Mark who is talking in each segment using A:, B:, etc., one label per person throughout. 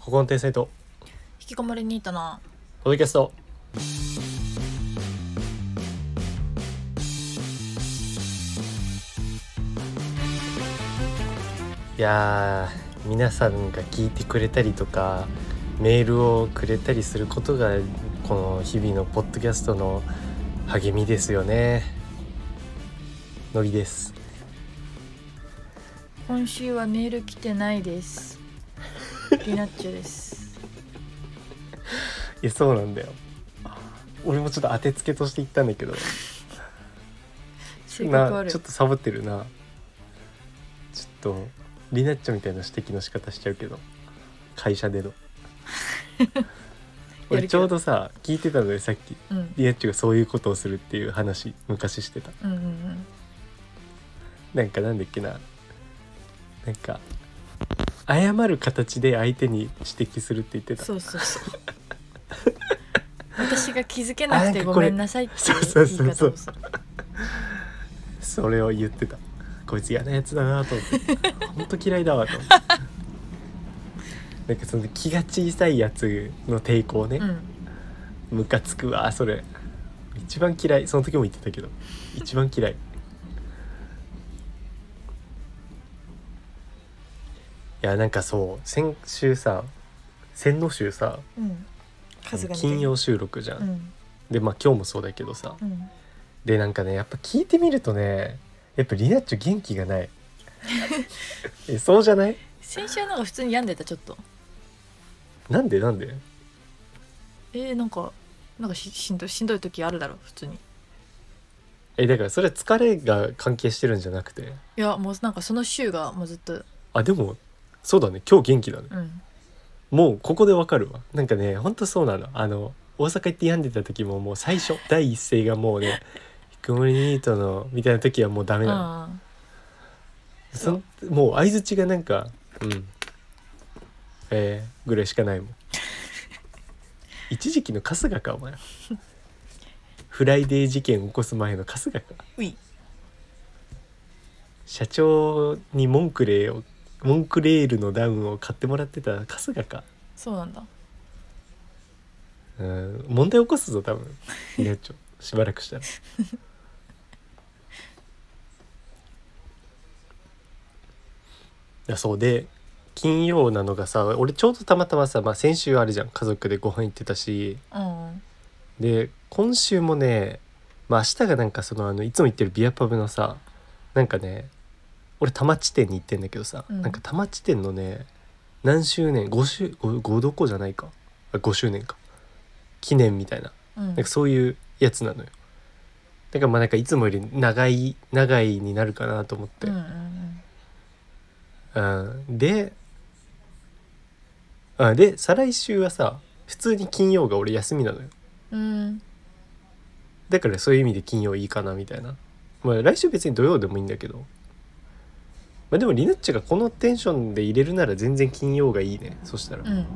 A: ここの天才と
B: 引きこもりにいたな
A: ポッドキャストいやー皆さんが聞いてくれたりとかメールをくれたりすることがこの日々のポッドキャストの励みですよねのりです
B: 今週はメール来てないですリナッチョです
A: いやそうなんだよ俺もちょっと当てつけとして言ったんだけど
B: 性格
A: な
B: 悪い
A: ちょっとサボってるなちょっとリナッチョみたいな指摘の仕方しちゃうけど会社で の
B: やる
A: 俺
B: 気
A: ちょうどさ聞いてたのよさっき
B: うん、うん
A: リナッチョがそういうことをするっていう話昔してた
B: うんうん
A: なんかなんだっけななんか謝る形で相手に指摘するって言ってた
B: そうそうそう 私が気づけなくてごめんなさいっていう
A: あなんかこれ
B: 言い方
A: そうそう
B: を
A: そ
B: する
A: それを言ってたこいつ嫌なやつだなと思って本当嫌いだわと思ってな んかその気が小さいやつの抵抗ね、
B: うん
A: ムカつくわそれ一番嫌いその時も言ってたけど一番嫌いいやなんかそう先週さ先の週さ
B: うん数が似てる
A: 金曜収録じゃん、
B: うん
A: でまあ今日もそうだけどさ
B: うん
A: でなんかねやっぱ聞いてみるとねやっぱリナッチョ元気がないえそうじゃない
B: 先週なんか普通に病んでたちょっと
A: なんでなんで
B: えー、なんかなんかししんどいしんどい時あるだろ普通に
A: えだからそれは疲れが関係してるんじゃなくて
B: いやもうなんかその週がもうずっと
A: あでもそうだね今日元気だね
B: うん
A: もうここでわかるわなんかねほんとそうなのあの大阪行って病んでた時ももう最初第一声がもうね「ひくもりニートの」みたいな時はもうダメなの、
B: あ
A: そんもう相づちがなんか「うんえー」ぐらいしかないもん一時期の春日かお前フライデー事件起こす前の春日か
B: ーうい
A: 社長にモンクレーをモンクレールのダウンを買ってもらってた春日か
B: そうなんだ
A: うん問題起こすぞ多分リナッチョしばらくしたらだそうで金曜なのがさ俺ちょうどたまたまさ、まあ、先週あれじゃん家族でご飯行ってたし
B: うん
A: で今週もね、まあ、明日がなんかそのあのいつも行ってるビアパブのさなんかね俺多摩地点に行ってんだけどさ、
B: うん
A: なんか多摩地点のね何周年5周 5, 5どこじゃないかあ5周年か記念みたいな
B: うん
A: なんかそういうやつなのよだからまあなんかいつもより長い長いになるかなと思って
B: うんう、ん
A: うん、であで再来週はさ普通に金曜が俺休みなのよ
B: うんうん
A: だからそういう意味で金曜いいかなみたいなまあ来週別に土曜でもいいんだけどまあでもリナッチがこのテンションで入れるなら全然金曜がいいねそしたら、
B: うん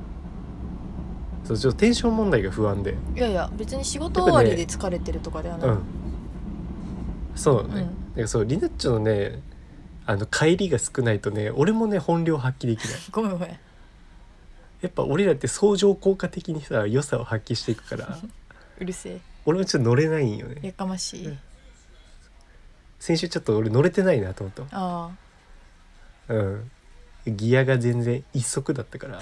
A: そうちょっとテンション問題が不安で
B: いやいや別に仕事終わりで疲れてるとかではな
A: う
B: い、
A: んそうなのね、
B: うん
A: だからそうリナッチョのねあの帰りが少ないとね俺もね本領発揮できない
B: ごめんごめん
A: やっぱ俺らって相乗効果的にさ良さを発揮していくから
B: うるせえ
A: 俺もちょっと乗れないんよね
B: やかましい、
A: うん先週ちょっと俺乗れてないなと思った
B: ああ
A: うんギアが全然一足だったから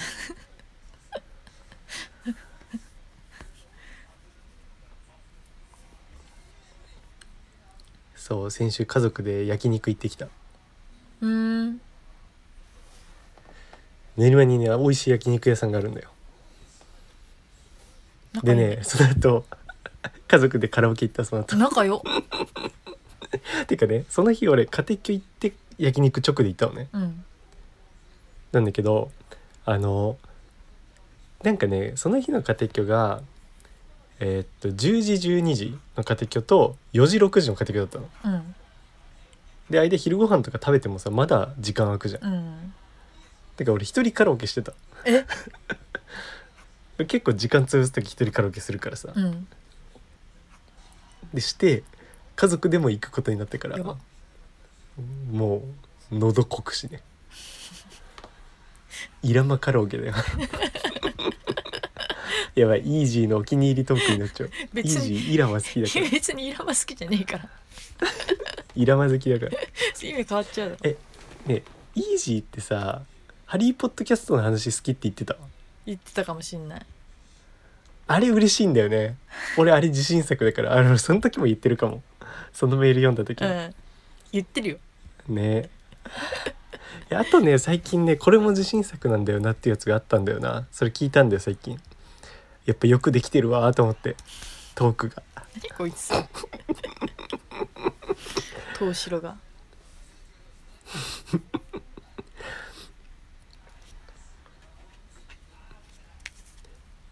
A: そう先週家族で焼肉行ってきた
B: うーん
A: 練馬にね美味しい焼肉屋さんがあるんだよ
B: 仲
A: で
B: 良い
A: ねその後家族でカラオケ行ったその後
B: 仲良
A: てかねその日俺家庭教行って焼肉直で行ったのね
B: うん
A: なんだけどあのなんかねその日の家庭教がえーっと10時12時の家庭教と4時6時の家庭教だったの
B: うん
A: で間昼ご飯とか食べてもさまだ時間空くじゃん
B: うん
A: てか俺一人カラオケしてた
B: え
A: 結構時間潰す時一人カラオケするからさ、
B: うん
A: でして家族でも行くことになってから
B: やば
A: もう喉こくしねイラマカラオケだよ やばいイージーのお気に入りトークになっちゃうイー
B: 別
A: ジ
B: に
A: ーイラマ好きだから
B: 別にイラマ好きじゃねえから
A: イラマ好きだから
B: 意味変わっちゃうだろ
A: えねえイージーってさハリー・ポッドキャストの話好きって言ってた
B: 言ってたかもしんない
A: あれ嬉しいんだよね俺あれ自信作だからあのその時も言ってるかもそのメール読んだ時
B: う
A: も
B: ん言ってるよ
A: ねいやあとね最近ねこれも自信作なんだよなっていうやつがあったんだよなそれ聞いたんだよ最近やっぱよくできてるわーと思ってトークが
B: 何こ いつ東城が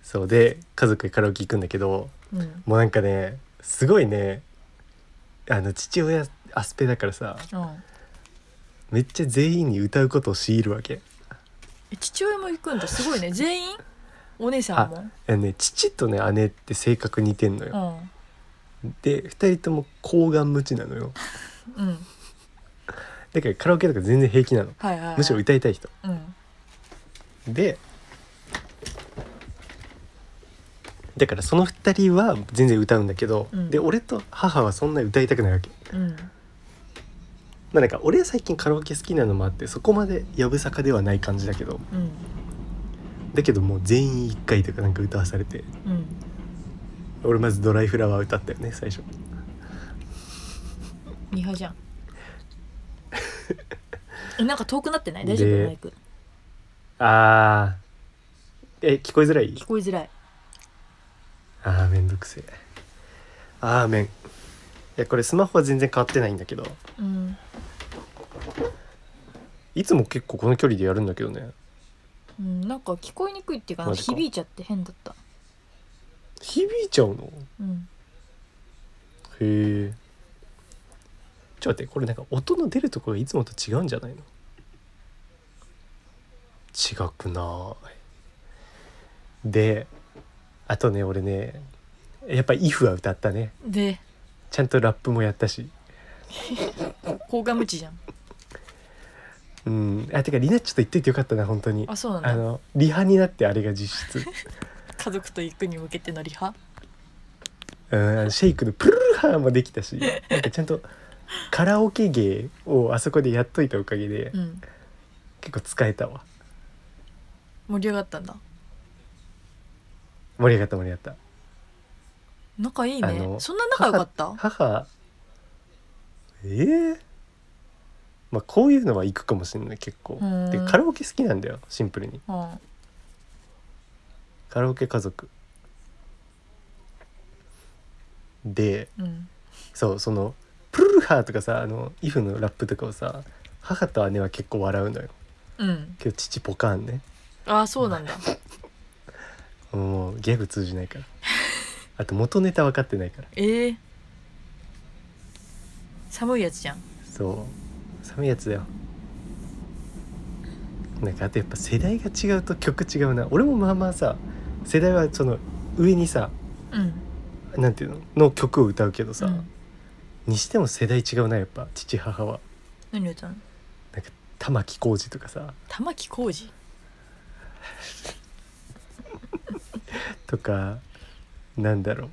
A: そうで家族でカラオケ行くんだけど
B: うん
A: もうなんかねすごいねあの父親アスペだからさ
B: うん
A: めっちゃ全員に歌うことを強いるわけ
B: え父親も行くんだすごいね全員お姉さんも
A: あのね父とね姉って性格似てんの
B: う
A: よ、
B: ん
A: で2人とも高顔無知なのよ
B: うん
A: だからカラオケとか全然平気なの
B: はいはい、はい、
A: むしろ歌いたい人
B: うん
A: でだからその2人は全然歌うんだけど、
B: うん
A: で俺と母はそんなに歌いたくないわけ
B: うん
A: まあなんか俺は最近カラオケ好きなのもあってそこまでやぶさかではない感じだけど
B: うん
A: だけどもう全員1回とかなんか歌わされて
B: うん
A: 俺まず「ドライフラワー」歌ったよね最初
B: ミハじゃんえなんか遠くなってない大丈
A: で
B: 夫マイク
A: あーえ聞こえづらい
B: 聞こえづらい
A: あーめんどくせえあーめんいやこれスマホは全然変わってないんだけど
B: うん
A: いつも結構この距離でやるんだけどね
B: うん、なんか聞こえにくいっていうかなん
A: マ
B: か
A: ジか
B: 響いちゃって変だった
A: 響いちゃうの
B: うん
A: へえちょっと待ってこれなんか音の出るところがいつもと違うんじゃないの違くないであとね俺ねやっぱ「IF」は歌ったね
B: で
A: ちゃんとラップもやったし
B: 高が無知じゃん
A: うんあてかりなちょっと言っといてよかったな本当に
B: あそうな
A: あ
B: んだ
A: のリハになってあれが実 質
B: 家族と行くに向けてのリハ
A: うんあのシェイクのプルルハーもできたしなんかちゃんとカラオケ芸をあそこでやっといたおかげで
B: うん
A: 結構使えたわ
B: 盛り上がったんだ
A: 盛り上がった盛り上がった
B: 仲いい
A: あ
B: ね
A: の
B: そんな仲良かった
A: 母母えーまあこういうのは行くかもしれない結構
B: うん
A: でカラオケ好きなんだよシンプルに
B: うん
A: カラオケ家族で
B: うん
A: そうそのプルルハーとかさあのイフのラップとかをさ母と姉は結構笑うのよ
B: うん
A: けど父ポカーンね
B: ああそうなんだ
A: もうギャグ通じない からあと元ネタ分かってないから
B: ええ寒いやつじゃん
A: そう寒いやつだよなんかあとやっぱ世代が違うと曲違うな俺もまあまあさ世代はその上にさ
B: うん
A: なんていうのの曲を歌うけどさ、
B: うん
A: にしても世代違うなやっぱ父母は
B: 何歌うの
A: 玉置浩二とかさ
B: 玉置浩二
A: とかなんだろ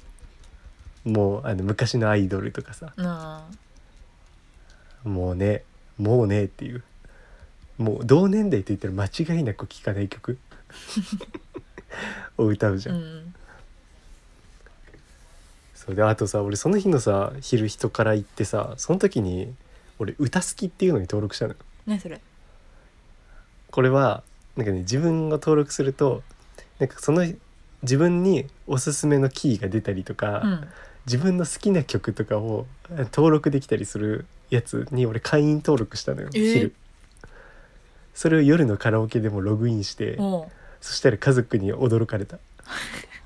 A: うもうあの昔のアイドルとかさ
B: なあ
A: もうねもうねっていうもう同年代と言ったら間違いなく聴かない曲を歌うじゃ、
B: うんん
A: そうであとさ俺その日のさ昼人から行ってさその時に俺歌好きっていうのに登録したの
B: 何それ
A: これはなんかね自分が登録するとなんかその自分におすすめのキーが出たりとか、
B: うん
A: 自分の好きな曲とかをえ登録できたりするやつに俺会員登録したのよ、
B: えー
A: 昼それを夜のカラオケでもログインして
B: おう
A: そしたら家族に驚かれた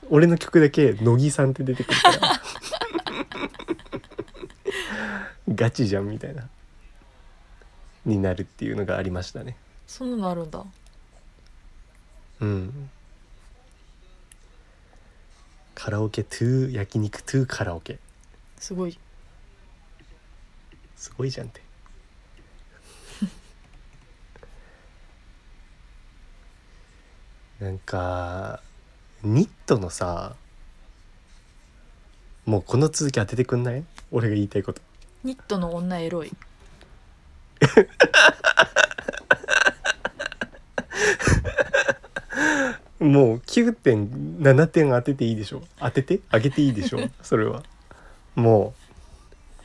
A: 俺の曲だけ「乃木さん」って出てくるからガチじゃんみたいなになるっていうのがありましたね
B: そんなのあるんだ
A: うんカラオケ to 焼肉 to カラオケ
B: すごい
A: すごいじゃんってなんかニットのさもうこの続き当ててくんない俺が言いたいこと
B: ニットの女エロい
A: もう9.7点当てていいでしょ当ててあげていいでしょそれはも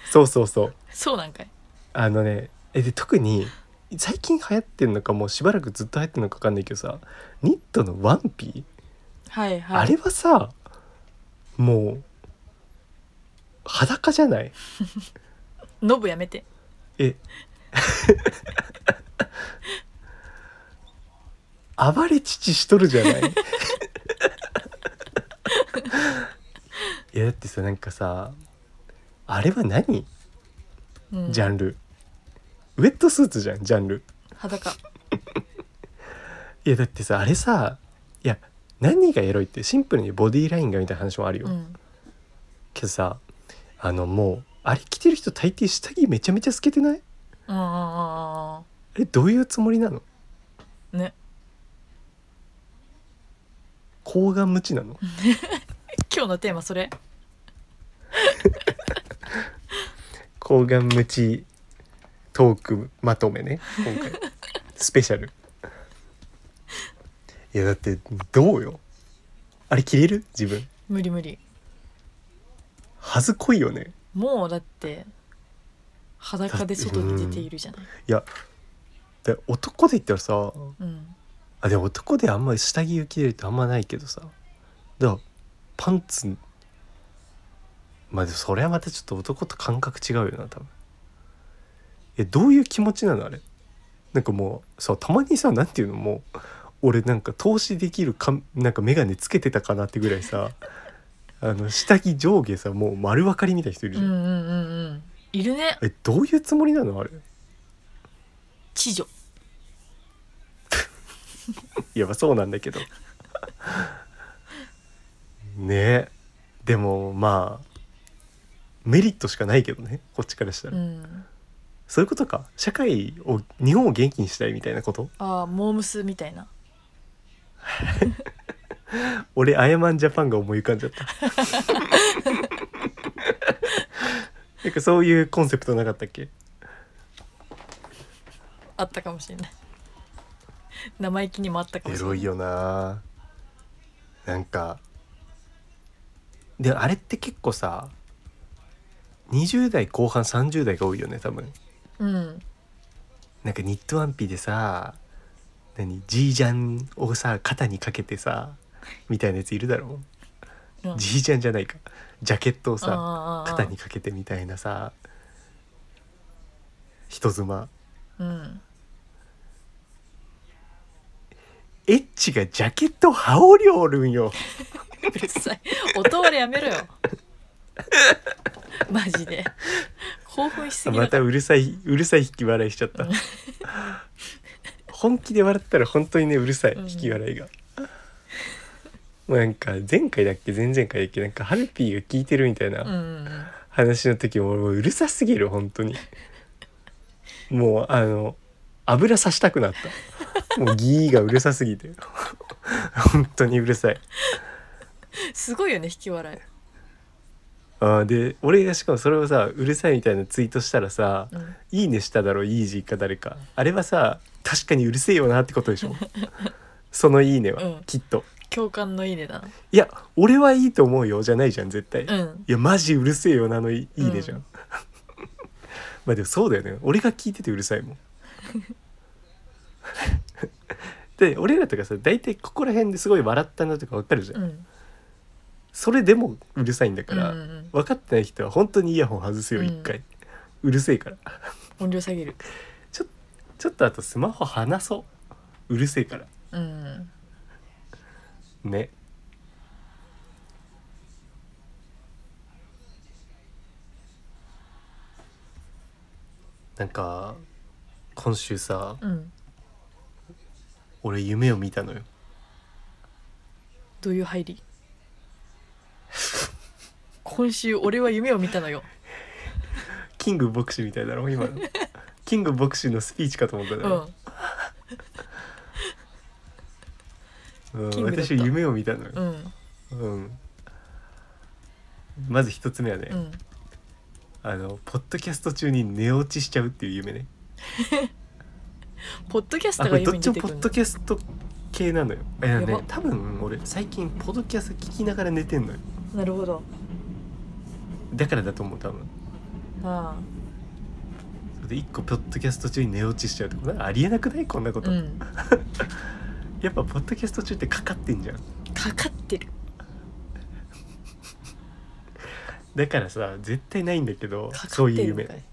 A: うそうそうそう
B: そうなんかい
A: あのねえで特に最近流行ってんのかもうしばらくずっと流行ってんのか分かんないけどさニットのワンピ
B: はいはい
A: あれはさもう裸じゃない
B: ノブやめて
A: え暴れ父しとる じゃないいやだってさなんかさあれは何
B: うん
A: ジャンル、ウェットスーツじゃんジャンル
B: 裸
A: いやだってさあれさいや何がエロいってシンプルにボディーラインがみたいな話もあるよ、
B: うん
A: けどさあのもうあれ着てる人大抵下着めちゃめちゃ透けてない
B: うんうんうんうん
A: えどういうつもりなの
B: うんね
A: 睾丸無知なの
B: 今日のテーマそれ
A: 睾丸無知トークまとめね今回スペシャルいやだってどうよあれ着れる自分
B: 無理無理
A: はずこいよね
B: もうだって裸で外に出ているじゃない
A: いやで男で言ったらさ
B: うん
A: あでも男であんまり下着を着れるってあんまないけどさだからパンツまあでもそれはまたちょっと男と感覚違うよな多分えどういう気持ちなのあれなんかもうさたまにさなんていうのもう俺なんか投資できるかなんか眼鏡つけてたかなってぐらいさあの下着上下さもう丸分かりみたいな人いる
B: う
A: じ
B: ん
A: ゃ、
B: うんんうんうんいるね
A: えどういうつもりなのあれ
B: 知女
A: いやまあそうなんだけど ねえでもまあメリットしかないけどねこっちからした
B: う
A: ら、
B: ん
A: そういうことか社会を日本を元気にしたいみたいなこと
B: ああモームスみたいな
A: 俺アヤマンジャパンが思い浮かんじゃった なんかそういうコンセプトなかったっけ
B: あったかもしれない生意気にもあったかも
A: エ
B: しれ
A: ロ
B: ない
A: いよななんかであれって結構さ20代後半30代が多いよね多分
B: うん
A: なんかニットワンピでさ何ジージャンをさ肩にかけてさみたいなやついるだろ
B: うん
A: ジージャンじゃないかジャケットをさ
B: あー
A: 肩にかけてみたいなさ人妻
B: うん
A: エッチがジャケットを羽織りおるん よ
B: うるさい音割れやめろよ マジで興奮しすぎ
A: ま
B: だか
A: たうるさいうるさい引き笑いしちゃった
B: うん
A: 本気で笑ったら本当にねうるさい
B: うん
A: 引き笑いが、もうなんか前回だっけ前々回だっけなんかハルピーが聞いてるみたいな、
B: らうんうんうん
A: 話の時も俺もううるさすぎる本当にもうあの油さしたくなったもうギーがうるさすぎて本当にうるさい
B: すごいよね引き笑い
A: あーで俺がしかもそれをさうるさいみたいなツイートしたらさ「
B: うん
A: いいね」しただろイージーか誰かあれはさ確かにうるせえよなってことでし ょその「いいねは」
B: うん
A: きっと
B: 共感のいいねだな
A: 「いや俺はいいと思うよ」じゃないじゃん絶対、
B: う
A: い
B: ん
A: やマジうるせえよなのい「いいね」じゃん、
B: うん
A: まあでもそうだよね俺が聞いててうるさい もんで俺らとかさ大体ここら辺ですごい笑ったなとか分かるじゃん、
B: うん
A: それでもうるさいんだから、
B: うんうんうん
A: 分かってない人は本当にイヤホン外すよ
B: うん
A: 一回、うるせえから
B: 音量下げる
A: ちょちょっとあとスマホ離そううるせえから
B: うん
A: ねなんか今週さ
B: うん
A: 俺夢を見たのよ
B: どういう入り今週俺は夢を見たのよ
A: キング牧師みたいだろ今の キング牧師のスピーチかと思っただ
B: う
A: ろ、
B: ん
A: うん
B: キングだっ
A: 私
B: た
A: は夢を見たのよ
B: う、ん
A: うんまず一つ目はね、
B: うん
A: あのポッドキャスト中に寝落ちしちゃうっていう夢ね
B: ポッドキャス
A: あ
B: ト
A: こ
B: が
A: れどっ
B: 夢に
A: ち
B: 出
A: も
B: て
A: ポ
B: く
A: ッドキ
B: るの
A: ャスト系なのよいや
B: や
A: ね
B: ば
A: 多分俺最近ポッドキャスト聞きながら寝てんのよ
B: なるほど
A: だからだと思う多分
B: あ
A: それで1個ポッドキャスト中に寝落ちしちゃうってことありえなくないこんなこ
B: あ
A: と、
B: うん
A: やっぱポッドキャスト中ってかかってんじゃん
B: かかってる
A: だからさ絶対ないんだけど
B: かか
A: そ
B: っ
A: ういう
B: てる
A: 夢
B: のか
A: で
B: い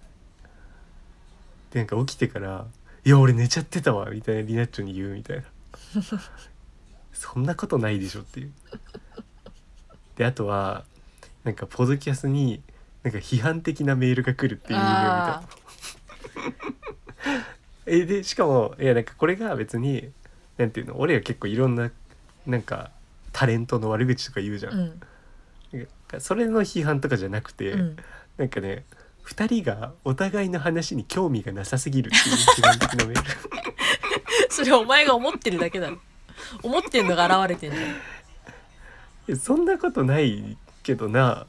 A: なんか起きてから「いや俺寝ちゃってたわ」みたいなリナッチョに言うみたいな そんなことないでしょっていうであとはなんかポッドキャストになんか批判的なメールが来るっていう夢を見た
B: あ
A: えでしかもいやなんかこれが別になんていうの俺ら結構いろんななんかタレントの悪口とか言うじゃ
B: あ
A: ん、
B: うん
A: なんかそれの批判とかじゃなくて、
B: うん
A: なんかね2人がお互いの話に興味がなさすぎるっていう批判的なメール
B: それはお前が思ってるだけだろ思ってんのが現れてんじゃん
A: いやそんなことないけどなっ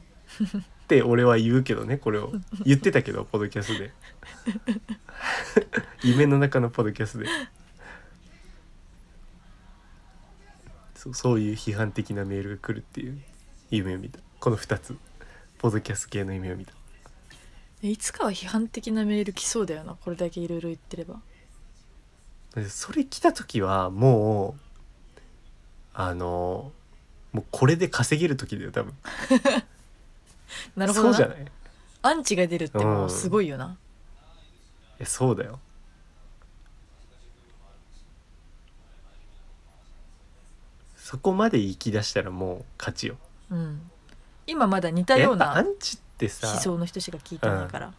A: て俺は言うけどねこれを言ってたけどポッドキャストで 夢の中のポッドキャストでそうそういう批判的なメールが来るっていう夢を見たこの2つポッドキャスト系の夢を見た
B: いつかは批判的なメール来そうだよなこれだけいろいろ言ってれば
A: でそれ来た時はもうあのもうこれで稼げる時だよ多分
B: なるほ
A: そ
B: ど
A: うじゃ
B: な
A: ない
B: アンチが出るってもうすごいよな
A: えそうだよそこまで行き出したらもう勝ちよ
B: うん今まだ似た
A: や
B: よう
A: っぱア
B: な
A: ンチってさ
B: 思想の人しか聞いてないから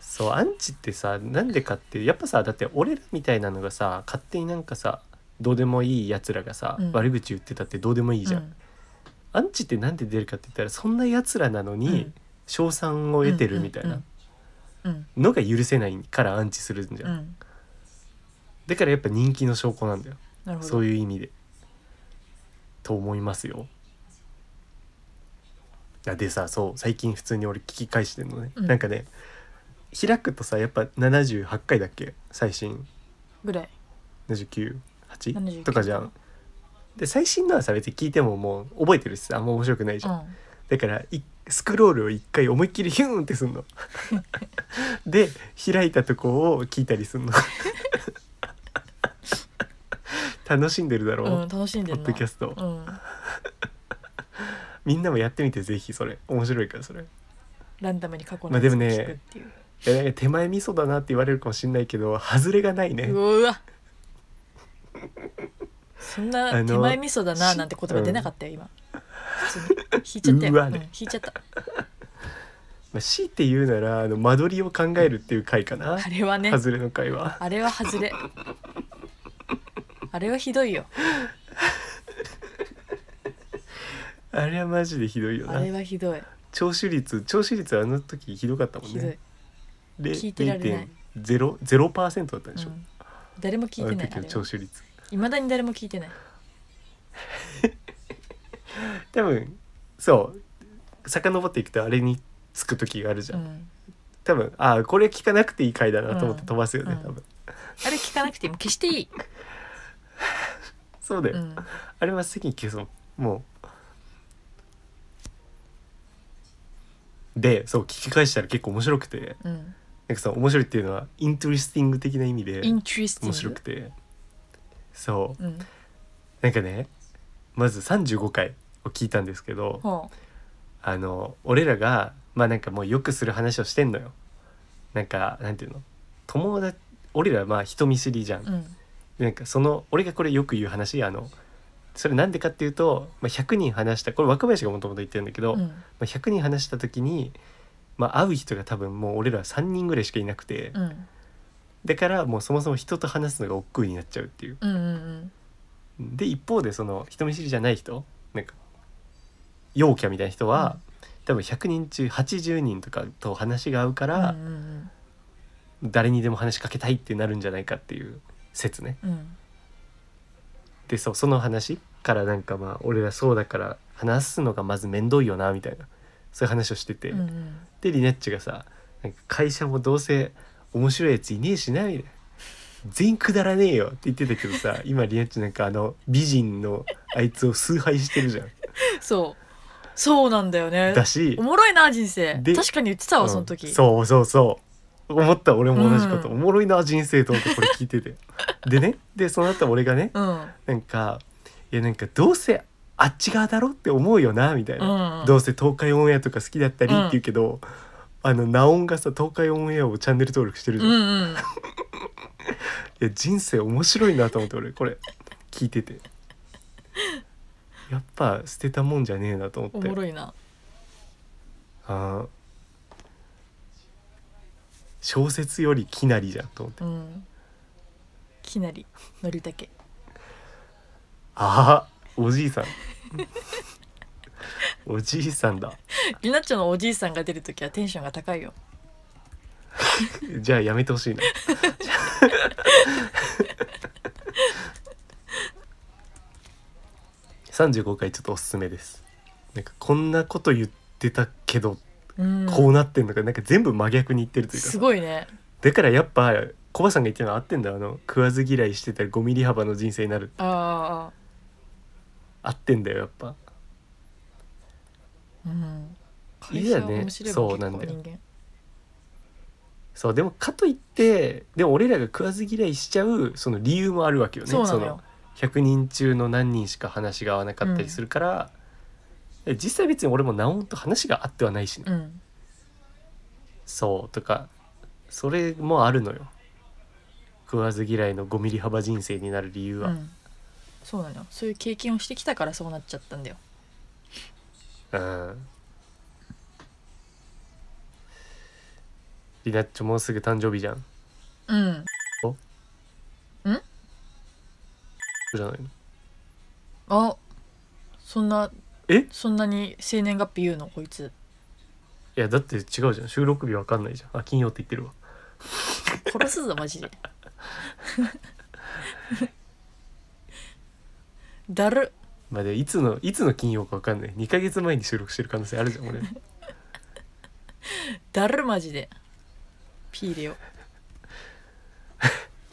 A: そうアンチってさなんでかってやっぱさだって俺らみたいなのがさ勝手になんかさどうでもいいやつらがさ、
B: うん
A: 悪口言ってたってどうでもいいじゃん、
B: うん
A: アンチってなんで出るかって言ったらそんなやつらなの
B: う
A: に
B: ん
A: 称賛を得てるみたいな
B: うん
A: のが許せないからアンチするんじゃ、
B: うんん
A: だからやっぱ人気の証拠なんだよ
B: なるほど
A: そういう意味で。と思いますよ。あでさそう最近普通に俺聞き返してんのね、
B: うん
A: なんかね開くとさやっぱ78回だっけ最新
B: ぐらい
A: 798
B: 79
A: とかじゃん。で最新のはさ別に聞いてももう覚えてるしさあんま面白くないじ
B: う
A: ゃん。
B: ん
A: だからいスクロールを一回思いっきりヒューンってす んの。で開いたとこを聞いたりす んの。楽しんでるだろう、
B: うん楽しんで
A: ポ
B: る
A: ッド
B: な
A: キャストを、
B: うん
A: みんなもやってみてぜひそれ面白いからそれい
B: ランダムに過去
A: ま
B: の
A: あで
B: やつを
A: もね
B: 聞くっていう
A: やなんか手前味噌だなって言われるかもしんないけど外れがないね
B: うわうわそんな
A: あの
B: 手前味噌だな
A: し
B: なんて言葉出なかったよ今普通に引いちゃったよ
A: うわ
B: うん
A: ね
B: 引いちゃった
A: まあ、強いて言うならあの間取りを考えるっていう回かな
B: あれはね
A: 外れの回は
B: あれは外れあれはひどいよ
A: あれはマジでひどいよ
B: あ
A: な
B: れはひどい
A: 聴取率聴取率はあの時ひどかったもん
B: ひどい
A: ね、で
B: 聞いてられない
A: 0.0 0%だったでし
B: う
A: ょ、
B: ん、誰も聞いてない
A: あの時
B: あれ
A: の
B: は
A: 聴取率
B: 未だに誰も聞いてない
A: 多分そう遡っていくとあれにつく時があるじゃ、
B: うんん
A: 多分ああこれ聞かなくていい回だなと思って飛ばすよね、
B: うん
A: 多分
B: あれ聞かなくても消して いい、
A: そうだよ、
B: うん、
A: あれは席に消そうもうでそう聞き返したら結構面白くて
B: うん、
A: なんかさ面白いっていうのはイントリスティング的な意味で
B: イントリスティング
A: 面白くてそう
B: うん、
A: なんかねまず35回を聞いたんですけど
B: ほ
A: あの俺らがまあなんかもうよくする話をしてんのよなんかなんていうの友達俺らまあ人見知りじゃん
B: う、うん、
A: なんかその俺がこれよく言う話あのそれなんでかっていうと、まあ、100人話したこれ若林がもともと言ってるんだけど、
B: う
A: ま
B: ん、
A: あ、100人話した時に、まあ、会う人が多分もう俺ら3人ぐらいしかいなくて、
B: うん、
A: だからもうそもそも人と話すのが億劫になっちゃうっていう。
B: うん、うん、
A: で一方でその人見知りじゃない人なんか陽キャみたいな人は、多分100人中80人とかと話が合うか
B: うん、う
A: ら、
B: ん、
A: 誰にでも話しかけたいってなるんじゃないかっていう説ね。
B: うん、
A: でそうその話からなんかまあ俺らそうだから話すのがまず面倒いよなみたいなそういう話をしてて、
B: うんうん
A: でリナッチがさなんか会社もどうせ面白いやついねえしなみたいな全員くだらねえよって言ってたけどさ今リナッチなんかあの美人のあいつを崇拝してる じゃん
B: そうそうなんだよね
A: だし
B: おもろいな人生
A: で
B: 確かに言ってたわ、その
A: う
B: 時
A: んそうそうそう思った俺も同じこと、
B: うん
A: おもろいな人生と思ってこれ聞いて てでねでその後俺がね
B: うんうん
A: なんかいやなんかどうせあっち側だろって思うよなみたいな、
B: うん
A: どうせ東海オンエアとか好きだったり
B: う
A: っ
B: ん
A: て言うけど、あのナオンがさ東海オンエアをチャンネル登録してるじゃん、い
B: うん
A: や人生面白いなと思って俺これ聞いててやっぱ捨てたもんじゃねえなと思
B: お
A: って
B: もろいな
A: あー小説よりきなりじゃんと思って
B: うんきなりのりたけ
A: ああおじい さんおじいさんだ
B: りなっちょのおじいさんが出る時はテンションが高いよ
A: じゃあやめてほしいな。 三十五回ちょっとおすすめです。なんかこんなこと言ってたけど、
B: うん
A: こうなってんのか、なんか全部真逆に言ってるというか
B: す。ごいね
A: だからやっぱ、コバさんが言ってるの合ってんだよ。あの食わず嫌いしてたら五ミリ幅の人生になる。
B: あ
A: 合ってんだよ、やっぱ。
B: あうん
A: いいよね
B: 会社面白い
A: そ
B: も
A: うん
B: 結
A: なんだ
B: 構
A: よ
B: 人間
A: そう、でもかといって、でも俺らが食わず嫌いしちゃう、その理由もあるわけよね。
B: そうなの
A: の
B: よ
A: 100人中の何人しか話が合わなかったりするから、え実際別に俺もナオンと話が合ってはないしね、
B: うん
A: そうとかそれもあるのよ食わず嫌いの5ミリ幅人生になる理由は、
B: うん、そうなのそういう経験をしてきたからそうなっちゃったんだよ
A: うんリナッチョもうすぐ誕生日じゃん
B: うん
A: じゃないの
B: あそんな
A: え
B: そんなに生年月日言うのこいつ
A: いやだって違うじゃん収録日わかんないじゃんあ金曜って言ってるわ
B: 殺すぞマジで だる
A: まあでいつのいつの金曜かわかんない2ヶ月前に収録してる可能性あるじゃん俺
B: だるマジでピー入れよ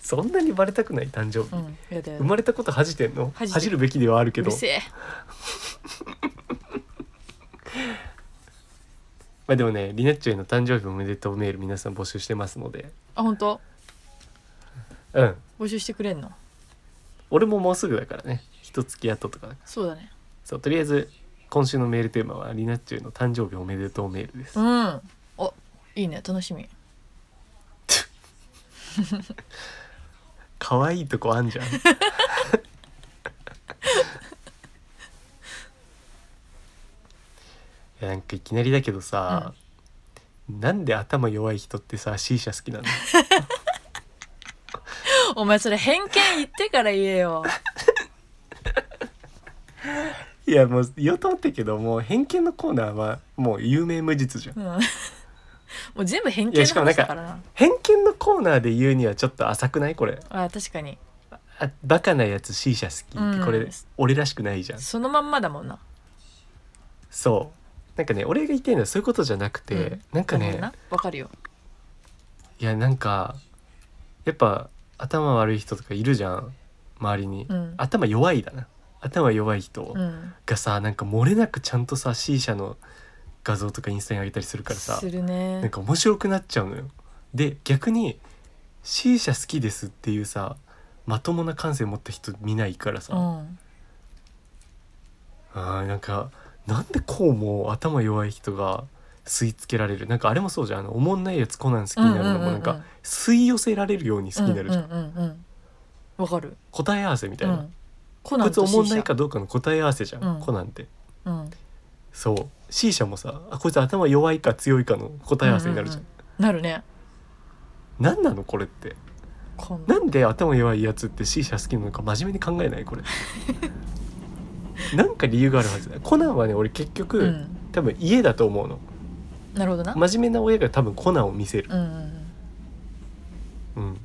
A: そんなにバレたくない誕生日、
B: ううんやだや
A: 生
B: だ
A: まれたこと恥じてんの
B: 恥
A: 恥じる
B: じてる
A: べきではあるけ
B: うる
A: ど
B: せえ
A: まあでもねリナッチョへの誕生日おめでとうメール皆さん募集してますので
B: あ本当
A: うん
B: 募集してくれんの
A: 俺ももうすぐだからね一月後とかだから
B: そうだね
A: そうとりあえず今週のメールテーマはリナッチョへの誕生日おめでとうメールです、
B: うんあいいね楽しみ
A: 可愛いとこあ んじゃんいやなんかいきなりだけどさ、なんで頭弱い人ってさ C 社好きなの
B: お前それ偏見言ってから言えよ
A: いやもう言おうと思ったけどもう偏見のコーナーはもう有名無実じゃん
B: うん もう全部偏
A: い
B: 見
A: や
B: の
A: しかもなんか
B: 話だからな
A: 偏見のコーナーで言うにはちょっと浅くないこれ
B: あ確かに
A: あバカなやつ C 社好きってこれ、
B: うん
A: 俺らしくないじゃん
B: そのまんまだもんな
A: そうなんかね俺が言いたいのはそういうことじゃなくて、
B: うん
A: なんか
B: なるほ
A: ね
B: どなわかるよ
A: いやなんかやっぱ頭悪い人とかいるじゃん周りに、
B: うん
A: 頭弱いだな頭弱い人
B: うん
A: がさ、なんか漏れなくちゃんとさ C 社の画像とかインスタに上げたりするからさ
B: する
A: なん
B: ね
A: か面白くなっちゃうのよで逆に C 社好きですっていうさまともな感性持った人見ないからさ、
B: う
A: あ
B: ん
A: ーなんかなんでこうも頭弱い人が吸い付けられるなんかあれもそうじゃんあのおもんないやつコナン好きになるの
B: うんうんうんう
A: も
B: ん
A: なんか吸い寄せられるように好きになるじゃん、
B: うんうんうんうんわかる
A: 答え合わせみた
B: う
A: いな、
B: んコ
A: こいつおもん
B: C
A: ない
B: 社
A: かどうかの答え合わせじゃん、
B: うん
A: コナンって
B: うん
A: そう C 社もさあこいつ頭弱いか強いかの答え合わせになるじゃん,、
B: うううなるね
A: 何なのこれって
B: こん
A: なんで頭弱いやつって C 社好きなのか真面目に考えないこれ なんか理由があるはずだコナンはね俺結局、
B: うん
A: 多分家だと思うの
B: なるほどな
A: 真面目な親が多分コナンを見せる
B: う、んうんうん
A: うん、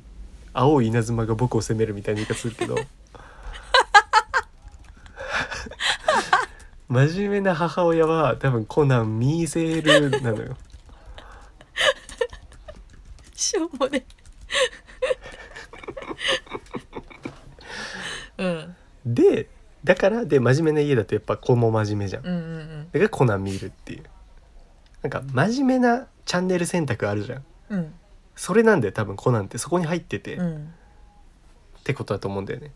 A: 青い稲妻が僕を責めるみたいな言い方するけど 真面目な母親は多分コナンミーセールなのよ
B: しょうもねうん
A: でだからで真面目な家だとやっぱ子も真面目じゃんだ
B: うんう
A: か
B: ん
A: らコナン見るっていうなんか真面目なチャンネル選択あるじゃん
B: うんうん
A: それなんだよ多分コナンってそこに入ってて、
B: う
A: っ
B: ん
A: てことだと思うんだよね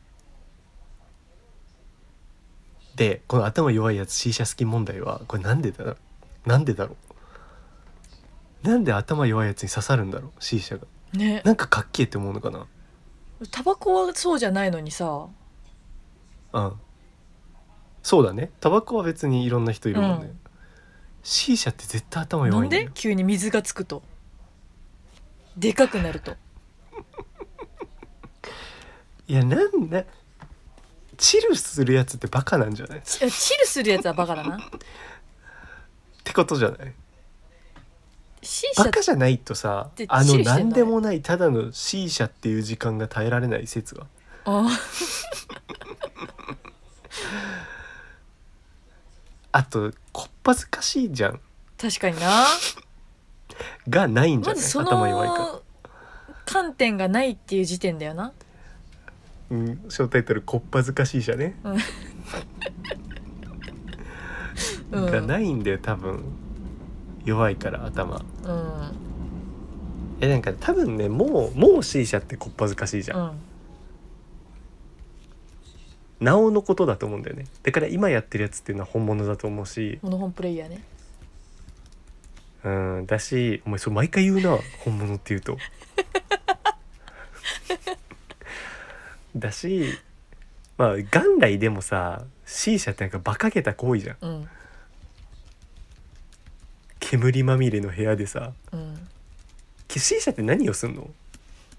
A: でこの頭弱いやつ C 社好き問題はこれなんでだろうなんでだろうなんで頭弱いやつに刺さるんだろう C 社が
B: ね
A: なんかかっけえって思うのかな
B: タバコはそうじゃないのにさ
A: うんそうだねタバコは別にいろんな人いるもんね、
B: うん
A: C 社って絶対頭
B: な
A: 弱いん
B: ん
A: だよ
B: で急に水がつくとでかくなると
A: いやなんだチルするやつってバカなんじゃないっ
B: いやチルするやつはバカだな
A: てことじゃない
B: C 社
A: バカじゃないとさ
B: で
A: あ
B: チ
A: の
B: ルしてんだね
A: 何でもないただの C 社っていう時間が耐えられない説は
B: あ
A: あとこっぱずかしいじゃん
B: 確かにな
A: がないんじゃ
B: ま
A: ない、
B: ずそ
A: 頭弱いか
B: の観点がないっていう時点だよな
A: ら、うん、小タイトル「こっぱずかしい」じゃね、
B: うん
A: がないんだよ多分弱いから頭
B: うん
A: えなんか多分ねもうもう C 社ってこっぱずかしいじゃん
B: うん
A: なおのことだと思うんだよねだから今やってるやつっていうのは本物だと思うし
B: モノホンプレイヤーね
A: うんだしお前それ毎回言うな本物っていうと だしまあ元来でもさ C 社ってなんか馬鹿げた行為じゃん
B: うん
A: 煙まみれの部屋でさ
B: うん
A: け C 社って何をすんの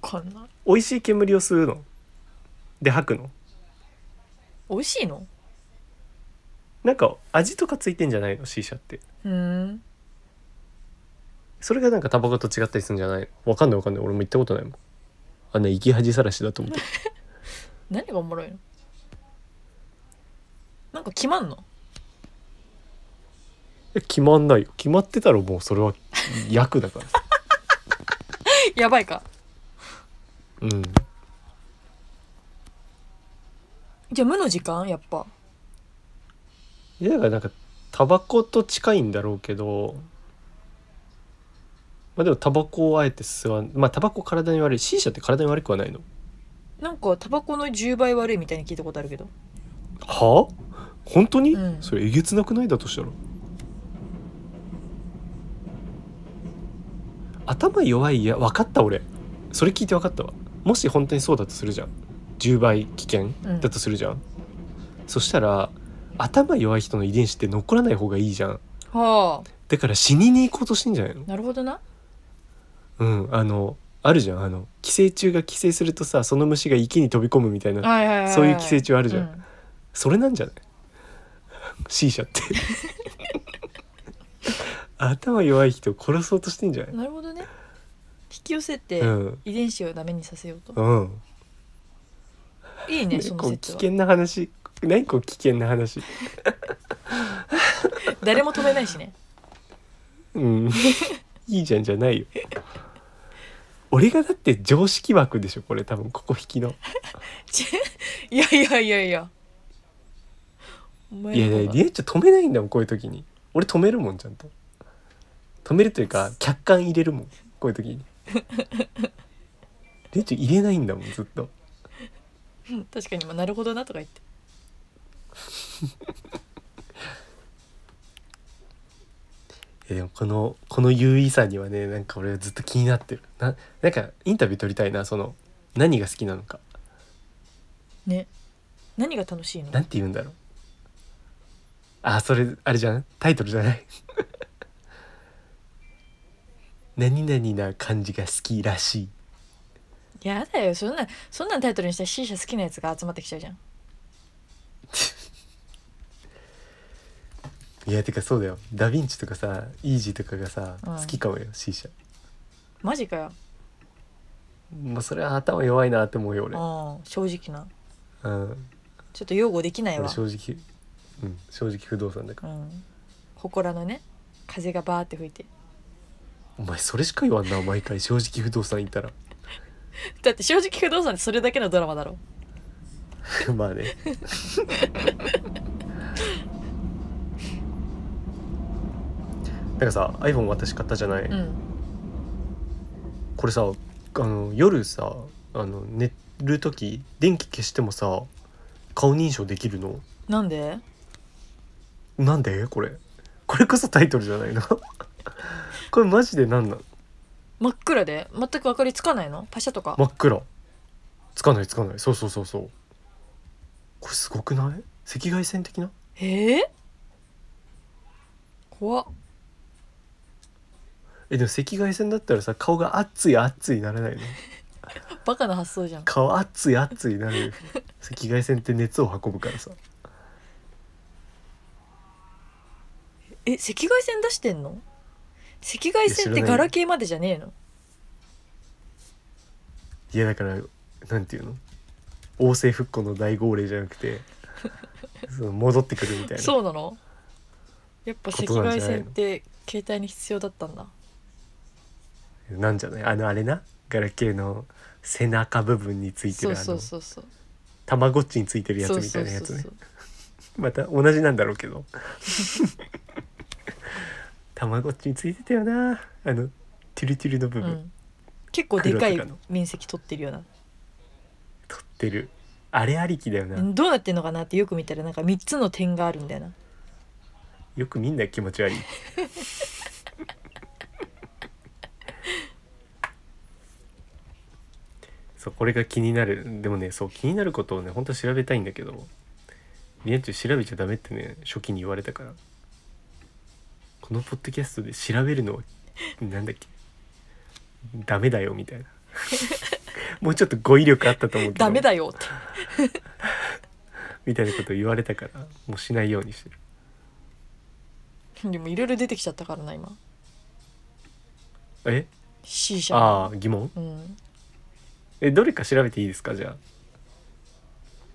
B: こんな
A: 美味しい煙を吸うので吐くの
B: 美味しいの
A: なんか味とかついてんじゃないの C 社って
B: うん
A: それがなんかタバコと違ったりするんじゃないわかんないわかんない俺も行ったことないもんあんな生き恥さらしだと思って
B: 何がおもろいのなんか決まんの
A: え決まんないよ決まってたらもうそれは 役だからさ
B: やばいか
A: うん
B: じゃあ無の時間やっぱ
A: いやだからなんかタバコと近いんだろうけどまあでもタバコをあえて吸わんまあタバコ体に悪い C 社って体に悪くはないの
B: なんかタバコの10倍悪いみたいに聞いたことあるけど
A: はあ本当に、
B: うん
A: それえげつなくないだとしたら頭弱いや分かった俺それ聞いて分かったわもし本当にそうだとするじゃん10倍危険
B: うん
A: だとするじゃん、そしたら頭弱い人の遺伝子って残らない方がいいじゃん
B: は
A: だから死にに行こうとしてんじゃないの
B: あなるほどな
A: うんあのあるじゃんあの寄生虫が寄生するとさその虫が池に飛び込むみたいな
B: はいはいはい、はい、
A: そういう寄生虫あるじゃん
B: うん
A: それなんじゃない C 社って頭弱い人を殺そうとしてんじゃない
B: なるほどね引き寄せて
A: うん
B: 遺伝子をダメにさせようと、
A: うん
B: いいねそ
A: 何
B: の
A: こう危
B: 説は
A: 険な話何こう危険な話
B: 誰も止めないし ね
A: うん いいじゃんじゃないよ俺がだって常識枠でしょこれ多分ここ引きの
B: ちいやいやいやいやお前
A: いやいやリエッチョ止めないんだもんこういう時に俺止めるもんちゃんと止めるというか客観入れるもんこういう時に リエッチョ入れないんだもんずっと
B: うん確かに、まあ、なるほどなとか言って
A: いやでもこのこの優位さにはねなんか俺はずっと気になってるななんかインタビュー取りたいなその何が好きなのか
B: ね何が楽しいの
A: なんて言うんだろうあそれあれじゃんタイトルじゃない 何々な感じが好きらしい
B: やだよそんなそんなんタイトルにしたら C 社好きなやつが集まってきちゃうじゃん
A: いやてかそうだよダ・ヴィンチとかさイージーとかがさ、
B: うん
A: 好きかもよ C 社
B: マジかよ、
A: もうそれは頭弱いなって思うよ
B: う
A: 俺
B: ん、正直
A: う
B: な
A: ん
B: ちょっと擁護できないわ
A: 俺正直うん、正直不動産だか
B: う
A: ら
B: ん祠のね風がバーって吹いて
A: お前それしか言わんな毎回正直不動産いたら
B: だって正直不動産ってそれだけのドラマだろ
A: まあねなんかさ iPhone 私買ったじゃない、
B: うん
A: これさあの夜さあの寝る時電気消してもさ顔認証できるの
B: なんで
A: なんでこれこれこそタイトルじゃないの これマジで何なの
B: 真っ暗で全く明かりつかないのパシャとか、
A: 真っ暗つかないつかないそうそうそうそうこれすごくない赤外線的な
B: ええ怖っ
A: えでも赤外線だったらさ顔が熱い熱いならないの
B: バカな発想じゃん
A: 顔熱い熱いな るよ赤外線って熱を運ぶからさ
B: え赤外線出してんの赤外線っ
A: いや知らな
B: て
A: いよ
B: ガラケーまでじゃねえの
A: いやだからなんていうの王政復古の大号令じゃなくてその戻ってくるみたいな
B: そうなのやっぱ赤
A: ことなん
B: 外
A: じゃないの
B: 線って携帯に必要だったんだ
A: なんじゃないあのあれなガラケーの背中部分について
B: そ
A: るあ
B: うそ
A: の
B: うそうそう
A: たまごっちについてるや
B: そ
A: つ
B: う
A: みた
B: そ
A: いうなやつ
B: そう
A: ね
B: そう
A: また同じなんだろうけど たまごっちについてたよなあのティルティルの部
B: う
A: 分、
B: ん結構でかい
A: 黒とかの
B: 面積取ってるような
A: 取ってるあれありきだよな、
B: どうなってんのかなってよく見たらなんか3つの点があるんだよな
A: よくみんな気持ち 悪いそうこれが気になるでもねそう気になることをねほんと調べたいんだけどリアンチュ調べちゃダメってね初期に言われたからこのポッドキャストで調べるのはなんだっけダメだよみたい なもうちょっと語彙力あったと思うけど
B: ダメだよって
A: みたいなこと言われたからもうしないようにしてる
B: でもいろいろ出てきちゃったからな今
A: え
B: C 社
A: ああ疑問
B: うん
A: えどれか調べていいですかじゃあ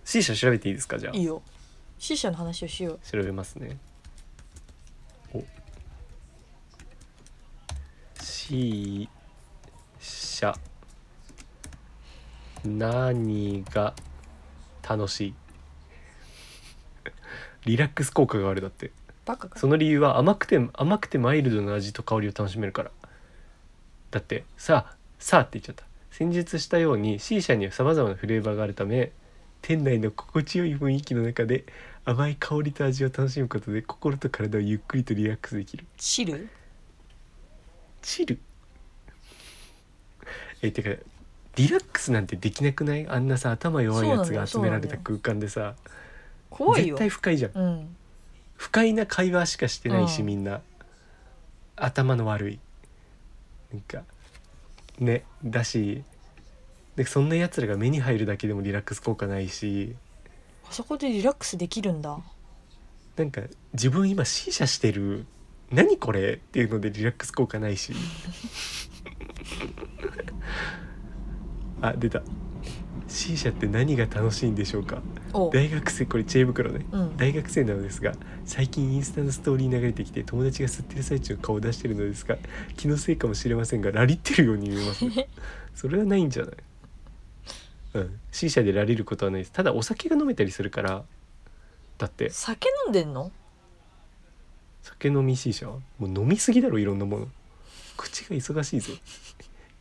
A: C 社調べていいですかじゃあ
B: いいよ C 社の話をしよう
A: 調べますねお C 社何が楽しい リラックス効果があるだって
B: バカか
A: その理由は甘くて甘くてマイルドな味と香りを楽しめるからだってさあさあって言っちゃった先述したように C 社にはさまざまなフレーバーがあるため店内の心地よい雰囲気の中で甘い香りと味を楽しむことで心と体をゆっくりとリラックスできる
B: チル
A: チルえてかリラックスなんてできなくないあんなさ頭弱いやつが集
B: そう
A: め
B: なの
A: ら
B: よ
A: れた空間でさ
B: 怖い
A: 絶
B: よ
A: 対不快じゃん
B: うん
A: 不快な会話しかしてないし、
B: うん
A: みんな頭の悪いなんかねだしでそんなやつらが目に入るだけでもリラックス効果ないし
B: あそこでリラックスできるんだ
A: なんか自分今 C 社してる何これっていうのでリラックス効果ないし あ出た C 社って何が楽しいんでしょうか
B: おう
A: 大学生これ知恵袋ね
B: うん
A: 大学生なのですが最近インスタのストーリーに流れてきて友達が吸ってる最中の顔を出してるのですが気のせいかもしれませんがラリってるように見えますねそれはないんじゃないうん C 社でラリることはないですただお酒が飲めたりするからだって
B: 酒飲んでんの
A: 酒飲み C 社はもう飲みすぎだろいろんなもの口が忙しいぞ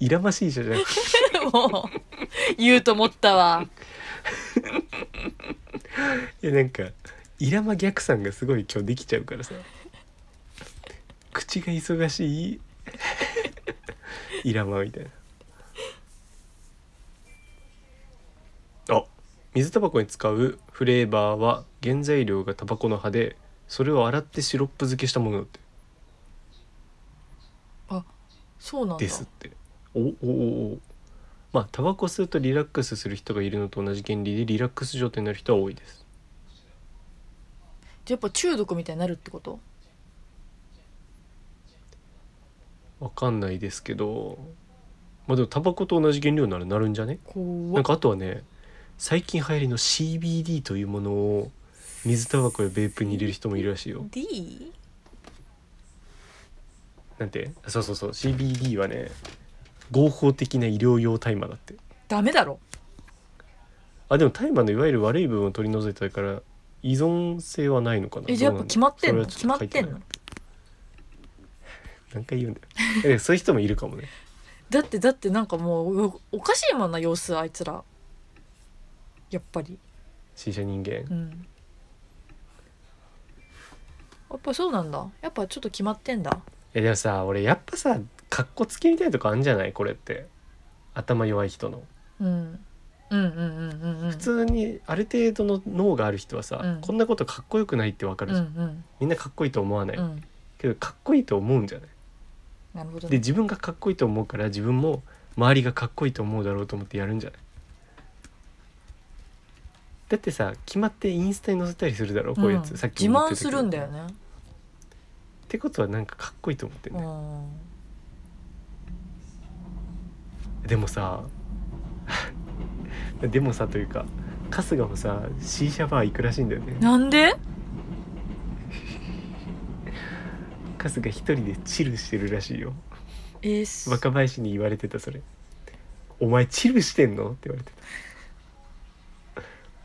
A: いらま C 社じゃなくて
B: もう言うと思ったわ
A: いやなんかイラマ逆算がすごい今日できちゃうからさ口が忙しい イラマみたいなあ水タバコに使うフレーバーは原材料がタバコの葉でそれを洗ってシロップ漬けしたものだって
B: そうなんだ
A: ですっておおおおまあタバコ吸うとリラックスする人がいるのと同じ原理でリラックス状態になる人は多いです
B: やっぱ中毒みたいになるってこと
A: わかんないですけどまあでもタバコと同じ原料ならなるんじゃね
B: 怖
A: なん
B: っ
A: かあとはね最近流行りの CBD というものを水タバコやベープに入れる人もいるらしいよ
B: D?
A: なんてあそうそうそう CBD はね合法的な医療用大麻だって
B: ダメだろ
A: あでも大麻のいわゆる悪い部分を取り除いたから依存性はないのかな
B: えじゃあやっぱ決まってんの
A: どうなんだ
B: 決まってんの
A: 何回言うんだよえそういう人もいるかもね
B: だってだってなんかもうおおかしいもんな様子あいつらやっぱり
A: 死者人間
B: うんやっぱそうなんだやっぱちょっと決まってんだ
A: えでもさ俺やっぱさかっこつけみたいなとこあんじゃないこれって頭弱い人の
B: うんうんうんうんうんうん
A: 普通にある程度の脳がある人はさ、
B: うん
A: こんなことかっこよくないってわかる
B: うん
A: じ
B: う
A: ゃん、
B: ん
A: みんなかっこいいと思わない、
B: うん
A: けどかっこいいと思うんじゃない
B: なるほど
A: で
B: ね
A: 自分がかっこいいと思うから自分も周りがかっこいいと思うだろうと思ってやるんじゃないだってさ決まってインスタに載せたりするだろうこういうやつ、
B: うん
A: さっき
B: 自
A: も言っ
B: 慢
A: てたけ
B: す
A: ど
B: るんだよね
A: ってことはなんかかっこいいと思ってん
B: う
A: だよ、
B: ん
A: でもさでもさというか春日もさ C 社バー行くらしいんだよね
B: なんで
A: 春日一人でチルしてるらしいよ
B: えーす
A: 若林に言われてたそれ「お前チルしてんの?」って言われてた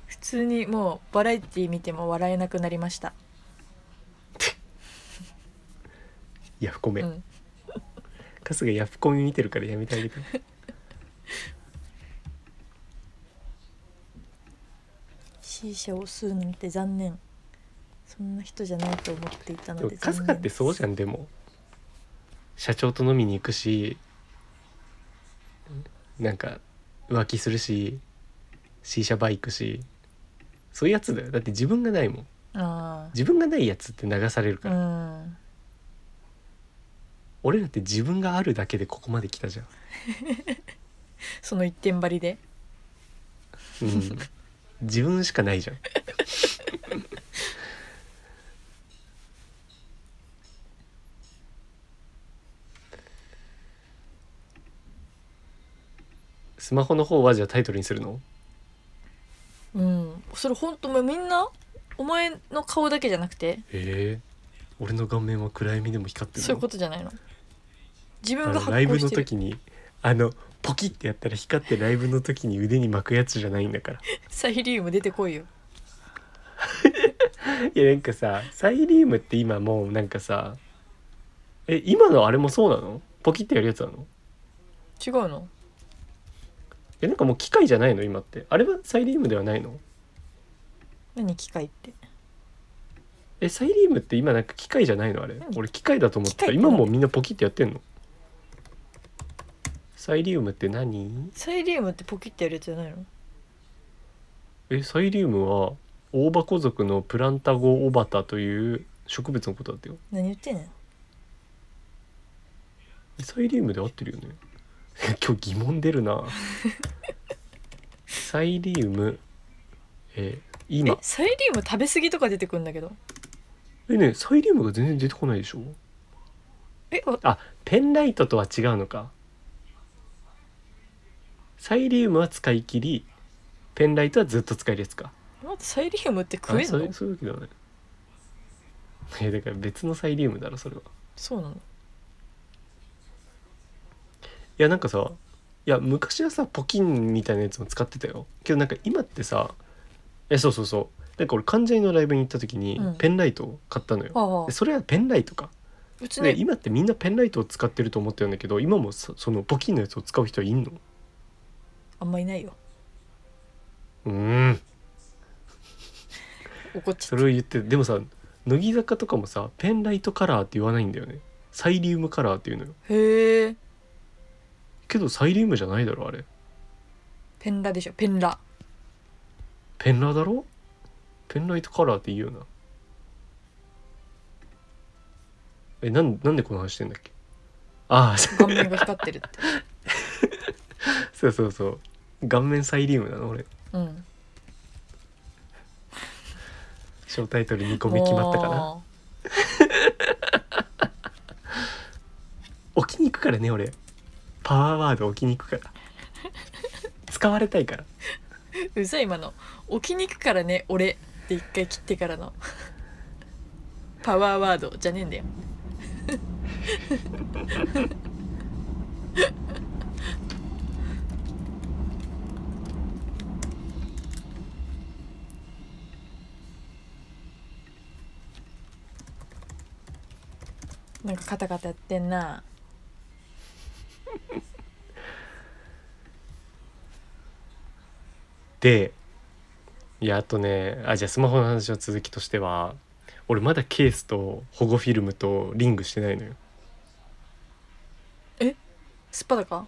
B: 普通にもうバラエティ見ても笑えなくなりました
A: 「ヤフコメ」
B: うん
A: 春日ヤフコメ見てるからやめてあげて
B: C 社を吸うなんて残念そんな人じゃ ないと思っていた
A: で
B: の
A: も
B: で
A: 春日ってそうじゃんでも社長と飲みに行くしなんか浮気するし C 社バイクしそういうやつだよだって自分がないもん
B: ゃんあ
A: 自分がないやつって流される
B: あ
A: か
B: う
A: ら、
B: ん
A: 俺らって自分があるだけでここまで来たじゃん、
B: その一点張りで
A: うん、自分しかないじゃんスマホの方はじゃあタイトルにするの
B: うんそれほんともうみんなお前の顔だけじゃなくて
A: ええ俺の顔面は暗闇でも光ってるの
B: そういうことじゃないの自
A: あ
B: 分が
A: の
B: 発
A: ライブ
B: 行
A: の
B: してる
A: 時にあのポキってやったら光ってライブの時に腕に巻くやつじゃないんだから
B: サイリウム出てこいよ
A: いやなんかさサイリウムって今もうなんかさえ今のあれもそうなのポキってやるやつなのい
B: 違うの
A: やなんかもう機械じゃないの今ってあれはサイリウムではないの
B: 何機械って
A: えサイリウムって今なんか機械じゃないのあれ
B: 何
A: 俺機械だと思って
B: 機
A: た
B: 械って
A: 今もうみんなポキってやってんのサイリウムって何
B: サイリウムってポキってやるやつじゃないの
A: えサイリウムはオオバコ族のプランタゴオバタという植物のことだったよ
B: 何言ってんねん
A: サイリウムで合ってるよね 今日疑問出る なサイリウムえー
B: え
A: 今
B: サイリウム食べ過ぎとか出てくるんだけど
A: えねサイリウムが全然出てこないでしょ
B: えわ
A: あペンライトとは違うのかサイリウムは使い切りペンライトはずっと使えるやつか
B: 待ってサイリウムって食え
A: あ
B: ん
A: そうい
B: の
A: うそういうわけではないえだから別のサイリウムだろそれは
B: そうなの
A: いやなんかさいや昔はさポキンみたいなやつも使ってたよけどなんか今ってさえそうそうそうなんか俺関ジャニのライブに行った時に
B: うん
A: ペンライトを買ったのよ、
B: ああ
A: でそれはペンライトか
B: うち
A: で
B: ね
A: 今ってみんなペンライトを使ってると思ってるんだけど今もそそのポキンのやつを使う人はいんの
B: あんまいないよ
A: うーん
B: 怒っちゃ
A: そ
B: った
A: れを言ってでもさ乃木坂とかもさペンライトカラーって言わないんだよねサイリウムカラーっていうのよ
B: へえ
A: けどサイリウムじゃないだろあれ
B: ペンラでしょペンラ
A: ペンラだろペンライトカラーって言うよなえなんなんでこの話してんだっけああ そ
B: 顔面が光ってるって
A: そうそうそう顔面サイリウムなの俺
B: うん
A: 小タイトル2個目決まったかな
B: も
A: 置きに行くからね俺パワーワード置きに行くから使われたいから
B: ううざい今の起きに行くからね俺って一回切ってからの パワーワードじゃねえんだよ なんかカタカタやってんな
A: でいやあとねあじゃあスマホの話の続きとしては俺まだケースと保護フィルムとリングしてないのよ
B: すっぱだか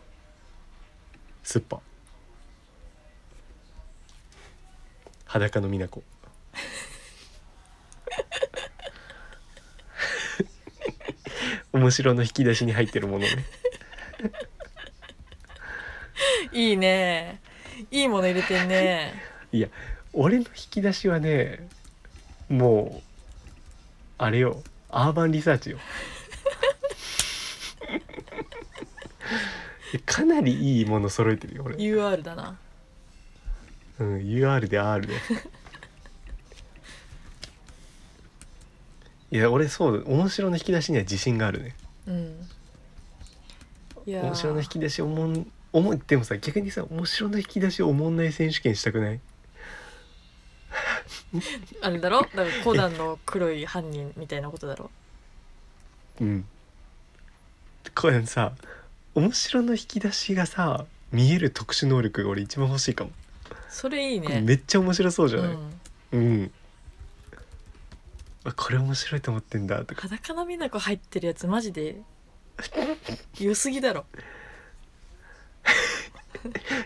A: スッパ裸の美奈子面白の引き出しに入ってるものね
B: いいねいいもの入れてんね
A: いや俺の引き出しはねもうあれよアーバンリサーチよ いやかなりいいもの揃えてるよ俺
B: UR だな
A: うん、UR で R でいや俺そう面白の引き出しには自信があるね
B: うんいやー
A: 面白の引き出しおもんおもんでもさ逆にさ面白の引き出しおもんない選手権したくない
B: あれだろだからコナンの黒い犯人みたいなことだろ
A: うんこれさ面白の引き出しがさ見える特殊能力が俺一番欲しいかも、
B: それいい
A: これ
B: ね
A: めっちゃ面白そうじゃ
B: う
A: ない
B: ん、
A: うん、あこれ面白いと思ってんだとか
B: 裸の美奈子入ってるやつマジで良すぎだろ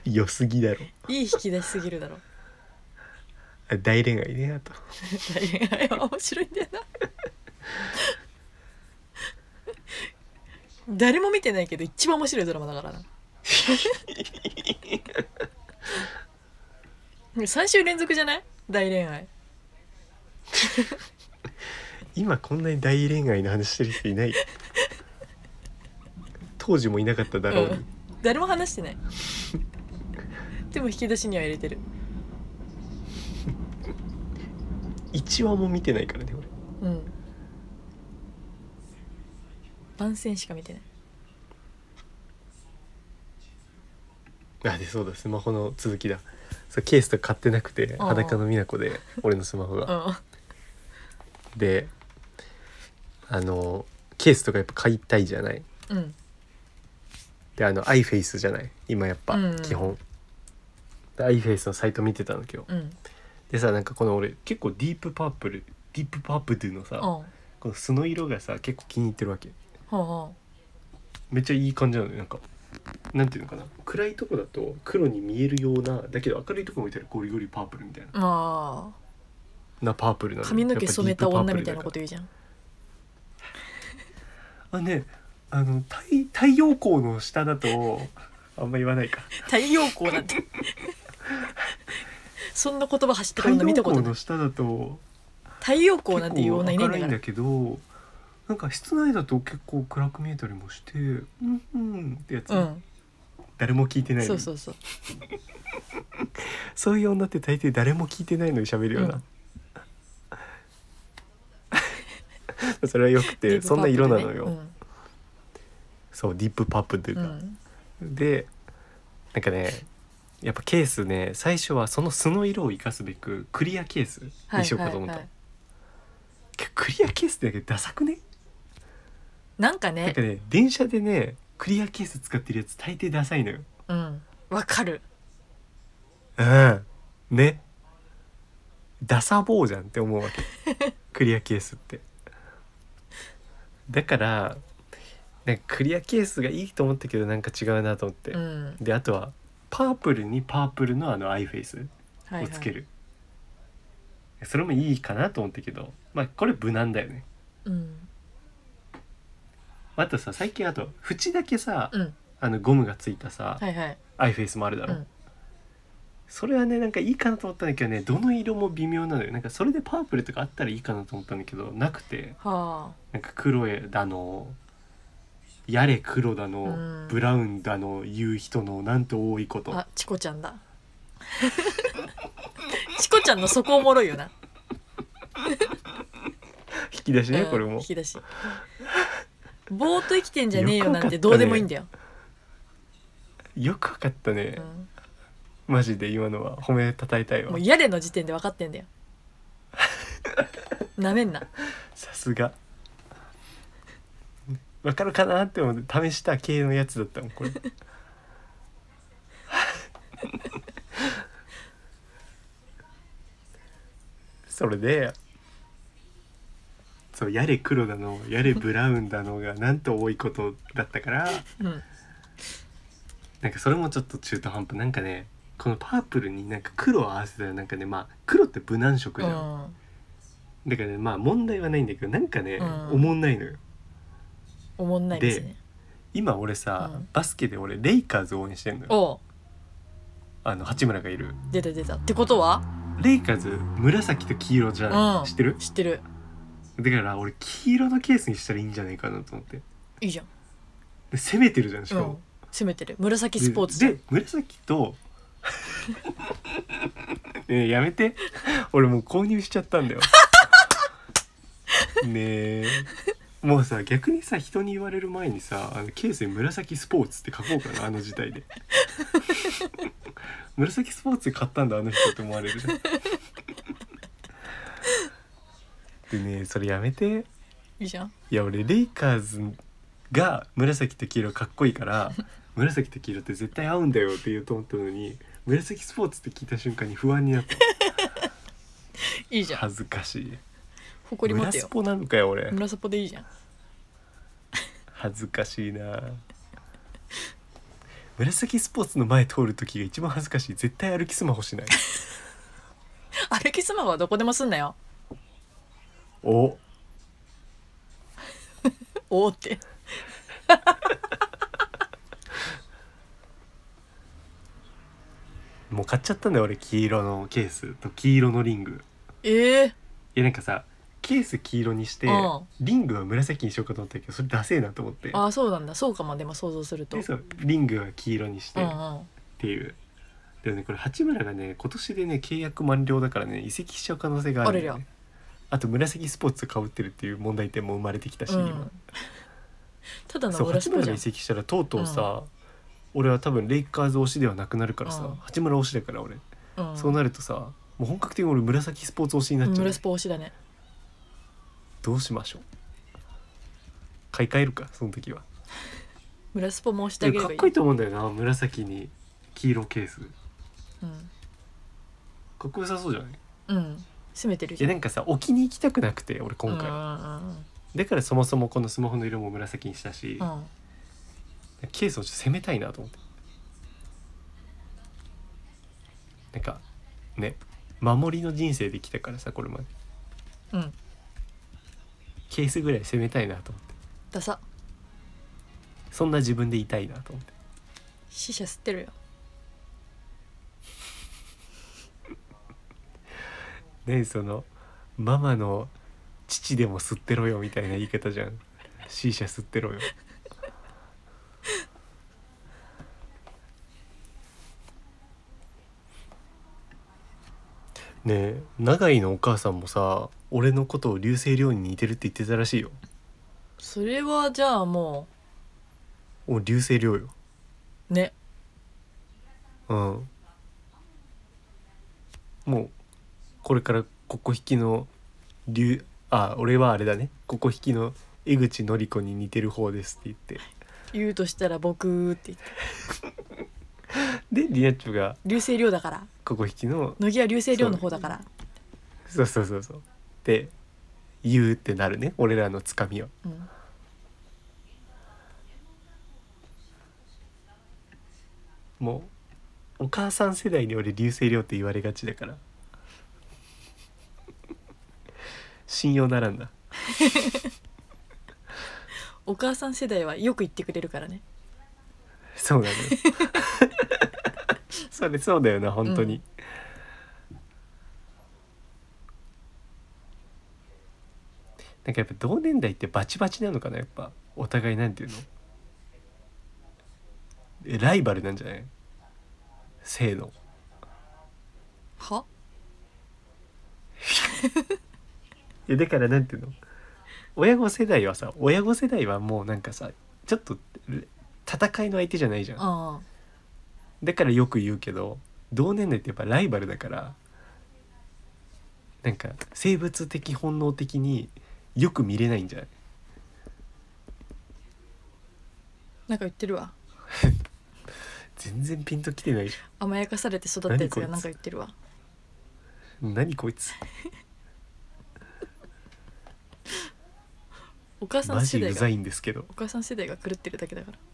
A: 良すぎだろ
B: いい引き出しすぎるだろ
A: あ大恋愛ねあと
B: 大変面白いんだよな誰も見てないけど一番面白いドラマだか らな3週連続じゃない大恋愛
A: 今こんなに大恋愛の話してる人いない当時もいなかっただろうに、
B: うん誰も話してないでも引き出しには入れてる
A: 一話も見てないからね俺
B: うん番宣しか見てない
A: あでそうだスマホの続きだそうケースとか買ってなくて
B: ああ
A: 裸の美奈子 で俺のスマホが
B: うん
A: であのケースとかやっぱ買いたいじゃない
B: うん
A: であのアイフェイスじゃない今やっぱ
B: うん
A: 基本、でアイフェイスのサイト見てたの今日
B: うん
A: でさなんかこの俺結構ディープパープルディープパープルのさ、
B: うん
A: この素の色がさ結構気に入ってるわけ
B: ほうほ
A: めっちゃいい感じなのよなんかなんていうのかな暗いとこだと黒に見えるようなだけど明るいとこ見たらゴリゴリパープルみたいな
B: うあ
A: なパープルな
B: あ
A: のよ
B: 髪の毛染めた女みたいなことと言うじゃん
A: あねあの太太陽光の下だとあんま言わないか
B: 太陽光な んてそんな言葉走ってく
A: 太
B: る
A: 陽
B: の見たこ
A: 光
B: とない
A: の下だと
B: 太陽光な
A: 結
B: んて言う
A: 構
B: 女いな
A: 明
B: いん
A: る
B: だ
A: い
B: か
A: ん
B: ら
A: だけどなんか室内だと結構暗く見えたりもしてうんうんってやつ、
B: うん
A: 誰も聞いてないの
B: そう
A: に
B: そうそう
A: そういう女って大抵誰も聞いてないのに喋るような、 それはよく
B: ディ
A: て
B: ープ
A: そんな色な
B: パ
A: の
B: ープ
A: よ、
B: ルね
A: そうディープパープル
B: う
A: が、
B: んうん
A: でなんかねやっぱケースね最初はその素の色を生かすべくクリアケース
B: は
A: に
B: い
A: しようか
B: は
A: と思
B: い
A: った、
B: はい
A: クリアケースってだけダサくね
B: なんか
A: なん
B: ね
A: かね電車でねクリアケース使ってるやつ大抵ダサいのよ
B: うんわかる
A: うんねダサ坊じゃんって思うわけ クリアケースってだからなんかクリアケースがいいと思ったけどなんか違うなと思って、
B: うん
A: であとはパープルにパープルのあのアイフェイス
B: はい
A: を
B: は
A: つけ
B: い
A: る、それもいいかなと思ったけどまあこれ無難だよね
B: うん
A: あとさ最近あと縁だけさ、
B: うん
A: あのゴムがついたさ、
B: はいはい
A: アイフェイスもあるだろ、
B: うん
A: それはねなんかいいかなと思ったんだけどねどの色も微妙なのよなんかそれでパープルとかあったらいいかなと思ったんだけどなくて
B: は
A: なんか黒だのやれ黒だの、
B: うん
A: ブラウンだの言う人のなんと多いこと
B: ああチコちゃんだチコちゃんのそこおもろいよな
A: 引き出しねこれ
B: うん
A: も
B: 引き出しぼーっと生きてんじゃねえよなんてどうでもいいんだよ
A: よくわかったねマジで今のは褒めたたえたい
B: うん、
A: わ
B: もうやれの時点で分かってんだよなめんな
A: さすがわかるかなって思って試した系のやつだったもんこれそれでそうやれ黒だのやれブラウンだのがなんと多いことだったから
B: うん
A: なんかそれもちょっと中途半端なんかねこのパープルになんか黒を合わせたらなんかねまあ黒って無難色
B: う
A: じゃん、
B: ん
A: だからねまあ問題はないんだけどなんかね、
B: うん
A: おもんないのよ
B: おもんないですね
A: 今俺さ、
B: うん
A: バスケで俺レイカーズ応援してんのよ
B: おう
A: あの八村がいる
B: 出た出たってことは
A: レイカーズ紫と黄色じゃん、
B: うん
A: 知ってる
B: 知ってる
A: だから俺黄色のケースにしたらいいんじゃないかなと思って
B: いいじゃん
A: で攻めてるじゃんしか
B: うん
A: も、
B: 攻めてる紫
A: で
B: スポーツじゃん
A: で紫と ねえやめて俺もう購入しちゃったんだよねえもうさ逆にさ人に言われる前にさあのケースに「紫スポーツ」って書こうかなあの時代で 紫スポーツ買ったんだあの人って思われるじゃんでねえそれやめて
B: いいじゃん
A: いや俺レイカーズが紫と黄色かっこいいから 紫と黄色って絶対合うんだよって言うと思ったのに紫スポーツって聞いた瞬間に不安になった
B: いいじゃん
A: 恥ずかしい
B: 誇り持
A: 村
B: て
A: ス
B: よ
A: ポなのかよ俺
B: 村サポでいいじゃん
A: 恥ずかしいな紫スポーツの前通る時が一番恥ずかしい絶対歩きスマホしない
B: 歩きスマホはどこでもすんなよ
A: お
B: おおって
A: もう買っちゃったんだよ俺黄色のケースと黄色のリング
B: ええ
A: いやなんかさケース黄色にして
B: うん
A: リングは紫にしようかと思ったけどそれダセえなと思って
B: ああそうなんだそうかもでも想像すると
A: でそうリングは黄色にして、
B: うんう
A: っ
B: ん
A: ていうでもねこれ八村がね今年でね契約満了だからね移籍しちゃう可能性があるんだよ、ね、あと紫スポーツかぶってるっていう問題点も生まれてきたし、
B: う
A: 今
B: んただの
A: そう
B: 村
A: 八
B: スポ
A: 村
B: じ
A: が
B: ゃ
A: 移
B: ん
A: 籍したらとうとうさ、俺は多分レイカーズ推しではなくなるからさ、
B: うん
A: 八村推しだから俺、
B: うん
A: そうなるとさもう本格的に俺紫スポーツ推しになっちゃう、
B: 村スポ推しだね
A: どうしましょう買い替えるかその時は
B: 村スポも推して
A: で
B: あ
A: もか
B: げれ
A: っ
B: ばいい
A: こいいと思うんだよな紫に黄色ケース
B: うん
A: かっこよさそうじゃない
B: うん攻めてる
A: い
B: じゃ
A: や
B: ん
A: なんかさ置きに行きたくなくて俺今回、
B: うんうん
A: だからそもそもこのスマホの色も紫にしたし、
B: うんうん
A: ケースをちょっと攻めたいなと思ってなんかね守りの人生で来たからさこれまで
B: うん
A: ケースぐらい攻めたいなと思って
B: ダサ
A: そんな自分でいたいなと思って
B: 死者吸ってるよ
A: ねそのママの父でも吸ってろよみたいな言い方じゃん C 社吸ってろよねえ永井のお母さんもさ俺のことを流星涼に似てるって言ってたらしいよ
B: それはじゃあも
A: お流星涼よ
B: うね
A: うんもうこれからここ引きの竜あ俺はあれだねここ引きの江口のり子に似てる方ですって言
B: 言うとしたら僕って言って
A: ってでリナッチョが
B: 流星量だから
A: ここ引きの
B: 乃木は流星量の方だから
A: そうそうそうそうで言うってなるね俺らのつかみは
B: うん
A: もうお母さん世代に俺流星涼って言われがちだから信用ならんな
B: お母さん世代はよく言ってくれるからね
A: そうなのよ それそうだよな本当に、なんかやっぱ同年代ってバチバチなのかなやっぱお互いなんていうのえライバルなんじゃない性の
B: は
A: やだからなんていうの親子世代はさ親子世代はもうなんかさちょっと戦いの相手じゃないじゃん
B: あ
A: だからよく言うけど同年代ってやっぱライバルだからなんか生物的本能的によく見れないんじゃない
B: なんか言ってるわ
A: 全然ピンときてないじ
B: 甘やかされて育ったやつがなんか言ってるわ
A: ゃん何こいつ
B: お母さ
A: マ
B: ん
A: ジう
B: 世代
A: ざ
B: が
A: いんですけど
B: お母さん世代が狂ってるだけだから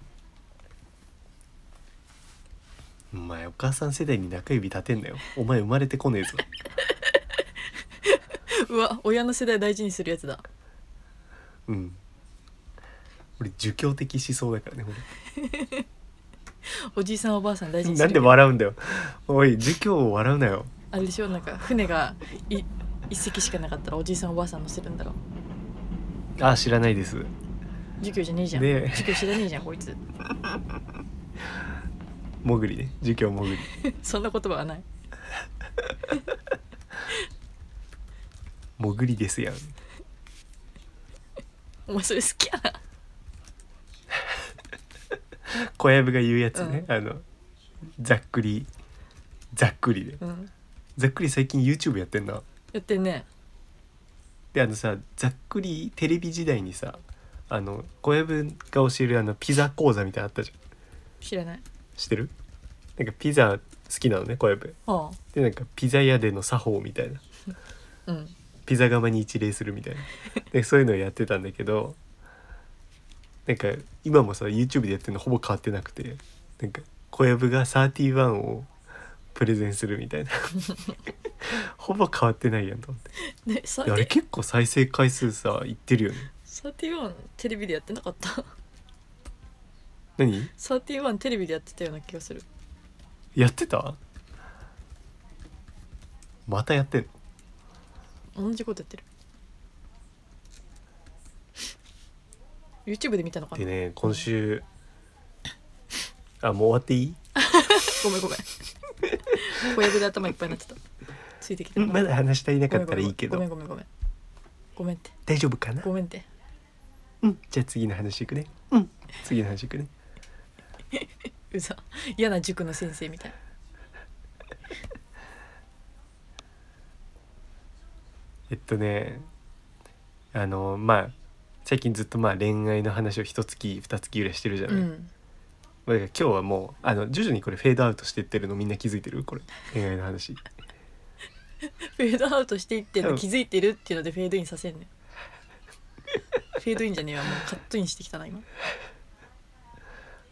A: お前お母さん世代に中指立てんなよお前生まれてこねえぞ
B: うわ親の世代大事にするやつだ
A: うん俺儒教的思想だからね俺
B: おじいさんおばあさん大事にす
A: な
B: る
A: んで笑うんだよおい儒教を笑うなよ
B: あれでしょなんか船がい一隻しかなかったらおじいさんおばあさん乗せるんだろ
A: あ知らないです
B: 授業じゃねえじゃん、
A: ねえ
B: 授業知らねえじゃんこいつ
A: もぐりね儒教もぐり
B: そんな言葉はない
A: もぐりですやん
B: お前それ好きやな
A: 小籔が言うやつね、あのざっくりざっくりで
B: うん
A: ざっくり最近 YouTube やってんな
B: やってんね
A: であのさざっくりテレビ時代にさあの小籔が教えるあのピザ講座みたいなのあったじゃん
B: 知らない
A: 知ってるなんかピザ好きなのね小籔
B: は
A: でなんかピザ屋での作法みたいな
B: あうん
A: ピザ窯に一礼するみたいなでそういうのをやってたんだけどなんか今もさ YouTube でやってるのほぼ変わってなくてなんか小籔が31をプレゼンするみたい なほぼ変わってないやんと思って
B: でサ
A: いやあれ
B: ー
A: 結構再生回数さいってるよね
B: ティワンテレビでやってなかった
A: 何
B: サーティワンテレビでやってたような気がする
A: やってたまたやってんの
B: 同じことやってる YouTube で見たのか
A: で
B: な
A: ね今週あもう終わっていい
B: ごめんごめん小籔で頭いっぱいになってたついてきて
A: うんまだ話し足りなか
B: ごめ
A: ったら
B: んごめん
A: いいけ
B: ごめ
A: ど
B: んごめんごめんごめんって
A: 大丈夫かな
B: ごめんって
A: うん、じゃあ次の話いくね。うん、次の話いくね。
B: うざ嫌な塾の先生みたい
A: えっとね、あのまあ最近ずっとまあ恋愛の話を一月二月ぐらいしてるじゃ
B: な
A: な
B: う
A: い。
B: ん
A: まあだから今日はもうあの徐々にこれフェードアウトしてってるのみんな気づいてるこ れ恋愛の話。
B: フェードアウトしていってん
A: う
B: の
A: ん
B: 気づいてるっていうのでフェードインさせん ねんフェードインじゃねえわもうカットインしてきたな今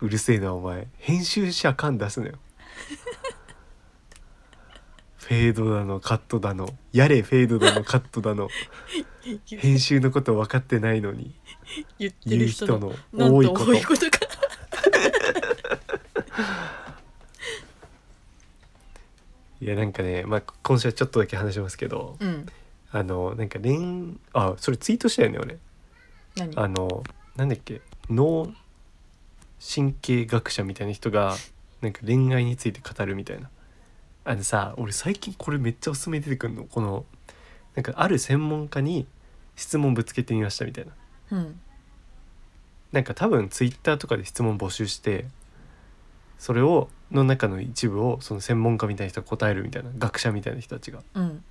A: うるせえなお前編集者感出 すなよ。フェードだのカットだのやれフェード だのカットだの
B: 言
A: 編集のこと分かってないのに
B: 言って
A: 言う
B: る人
A: 人
B: の
A: の
B: なん
A: 多い
B: と
A: こ
B: 多
A: と
B: いことか
A: いやなんかね、まあ、今週はちょっとだけ話しますけど
B: うん
A: あのなんか恋あそれツイートしたよね俺
B: 何
A: あのなんだっけ脳神経学者みたいな人がなんか恋愛について語るみたいなあのさ俺最近これめっちゃおすすめ出てくるのこのなんかある専門家に質問ぶつけてみましたみたいな
B: うん
A: なんか多分ツイッターとかで質問募集してそれをの中の一部をその専門家みたいな人が答えるみたいな学者みたいな人たちが
B: うん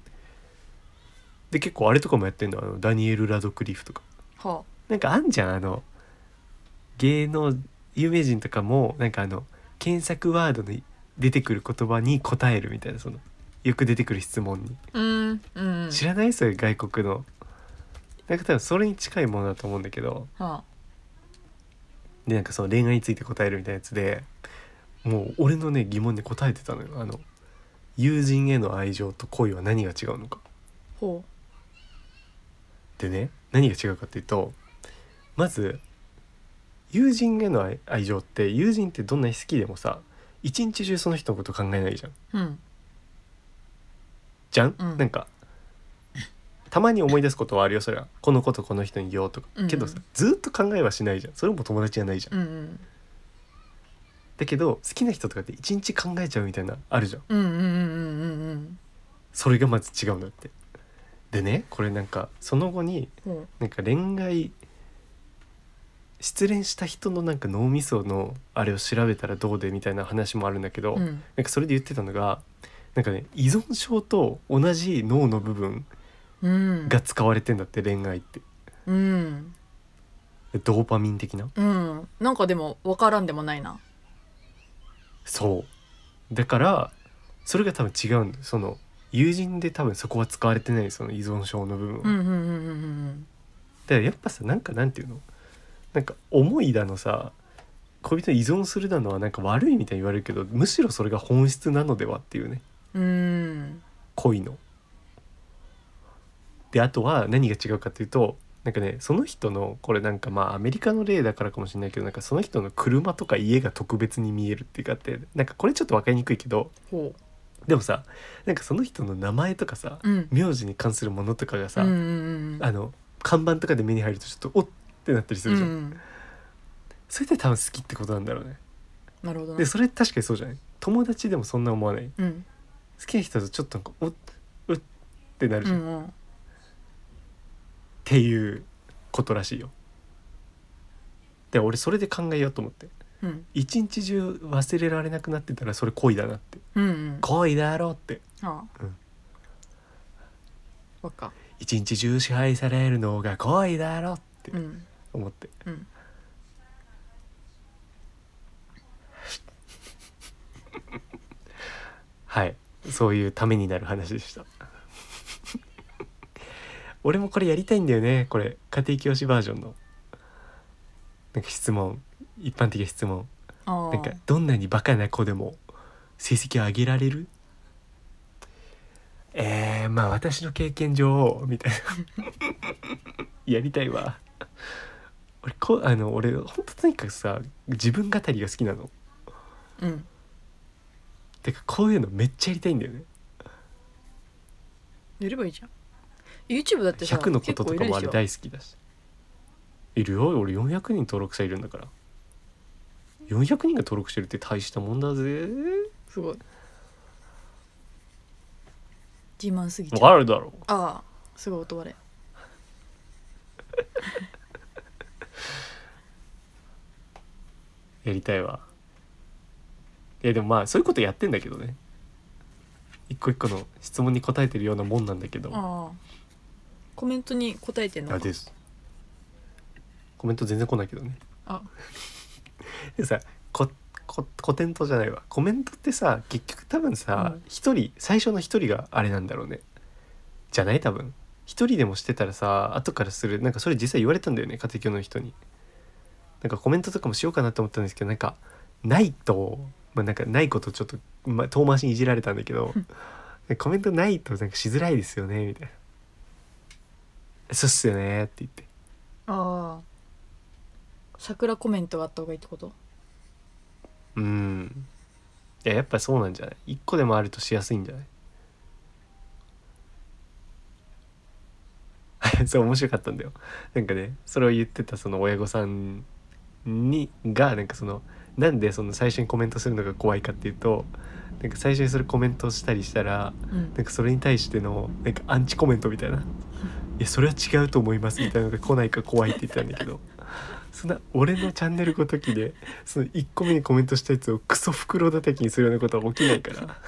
A: で結構あれとかもやってんのあのダニエル・ラドクリフとか
B: は
A: なんかあんじゃんあの芸能有名人とかもなんかあの検索ワードに出てくる言葉に答えるみたいなそのよく出てくる質問に、
B: あうんうん
A: 知らないそれ外国のなんか多分それに近いものだと思うんだけど
B: はあ
A: でなんかその恋愛について答えるみたいなやつでもう俺のね疑問で答えてたのよあの友人への愛情と恋は何が違うのか
B: ほ
A: でね何が違うかっていうとまず友人への愛愛情って友人ってどんなに好きでもさ一日中その人のこと考えないじゃん
B: ううん
A: じゃん、
B: うん
A: なんかたまに思い出すことはあるよそれはこのことこの人に言おうとか
B: うんうん
A: けどさ、ずっと考えはしないじゃんそれも友達じゃないじゃん、
B: うんうん
A: だけど好きな人とかって一日考えちゃうみたいなあるじゃん
B: うんうんうんうんうん
A: それがまず違うんだってでねこれなんかその後に
B: うん
A: なんか恋愛失恋した人のなんか脳みそのあれを調べたらどうでみたいな話もあるんだけど、
B: うん
A: なんかそれで言ってたのがなんかね依存症と同じ脳の部分
B: うん
A: が使われてんだって恋愛って
B: うん
A: でドーパミン的な
B: うんなんかでも分からんでもないな
A: そうだからそれが多分違うんだよその友人で多分そこは使われてないその依存症の部分は、
B: う
A: だ
B: んうんうんうんうん
A: からやっぱさなんかなんていうのなんか思いだのさ恋人に依存するだのはなんか悪いみたいに言われるけどむしろそれが本質なのではっていうね
B: うん
A: 恋の。であとは何が違うかというとなんかねその人のこれなんかまあアメリカの例だからかもしれないけどなんかその人の車とか家が特別に見えるっていうかあってなんかこれちょっと分かりにくいけど
B: ほ
A: でもさなんかその人の名前とかさ
B: ううん
A: 名字に関するものとかがさ、
B: うんうんうん
A: あの看板とかで目に入るとちょっとおっってなったりするじゃん、
B: うん
A: それって多分好きってことなんだろうね
B: なるほどな
A: でそれ確かにそうじゃない友達でもそんな思わない
B: うん
A: 好きな人だとちょっとなんかおっうっってなる
B: う
A: じゃん、っ
B: んうん
A: ていうことらしいよで俺それで考えようと思って
B: うん
A: 一日中忘れられなくなってたらそれ恋だなって
B: うんうん
A: 恋だろうって
B: ああ
A: うん
B: わっか
A: 一日中支配されるのが恋だろうって
B: うん
A: 思って
B: うん
A: はいそういうためになる話でした 俺もこれやりたいんだよねこれ家庭教師バージョンのなんか質問一般的な質問
B: ああ
A: なんかどんなにバカな子でも成績を上げられるえー、まあ私の経験上みたいな やりたいわ俺こあの俺ほんととにかくさ自分語りが好きなの
B: うん
A: てかこういうのめっちゃやりたいんだよね
B: やればいいじゃん YouTube だってさ
A: 100のこととかもあれ
B: 結構いるでしょ
A: 大好きだしいるよ俺400人登録者いるんだから400人が登録してるって大したもんだぜ
B: すごい自慢すぎちゃう
A: あるだろ
B: ああすごい音割れ
A: やりたいわいやでもまあそういうことやってんだけどね一個一個の質問に答えてるようなもんなんだけど
B: ああコメントに答えてんの
A: あ
B: か
A: ですコメント全然来ないけどね
B: あ
A: でさここコテントじゃないわコメントってさ結局多分さ
B: うん
A: 一、人最初の一人があれなんだろうねじゃない多分一人でもしてたらさ後からするなんかそれ実際言われたんだよね家庭教の人になんかコメントとかもしようかなと思ったんですけどなんかないと、まあ、なんかないことちょっと、まあ、遠回しにいじられたんだけどコメントないとなんかしづらいですよねみたいな「そうっすよね」って言って
B: ああ桜コメントがあった方がいいってこと
A: うんいややっぱそうなんじゃない一個でもあるとしやすいんじゃない そう面白かったんだよなんかねそれを言ってたその親御さんにがなんかそのなんでその最初にコメントするのが怖いかっていうとなんか最初にそれコメントしたりしたら
B: うん
A: なんかそれに対してのなんかアンチコメントみたいな「いやそれは違うと思います」みたいなのが来ないか怖いって言ってたんだけど そんな俺のチャンネルごときでその1個目にコメントしたやつをクソ袋叩きにするようなことは起きないから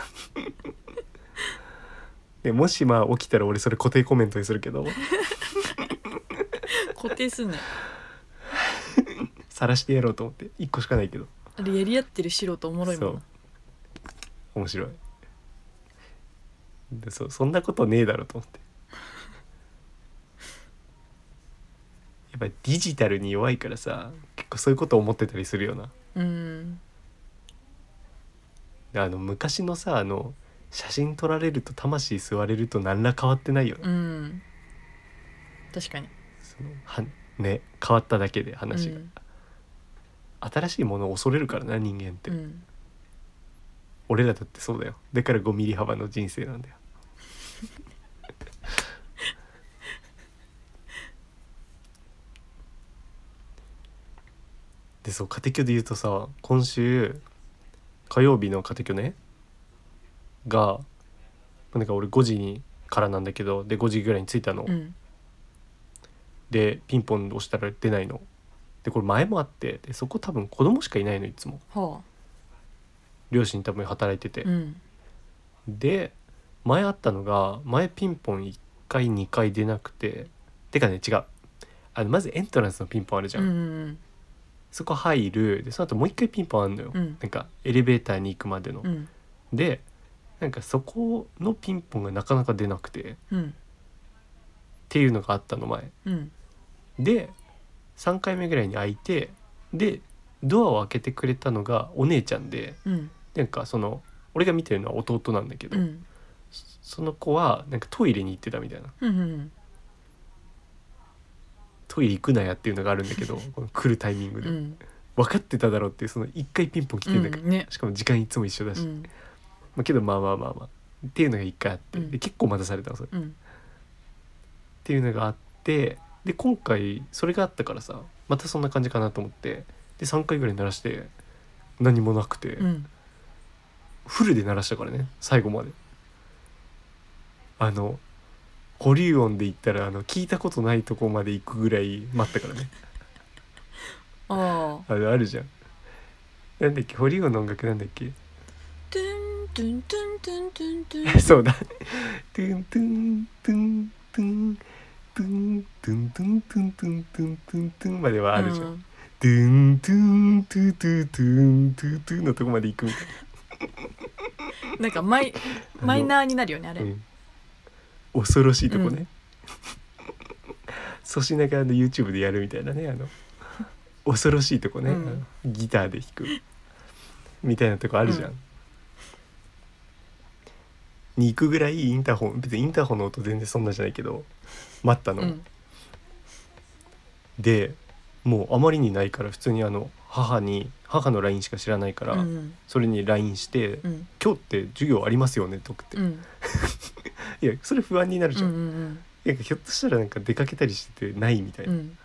A: でもしまあ起きたら俺それ固定コメントにするけど
B: 固定すんね
A: 晒してやろうと思って1個しかないけど
B: あれやり合ってる素人おもろい
A: そ
B: もん
A: う
B: な
A: 面白いでそそんなことねえだろうと思って やっぱりデジタルに弱いからさ結構そういうこと思ってたりするよな
B: うん
A: であの昔のさあの写真撮られると魂吸われると何ら変わってないよね,、
B: うん確かに
A: そのはね変わっただけで話が、新しいものを恐れるからな人間って、
B: うんうん
A: 俺らだってそうだよだから5ミリ幅の人生なんだよでそう家庭教で言うとさ今週火曜日の家庭教ねがなんか俺5時にからなんだけどで5時ぐらいに着いたの、
B: うん
A: でピンポン押したら出ないのでこれ前もあってでそこ多分子供しかいないのいつも
B: は
A: 両親多分働いてて
B: あ、うん
A: で前あったのが前ピンポン1回2回出なくててかね違うあのまずエントランスのピンポンあるじゃ、
B: うんん
A: そこ入るでその後もう1回ピンポンあるのよ、
B: うん
A: なんかエレベーターに行くまでの、
B: うんうん
A: でなんかそこのピンポンがなかなか出なくてっ
B: うん
A: ていうのがあったの前
B: うん
A: で3回目ぐらいに開いてでドアを開けてくれたのがお姉ちゃんで
B: うん
A: なんかその俺が見てるのは弟なんだけど、
B: うん
A: その子はなんかトイレに行ってたみたいな
B: うんうん
A: トイレ行くなやっていうのがあるんだけどこの来るタイミングで、
B: うん
A: 分かってただろうっていうその1回ピンポン来てんだから、
B: ね
A: しかも時間いつも一緒だし、
B: うん
A: まあ、けどまあまあまあまあっていうのが1回あって、
B: うん
A: で結構待たされたのそれっ
B: うん
A: ていうのがあってで今回それがあったからさまたそんな感じかなと思ってで3回ぐらい鳴らして何もなくて、
B: うん
A: フルで鳴らしたからね最後まであの保留音で言ったらあの聞いたことないとこまで行くぐらい待ったからね
B: ああ
A: あれあるじゃんなんだっけ保留音の音楽なんだっけ
B: トゥントゥントゥントゥントゥントゥン
A: そうだトゥントゥントゥントゥントゥントゥントゥントゥントゥントゥントゥントゥンまではあるじゃん、
B: うん
A: トゥントゥントゥトゥトゥントゥトゥのとこまで行くみたい
B: なんかマイ
A: の
B: マイナーになるよねあれ、
A: な、うん恐ろしいとこね、
B: う
A: 粗品があの YouTube でやるみたいなねあの恐ろしいとこね、
B: うん
A: ギターで弾くみたいなとこあるじゃん。
B: うん
A: に行くぐらいインターホン別にインターホンの音全然そんなじゃないけど待ったの。
B: うん
A: でもうあまりにないから普通にあの母に母の LINE しか知らないから、
B: うん
A: それに LINE して、
B: うん
A: 今日って授業ありますよね」って送って、
B: うんうん
A: いやそれ不安になるじ
B: う
A: ゃん。
B: ん
A: なんかひょっとしたらなんか出かけたりしててないみたいな、
B: うん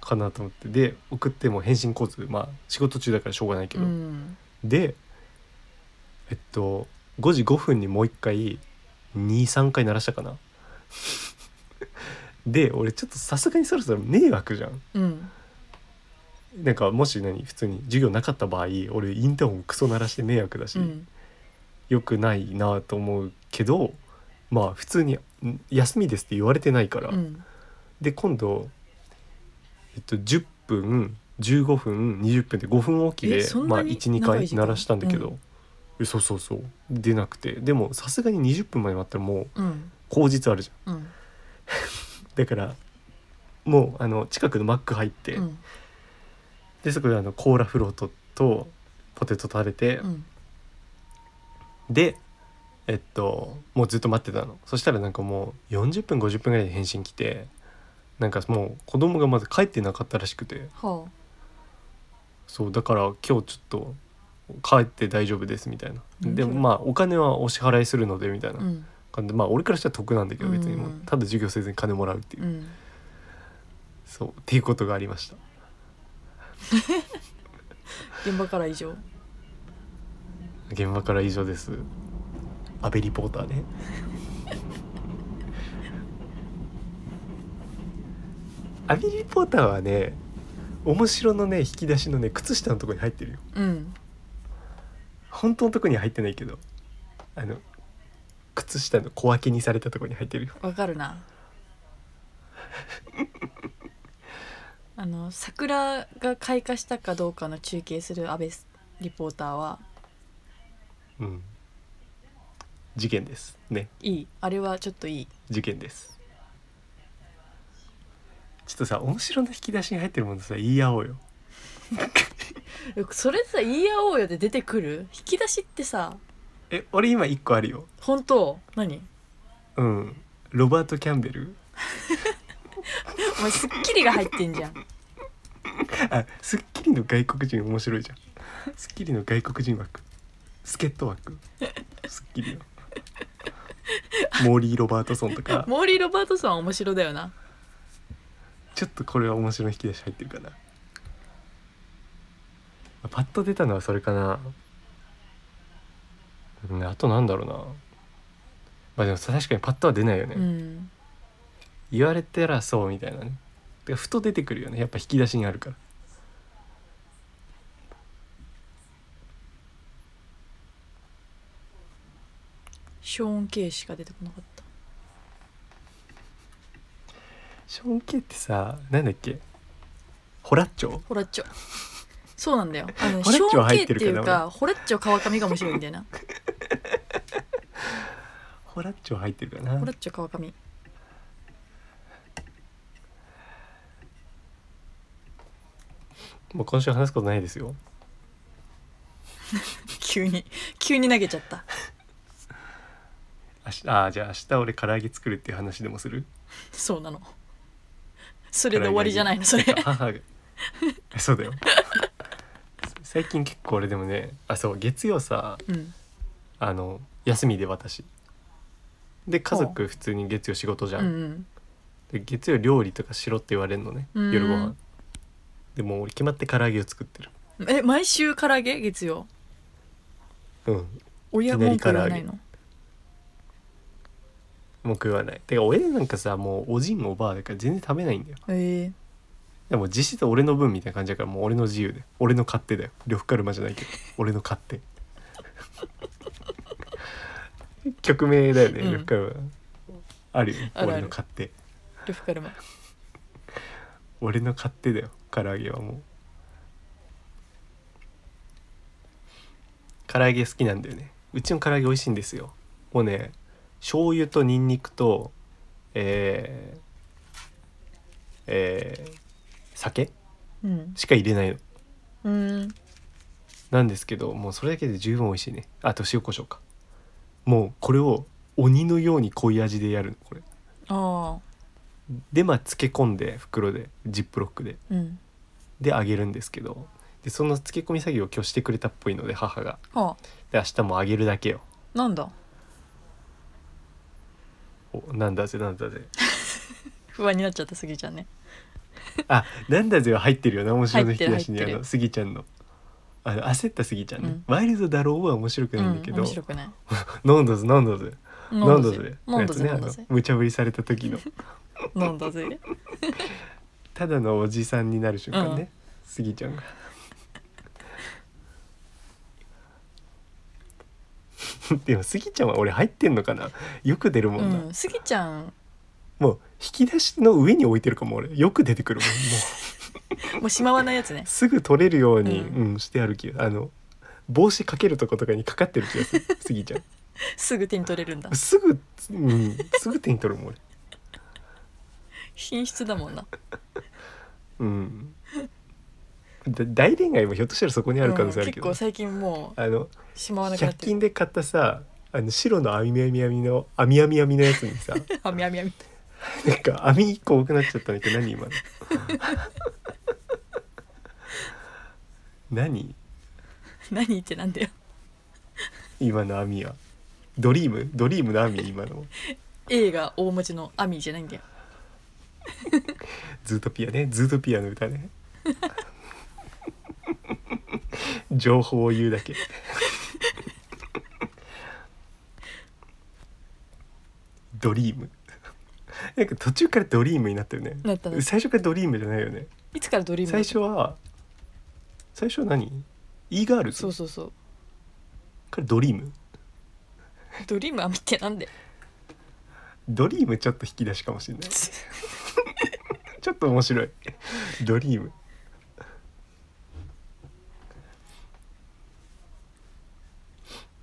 A: かなと思ってで送っても返信来ずまあ仕事中だからしょうがないけ
B: う
A: ど、
B: ん
A: でえっと5時5分にもう一回23回鳴らしたかな で俺ちょっとさすがにそろそろ迷惑じゃん
B: うん
A: なんかもし何普通に授業なかった場合俺インターホンクソ鳴らして迷惑だし、
B: うん
A: 良くないなと思うけどまあ普通にん「休みです」って言われてないから、
B: うん
A: で今度、えっと、10分15分20分で5分おき
B: え
A: で、
B: そん
A: まあ、
B: なに
A: 12
B: 長い
A: 回
B: 時間
A: 鳴らしたんだけど、えそうそうそう出なくてでもさすがに20分まで待ったらもう
B: うん
A: 口実あるじゃ
B: うん
A: んだからもうあの近くのマック入って、
B: うん
A: でそこであのコーラフロートとポテト食べて、
B: うん
A: でえっともうずっと待ってたのそしたらなんかもう40分50分ぐらいで返信来てなんかもう子供がまず帰ってなかったらしくて
B: はあ
A: そうだから今日ちょっと帰って大丈夫ですみたいな
B: うん
A: でもまあお金はお支払いするのでみたいな
B: うん
A: 感じでまあ俺からしたら得なんだけど別にもう
B: うん
A: ただ授業せずに金もらうっていううんそうっていうことがありました
B: 現場から以上
A: 現場から以上です安倍リポーター ね安倍リポーターはね面白のね引き出しのね靴下のとこに入ってるよ
B: うん
A: 本当のとこには入ってないけどあの靴下の小分けにされたとこに入ってるよ
B: わか るなあの桜が開花したかどうかの中継する安倍リポーターは
A: うん事件ですね
B: いいあれはちょっといい
A: 事件ですちょっとさ面白の引き出しに入ってるものさ言い合おうよ
B: それさ言い合おうよで出てくる引き出しってさ
A: え俺今一個あるよ
B: 本当何
A: うんロバート・キャンベル
B: お前『スッキリ』が入ってんじゃん
A: あスッキリの外国人面白いじゃんスッキリの外国人枠助っ人枠スッキリのモーリー・ロバートソンとか
B: モーリー・ロバートソンは面白だよな
A: ちょっとこれは面白い引き出し入ってるかなパッと出たのはそれかなうんあとなんだろうな、ままあでも確かにパッとは出ないよね、
B: うん
A: 言われたらそうみたいなねでふと出てくるよねやっぱ引き出しにあるから
B: ショーン・ケイしか出てこなかった
A: ショーン・ケイってさなんだっけホラッチョ
B: ホラッチョそうなんだよあのね
A: ホラ
B: ショ
A: ッチョ
B: ーン・
A: 入
B: ケイ
A: っ
B: って
A: てる
B: い
A: けど
B: うかホラッチョ川上が面白いんだ よな
A: ホラッチョ入ってるかな
B: ホラッチョ川上
A: もう今週話すことないですよ
B: 急に急に投げちゃった
A: あしあーじゃあ明日俺唐揚げ作るっていう話でもする
B: そうなのそれで終わりじゃないのそれ
A: てか母がそうだよ 最近結構俺でもねあそう月曜さ
B: うん
A: あの休みで私で家族普通に月曜仕事じゃ、
B: うんん
A: で月曜料理とかしろって言われるのね
B: うん
A: 夜ご飯でもう俺決まって唐揚げを作ってる
B: うんえ毎週唐揚げ月曜
A: うん
B: 親文句言わないの
A: もう食わないてか俺なんかさもうおじんおばあだから全然食べないんだよ
B: ええ
A: でも実質俺の分みたいな感じだからもう俺の自由で俺の勝手だよ呂布カルマじゃないけど俺の勝手曲名だよね
B: うん
A: 呂布カルマあるよね
B: あるある
A: 俺の勝手
B: ルフカルマ
A: 俺の勝手だよ唐揚げはもう唐揚げ好きなんだよねうちの唐揚げ美味しいんですよもうね醤油とニンニクとえー、えー、酒
B: うん
A: しか入れないの
B: うん
A: なんですけどもうそれだけで十分美味しいねあと塩コショウかもうこれを鬼のように濃い味でやるのこれ
B: ああ
A: でまあ漬け込んで袋でジップロックで
B: うん
A: で揚げるんですけどでその漬け込み作業を今日してくれたっぽいので母が
B: は
A: で明日も揚げるだけよ
B: あなんだ
A: おなんだぜなんだぜ
B: 不安になっちゃったすぎちゃんね
A: あなんだぜは入ってるよな面白の引き出しに
B: 入
A: あ
B: ってる入ってる
A: のスギちゃんのあの焦ったスギちゃんね、
B: うん
A: ワイルドだろうは面白く
B: う
A: ない
B: ん
A: んだけど
B: 面、白くない
A: 飲んだぜ飲んだぜ飲んだぜ
B: 飲
A: や
B: んだぜ飲ん
A: つね
B: だ
A: あ
B: ぜ
A: の無茶ぶりされた時の
B: 飲んだぜ
A: ただのおじさんになる瞬間ね、スギちゃんが でもスギちゃんは俺入ってんのかなよく出るも
B: うん
A: な、
B: んスギちゃん
A: もう引き出しの上に置いてるかも俺よく出て くるもんも
B: もうしまわないやつね
A: うすぐ取れるように、
B: う
A: うんしてある気があの帽子かけるとことかにかかってる気がす るスギちゃん
B: すぐ手に取れるんだ
A: すぐ、うん、すぐ手に取るもん俺
B: 品質だもんな
A: うんだ大恋愛もひょっとしたらそこにある可能性あるけど、
B: うん結構最近も
A: あの
B: うしまわなくなっ
A: 100
B: てる
A: 均で買ったさあの白の網網網の網網網のやつに さ
B: あみあみあみ
A: なんか網1個多くなっちゃったんだけど何今の 何
B: 何ってなんだよ
A: 今の網はドリームドリームの網今の
B: A が大文字のアミじゃないんだよ
A: ズートピアねズートピアの歌ね情報を言うだけドリームなんか途中からドリームになったよね
B: なったなった
A: 最初からドリームじゃないよね
B: いつからドリーム
A: 最初は最初は何 ?E ガールズ
B: そうそうそう
A: からドリーム
B: ドリームアミってなんで
A: ドリームちょっと引き出しかもしれないちょっと面白い。ドリーム。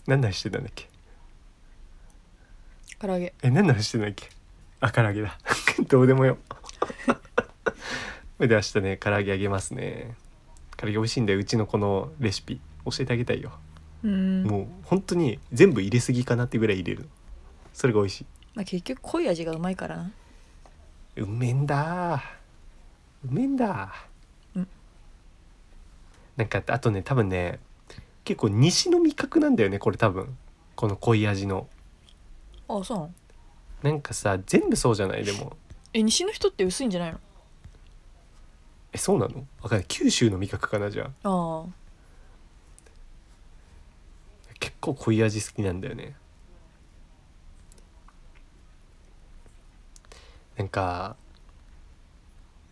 A: 何の話してたんだっけ
B: 唐揚げ
A: え、何の話してたんだっけあ、唐揚げだ。 どうでもよ。それで明日ね、唐揚げあげますね。唐揚げ美味しいんだよ。うちのこのレシピ。教えてあげたいよ。
B: うーん
A: もう本当に全部入れすぎかなってぐらい入れるの。それが美味しい。
B: まあ、結局濃い味がうまいからな
A: うめえんだうめえんだ
B: うん
A: なんかあとね多分ね結構西の味覚なんだよねこれ多分この濃い味の
B: あそうなの
A: なんかさ全部そうじゃないでも
B: え西の人って薄いんじゃない
A: えそうなのわかんない九州の味覚かなじゃあ
B: のあ
A: 結構濃い味好きなんだよねなんか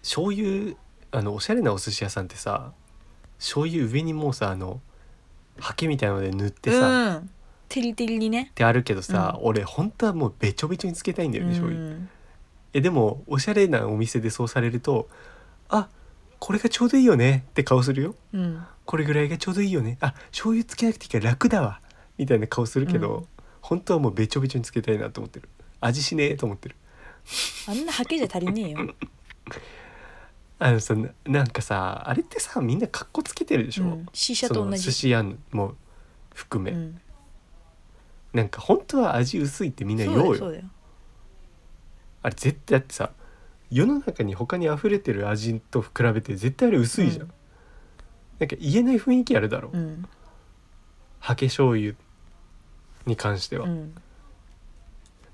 A: 醤油あのおしゃれなお寿司屋さんってさ醤油上にもうさあのハケみたいので塗ってさ、っ
B: うんテリテリにね
A: てあるけどさ、俺本当はもうべちょべちょにつけたいんだよね、醤油
B: うん
A: えでもおしゃれなお店でそうされるとあこれがちょうどいいよねって顔するよ
B: うん
A: これぐらいがちょうどいいよねあ醤油つけなくていいから楽だわみたいな顔するけど、
B: うん
A: 本当はもうべちょべちょにつけたいなと思ってる味しねえと思ってる
B: あんなハケじゃ足りねえよ
A: あのさななんかさあれってさみんなかっこつけてるでしょ、
B: うん、シーシャ
A: そ
B: と
A: の
B: 同じ
A: 寿司屋も含め、
B: うん
A: なんか本当は味薄いってみんな
B: そ
A: 言
B: うだ
A: お
B: よ
A: う
B: そ
A: よ
B: うだよ
A: あれ絶対だってさ世の中に他に溢れてる味と比べて絶対あれ薄いじゃん、
B: うん
A: なんか言えない雰囲気あるだろ、
B: うん
A: ハケ醤油に関しては、
B: うん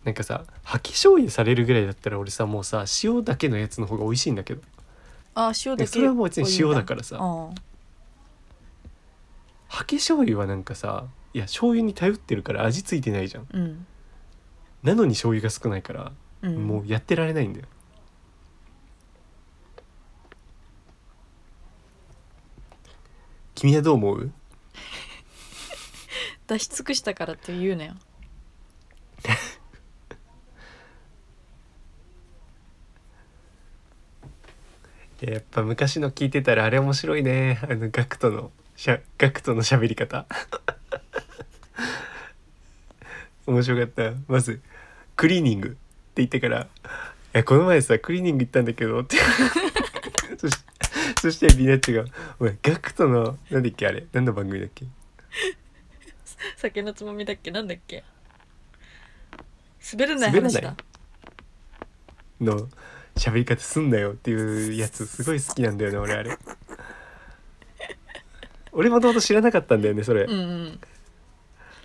A: なんかさハケ醤油されるぐらいだったら俺さもうさ塩だけのやつの方が美味しいんだけど
B: あ塩だけ
A: それはもう別に塩だからさ
B: うん
A: ハケ醤油はなんかさいや醤油に頼ってるから味ついてないじゃん
B: うん
A: なのに醤油が少ないから、
B: うん
A: もうやってられないんだよ君はどう思う
B: 出し尽くしたからって言うなよ
A: いややっぱ昔の聞いてたらあれ面白いねあのガクトのしゃガクトの喋り方 面白かったまず「クリーニング」って言ってから「えこの前さクリーニング行ったんだけど」って そしそしてみんなっちが「おいガクトのなんだっけあれ何の番組だっけ
B: 酒のつまみだっけなんだっけ滑らない
A: 滑ら
B: 話
A: ない
B: だ
A: の喋り方すんなよっていうやつすごい好きなんだよね俺あれ俺もともと知らなかったんだよねそれ、
B: うんうん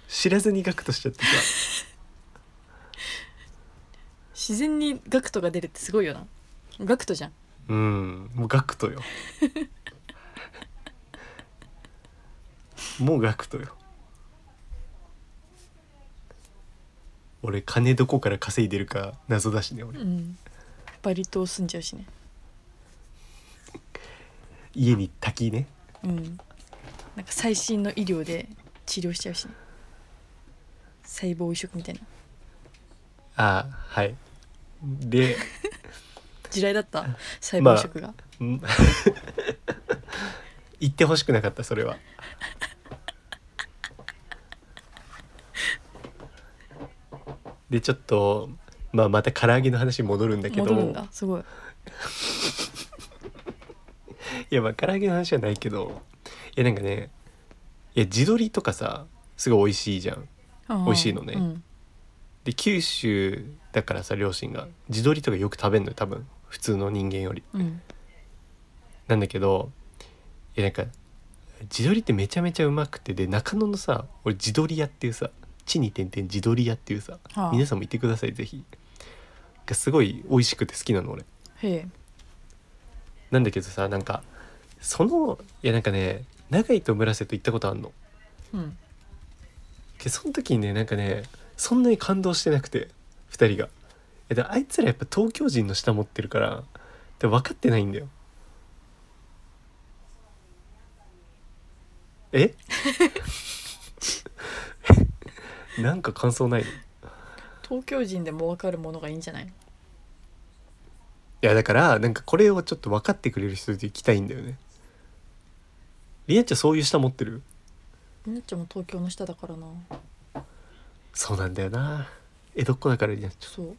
A: 知らずにガクトしちゃってさ
B: 自然にガクトが出るってすごいよなガクトじゃん
A: うんもうガクトよ もうガクトよ俺金どこから稼いでるか謎だしね俺
B: うんバリ島住んじゃうしね
A: 家に滝ね
B: うんなんか最新の医療で治療しちゃうしね細胞移植みたいな
A: ああはいで
B: 地雷だった細胞移植が、
A: ん言ってほしくなかったそれはでちょっとまあまた唐揚げの話に戻るんだけど
B: 戻るんだすごい
A: いやまあ唐揚げの話じゃないけどいやなんかねいや地鶏とかさすごい美味しいじゃん美
B: 美
A: 味しいのねで九州だからさ両親が地鶏とかよく食べんのよ多分普通の人間より
B: うん
A: なんだけどいやなんか地鶏ってめちゃめちゃうまくてで中野のさ俺地鶏屋っていうさ地に点々地鶏屋っていうさ、
B: はあ
A: 皆さんも行ってくださいぜひがすごい美味しくて好きなの俺
B: へえ
A: なんだけどさなんかそのいやなんかね長井と村瀬と行ったことあんの
B: うん
A: でその時にねなんかねそんなに感動してなくて2人がえであいつらやっぱ東京人の舌持ってるからで分かってないんだよえ なんか感想ないのい
B: 東京人でも分かるものがいいんじゃない
A: やだからなんかこれをちょっと分かってくれる人で行きたいんだよねりなちゃんそういう舌持ってる
B: みなっちゃんも東京の下だからな
A: そうなんだよな江戸っ子だからりなちゃん
B: そう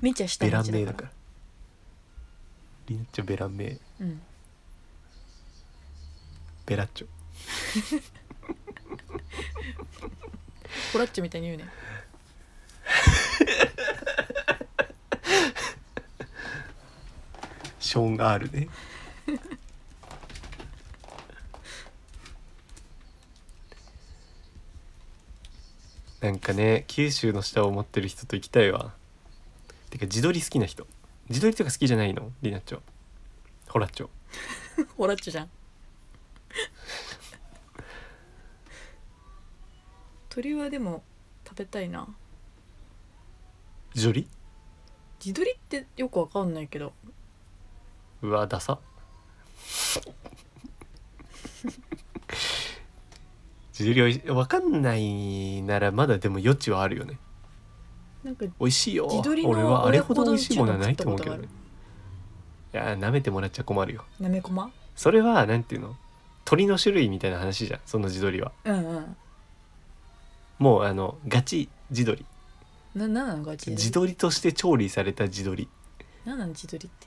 B: めちゃ下
A: ベラ
B: 町
A: ン名だからりなちゃんベラン名
B: うん
A: ベラッチョ
B: コラッチョみたいに言うね
A: ショーン・アールねなんかね九州の下を持ってる人と行きたいわてか自撮り好きな人自撮りとか好きじゃないのりなちょほらちょ
B: コラッチョじゃん 鳥はでも食べたいな
A: 自撮り
B: 自撮りってよくわかんないけど
A: うわダサ自撮り分かんないならまだでも余地はあるよね
B: なんか
A: 美味しいよ
B: 自撮りの
A: 俺はあれほど美味しいものは
B: 俺
A: ないと思うけど
B: う
A: ね
B: ち
A: いやー舐めてもらっちゃ困るよ
B: なめこま
A: それはなんていうの鳥の種類みたいな話じゃんその自撮りは
B: うんうん
A: もうあのガチ自撮り
B: ななんなのか自
A: 自
B: 撮り
A: 撮りとして調理された自撮り
B: なんなの自撮りって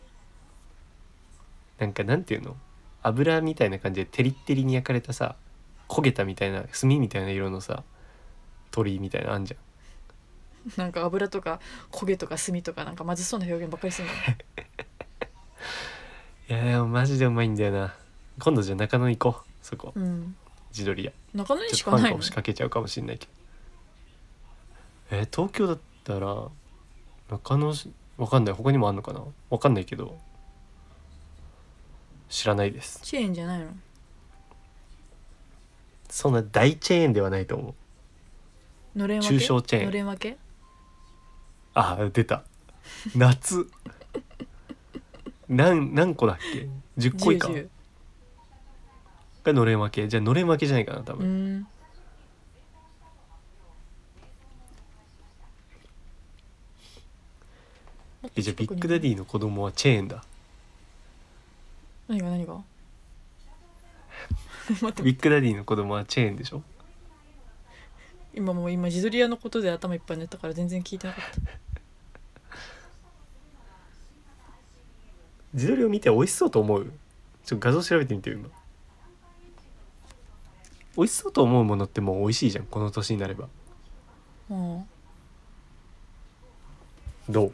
A: なんかなんていうの油みたいな感じでテリッテリに焼かれたさ焦げたみたいな炭みたいな色のさ鳥みたいなのあんじゃん
B: なんか油とか焦げとか炭とかなんかまずそうな表現ばっ かりするの
A: いやでもマジでうまいんだよな今度じゃあ中野行こうそこ
B: うん
A: 自撮り屋
B: 中野に
A: ち
B: し
A: ょっと
B: か
A: ファン
B: な
A: が
B: いの
A: 押しかけちゃうかもしんないけどえー東京だったら中野しわかんない他にもあんのかなわかんないけど知らないです
B: チェーンじゃないの
A: そんな大チェーンではないと思う
B: のれん分け
A: 中小チェーン
B: のれん分け
A: あ出た夏何何個だっけ10個以下
B: 10
A: がのれん負けじゃあのれん負けじゃないかな多
B: う
A: 分、
B: ん
A: えじゃあビッグダディの子供はチェーンだ
B: 何が何が待って
A: ビッグダディの子供はチェーンでしょ
B: 今もう今自撮り屋のことで頭いっぱいになったから全然聞いてなかった
A: 自撮りを見て美味しそうと思うちょっと画像調べてみてよ今美味しそうと思うものってもう美味しいじゃんこの年になれば
B: うん
A: どう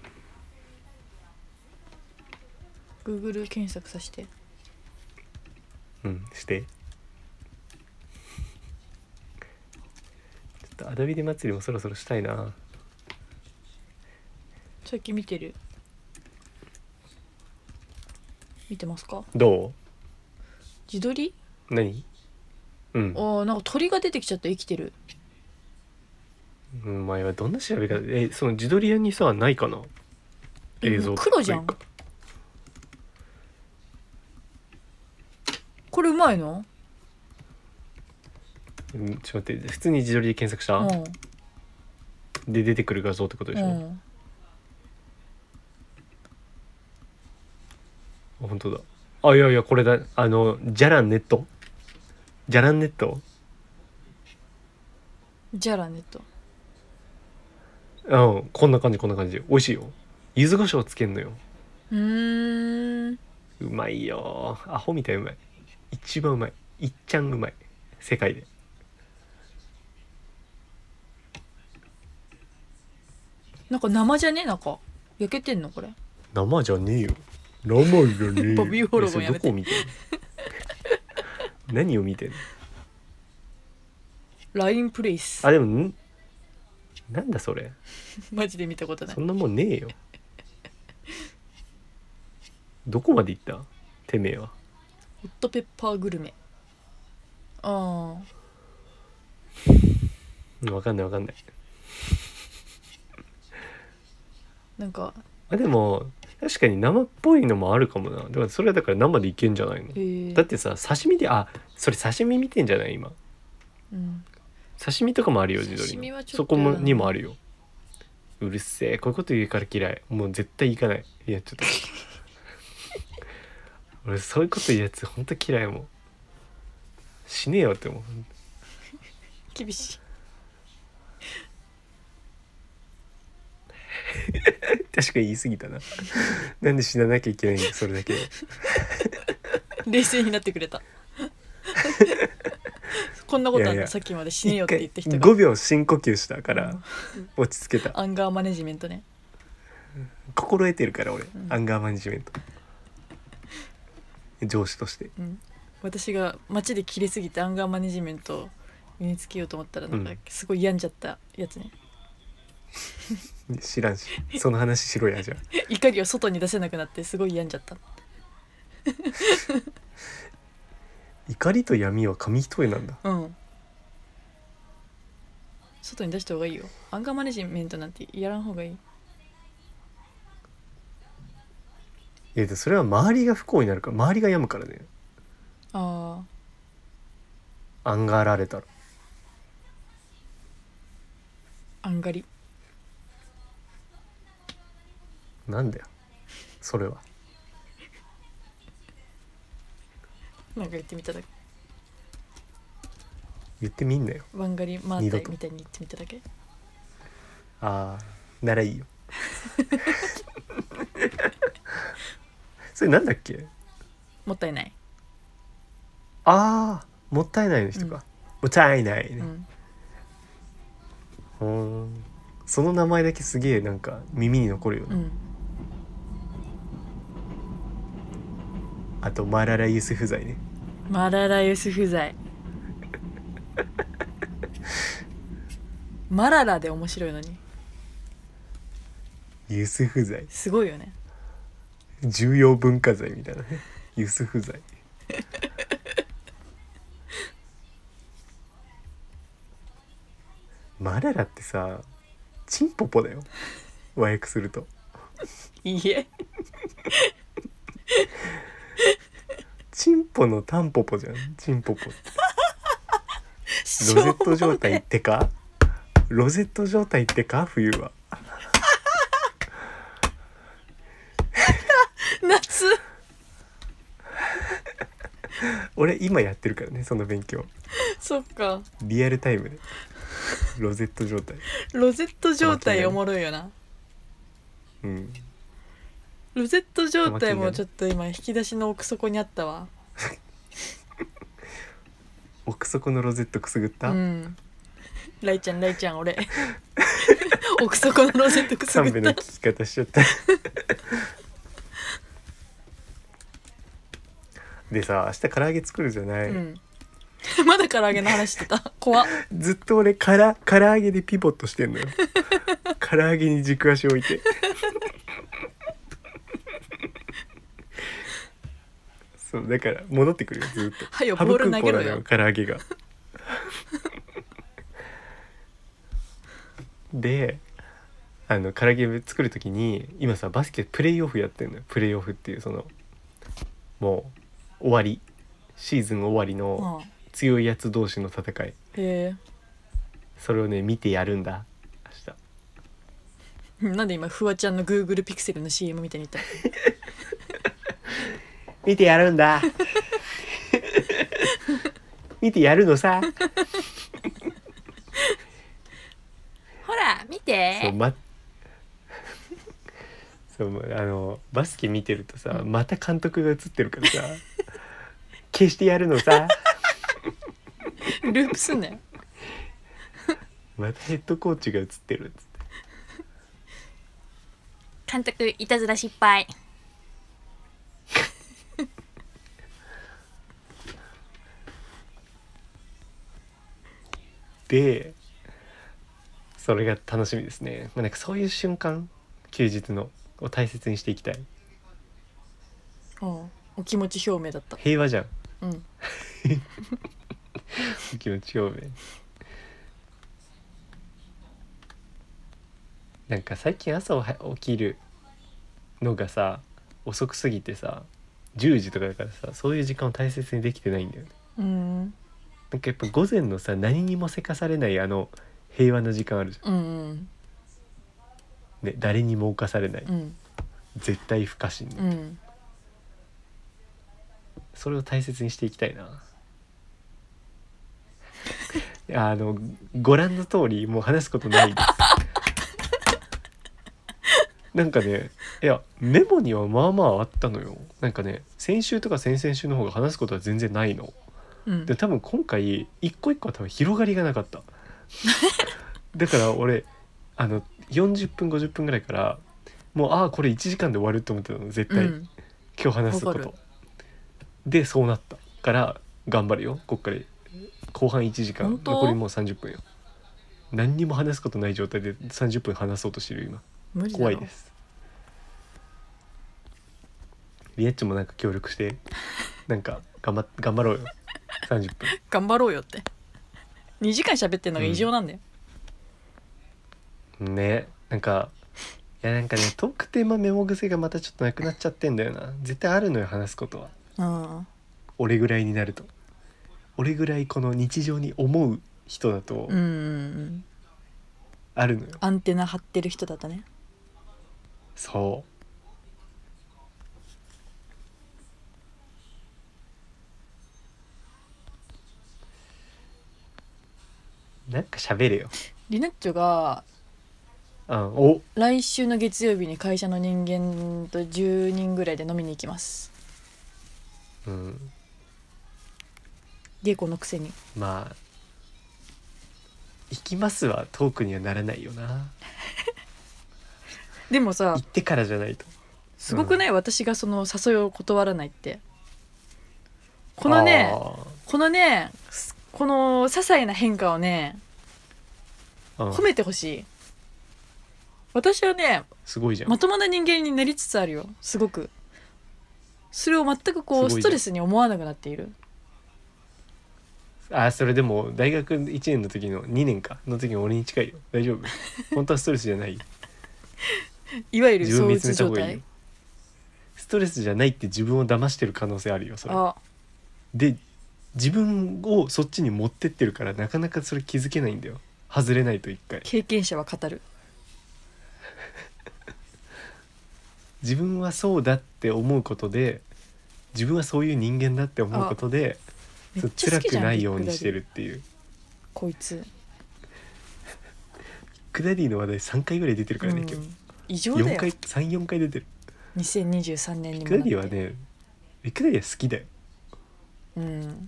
B: Google 検索させて
A: うんしてちょっとアダビデ祭りもそろそろしたいな
B: 最近見てる見てますか
A: ど
B: 自撮り
A: う何うん
B: あーなんか鳥が出てきちゃった生きてる
A: お前はどんな調べ方えその自撮り屋にさないかな
B: え
A: 映像
B: 黒じゃん
A: というか
B: これうまいの
A: うんちょっと待って普通に自撮りで検索した、
B: う
A: で出てくる画像ってことでし
B: んう
A: ょ、
B: ん
A: あ本当だあいやいやこれだあのじゃらんネットじゃらんネット
B: じゃらねと
A: うんこんな感じこんな感じ美味しいよ柚子胡椒つけんのよ
B: うーん
A: うまいよアホみたいうまい一番うまいいっちゃんうまい世界で
B: なんか生じゃねなんか焼けてんのこれ
A: 生じゃねえよ生じゃねえよ
B: ボビーフォローもやめて
A: えそれどこを見 てんの何を見てんの
B: ラインプレイス
A: あでもんなんだそれ
B: マジで見たことない
A: そんなもんね えよどこまで行ったてめえは
B: ホットペッパーグルメああ
A: うんわかんないわかんない
B: なんか
A: あでも確かに生っぽいのもあるかもなだからそれはだから生でいけんじゃないの
B: えー
A: だってさ刺身であそれ刺身見てんじゃない今
B: うん、
A: 刺身とかもあるよ自撮
B: 刺
A: り
B: 身
A: の
B: はちょ
A: そ
B: っと
A: こ
B: やだな
A: もにもあるようるせえこういうこと言うから嫌いもう絶対行かないいやちょっと 俺そういうこと言うやつほんと嫌いもう死ねよって思う
B: 厳しい
A: 確かに言い過ぎたな なんで死ななきゃいけないんだそれだけで
B: 冷静になってく れたこんなことあるの
A: いやいや
B: さっきまで 死ねよって言った人
A: 一
B: が
A: 回5秒深呼吸したから落ち着けた
B: アンガーマネジメントね
A: 心得てるから俺、
B: ん
A: アンガーマネジメント上司として
B: うん、私が街で切れすぎてアンガーマネジメントを身につけようと思ったらなんか
A: うん
B: すごい病んじゃったやつね、
A: 知らんし その話しろやじゃあ
B: 怒りを外に出せなくなってすごい病んじゃった
A: 怒りと闇は紙一重なんだ
B: うん外に出した方がいいよアンガーマネジメントなんてやらん方がいい
A: えでそれは周りが不幸になるから周りが病むからね
B: あ
A: アンガーられたら
B: ああんがり
A: なんだよそれは
B: なんか言ってみただけ
A: 言ってみんなよ
B: ワンガリマ
A: 二
B: ータ
A: 度
B: イ
A: と
B: みたいに言ってみただけ
A: ああなら いいよそれなんだっけ
B: もったいない、
A: ああもったいないの人か、
B: うん
A: もったいないね
B: う、ん、
A: うーんその名前だけすげえなんか耳に残るよね、
B: うん
A: あとマララ・ユスフ罪ね
B: マララユス フ罪マララで面白いのに
A: ユスフ罪
B: すごいよね
A: 重要文化財みたいなねユスフ罪マララってさチンポポだよ和訳すると
B: いいえ
A: チンポのタンポポじゃんチンポポってロ
B: し
A: ゼ
B: ょう
A: ット状態ってかロゼット状態ってか冬は
B: 夏
A: 俺今やってるからねその勉強
B: そっか
A: リアルタイムでロゼット状態
B: ロゼット状態おもろいよな
A: うん
B: ロゼット状態もちょっと今引き出しの奥底にあったわ
A: 奥底のロゼットくすぐっ
B: う
A: た、
B: んライちゃんライちゃん俺 奥底のロゼットくすぐ
A: 神戸
B: っ
A: の
B: た
A: 聞き方しちゃった でさ明日唐揚げ作るじゃない、
B: うん、まだ唐揚げの話してた怖っ
A: ずっと俺から唐揚げでピボットしてん のよ唐揚げに軸足置いてそうだから戻ってくるよずっと
B: はよボール投げろ
A: 羽生空
B: よ
A: 港なの唐揚げがであの唐揚げ作る時に今さバスケプレーオフやってんのよプレーオフっていうそのもう終わりシーズン終わりの
B: うんへ
A: 強いやつ同士の戦い
B: え
A: それをね見てやるんだ明
B: なんで今フワちゃんの Google ピクセルの CM みたいに言っ
A: 日見てやるんだ見てやるのさ
B: たほら見
A: そう
B: て
A: まそうあのバスケ見てるとさまた監督が映ってるからさ消してやるのさ
B: ループすんなよ
A: またヘッドコーチが映ってるっつって
B: 監督いたずら失敗
A: でそれが楽しみですね、まあ、なんかそういう瞬間休日のを大切にしていきたい
B: うんお気持ち表明だった
A: 平和じゃん
B: うん
A: 気持ち表明なんか最近朝おは起きるのがさ遅くすぎてさ10時とかだからさそういう時間を大切にできてないんだよね
B: う
A: な
B: ん
A: んかやっぱ午前のさ何にもせかされないあの平和な時間あるじ
B: うんうん
A: ゃん、ね、誰にも侵されない
B: うん
A: 絶対不可侵ね、
B: うん
A: それを大切にしていきたいな いやあのご覧の通りもう話すことない ですなんかねいやメモにはまあまああったのよなんかね先週とか先々週の方が話すことは全然ないの
B: うん
A: で多分今回一個一個は多分広がりがなかった だから俺あの40分50分ぐらいからもうああこれ1時間で終わると思ってたの絶
B: う
A: 対、
B: ん
A: 今日話すこ
B: わか
A: と
B: る
A: でそうなったから頑張るよこっから後半1時間
B: 本当
A: 残りもう30分よ何にも話すことない状態で30分話そうとしてる今
B: 無理だろ
A: 怖いですリエッチもなんか協力してなんか頑張っ頑張ろうよ30分
B: 頑張ろうよって2時間喋ってんのが異常なんだよ、
A: ねなんかやなんかねトークテーマメモ癖がまたちょっとなくなっちゃってんだよな絶対あるのよ話すことは
B: うん
A: 俺ぐらいになると俺ぐらいこの日常に思う人だと
B: うんうんうん
A: あるのよ、
B: アンテナ張ってる人だったね
A: そうなんか喋れよ、
B: リナッチョが
A: うん、お
B: 来週の月曜日に会社の人間と10人ぐらいで飲みに行きます
A: うん
B: リエコのくせに
A: まあ「行きます」はトークにはならないよな
B: でもさ
A: 行ってからじゃないと
B: すごくない、私がその誘いを断らないってこのねこのねすこの些細な変化をね
A: あー、
B: 褒
A: うん、
B: めてほしい私はね
A: すごいじゃん、
B: まともな人間になりつつあるよすごくそれを全くこ
A: す
B: う
A: ごいじゃん
B: ストレスに思わなくなっている
A: あーそれでも大学1年の時の2年かの時の俺に近いよ大 丈夫本当はストレスじゃない
B: いわゆる
A: 自分
B: そう
A: 見
B: う
A: つ
B: つ
A: めた
B: 状
A: 方がいいよ
B: 態
A: ストレスじゃないって自分を騙してる可能性あるよそれ
B: あ
A: で自分をそっちに持ってってるからなかなかそれ気づけないんだよ外れないと一回
B: 経験者は語る
A: 自分はそうだって思うことで自分はそういう人間だって思うことで
B: め
A: そ
B: っ
A: う
B: ちゃ
A: 辛
B: 好きじ
A: く
B: ゃん
A: ない
B: ビッ
A: よう
B: グ
A: に
B: ダディ
A: してるっていう
B: こいつ、
A: クダディの話題3回ぐらい出てるか
B: う
A: らね、
B: ん
A: 今、
B: 異常
A: 日
B: だ
A: 4
B: よ
A: 回34回出てる
B: 2023年に
A: ビ
B: も
A: ッグ
B: な
A: ダ
B: っ
A: デ
B: て
A: ィはねビッグダディは好きだよ
B: うん、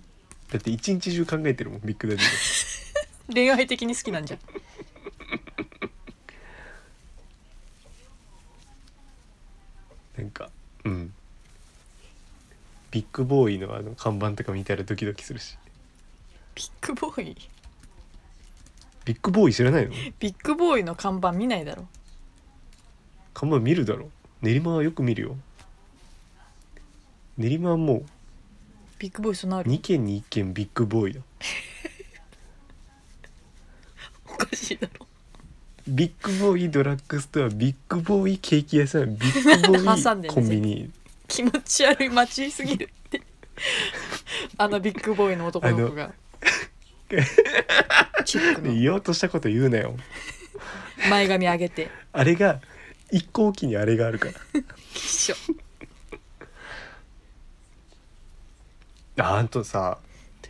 A: だって一日中考えてるもんビッグダディは
B: 恋愛的に好きなんじゃん
A: なんかうんビッグボーイのあの看板とか見たらドキドキするし
B: ビッグボーイ
A: ビッグボーイ知らないの
B: ビッグボーイの看板見ないだろ
A: 看板見るだろ練馬はよく見るよ練馬はも
B: ビッグボーイそのあ
A: う
B: る
A: 2軒に1軒ビッグボーイだ
B: おかしいだろ
A: ビッグボーイドラッグストアビッグボーイケーキ屋さんビッグボ
B: 挟
A: ー
B: ん
A: イ
B: でね
A: コンビニ
B: 気持ち悪い街すぎるってあのビッグボーイの男の子がチェックの
A: 言おうとしたこと言うなよ
B: 前髪上げて
A: あれが一個おきにあれがあるから
B: 一緒
A: ああんとさ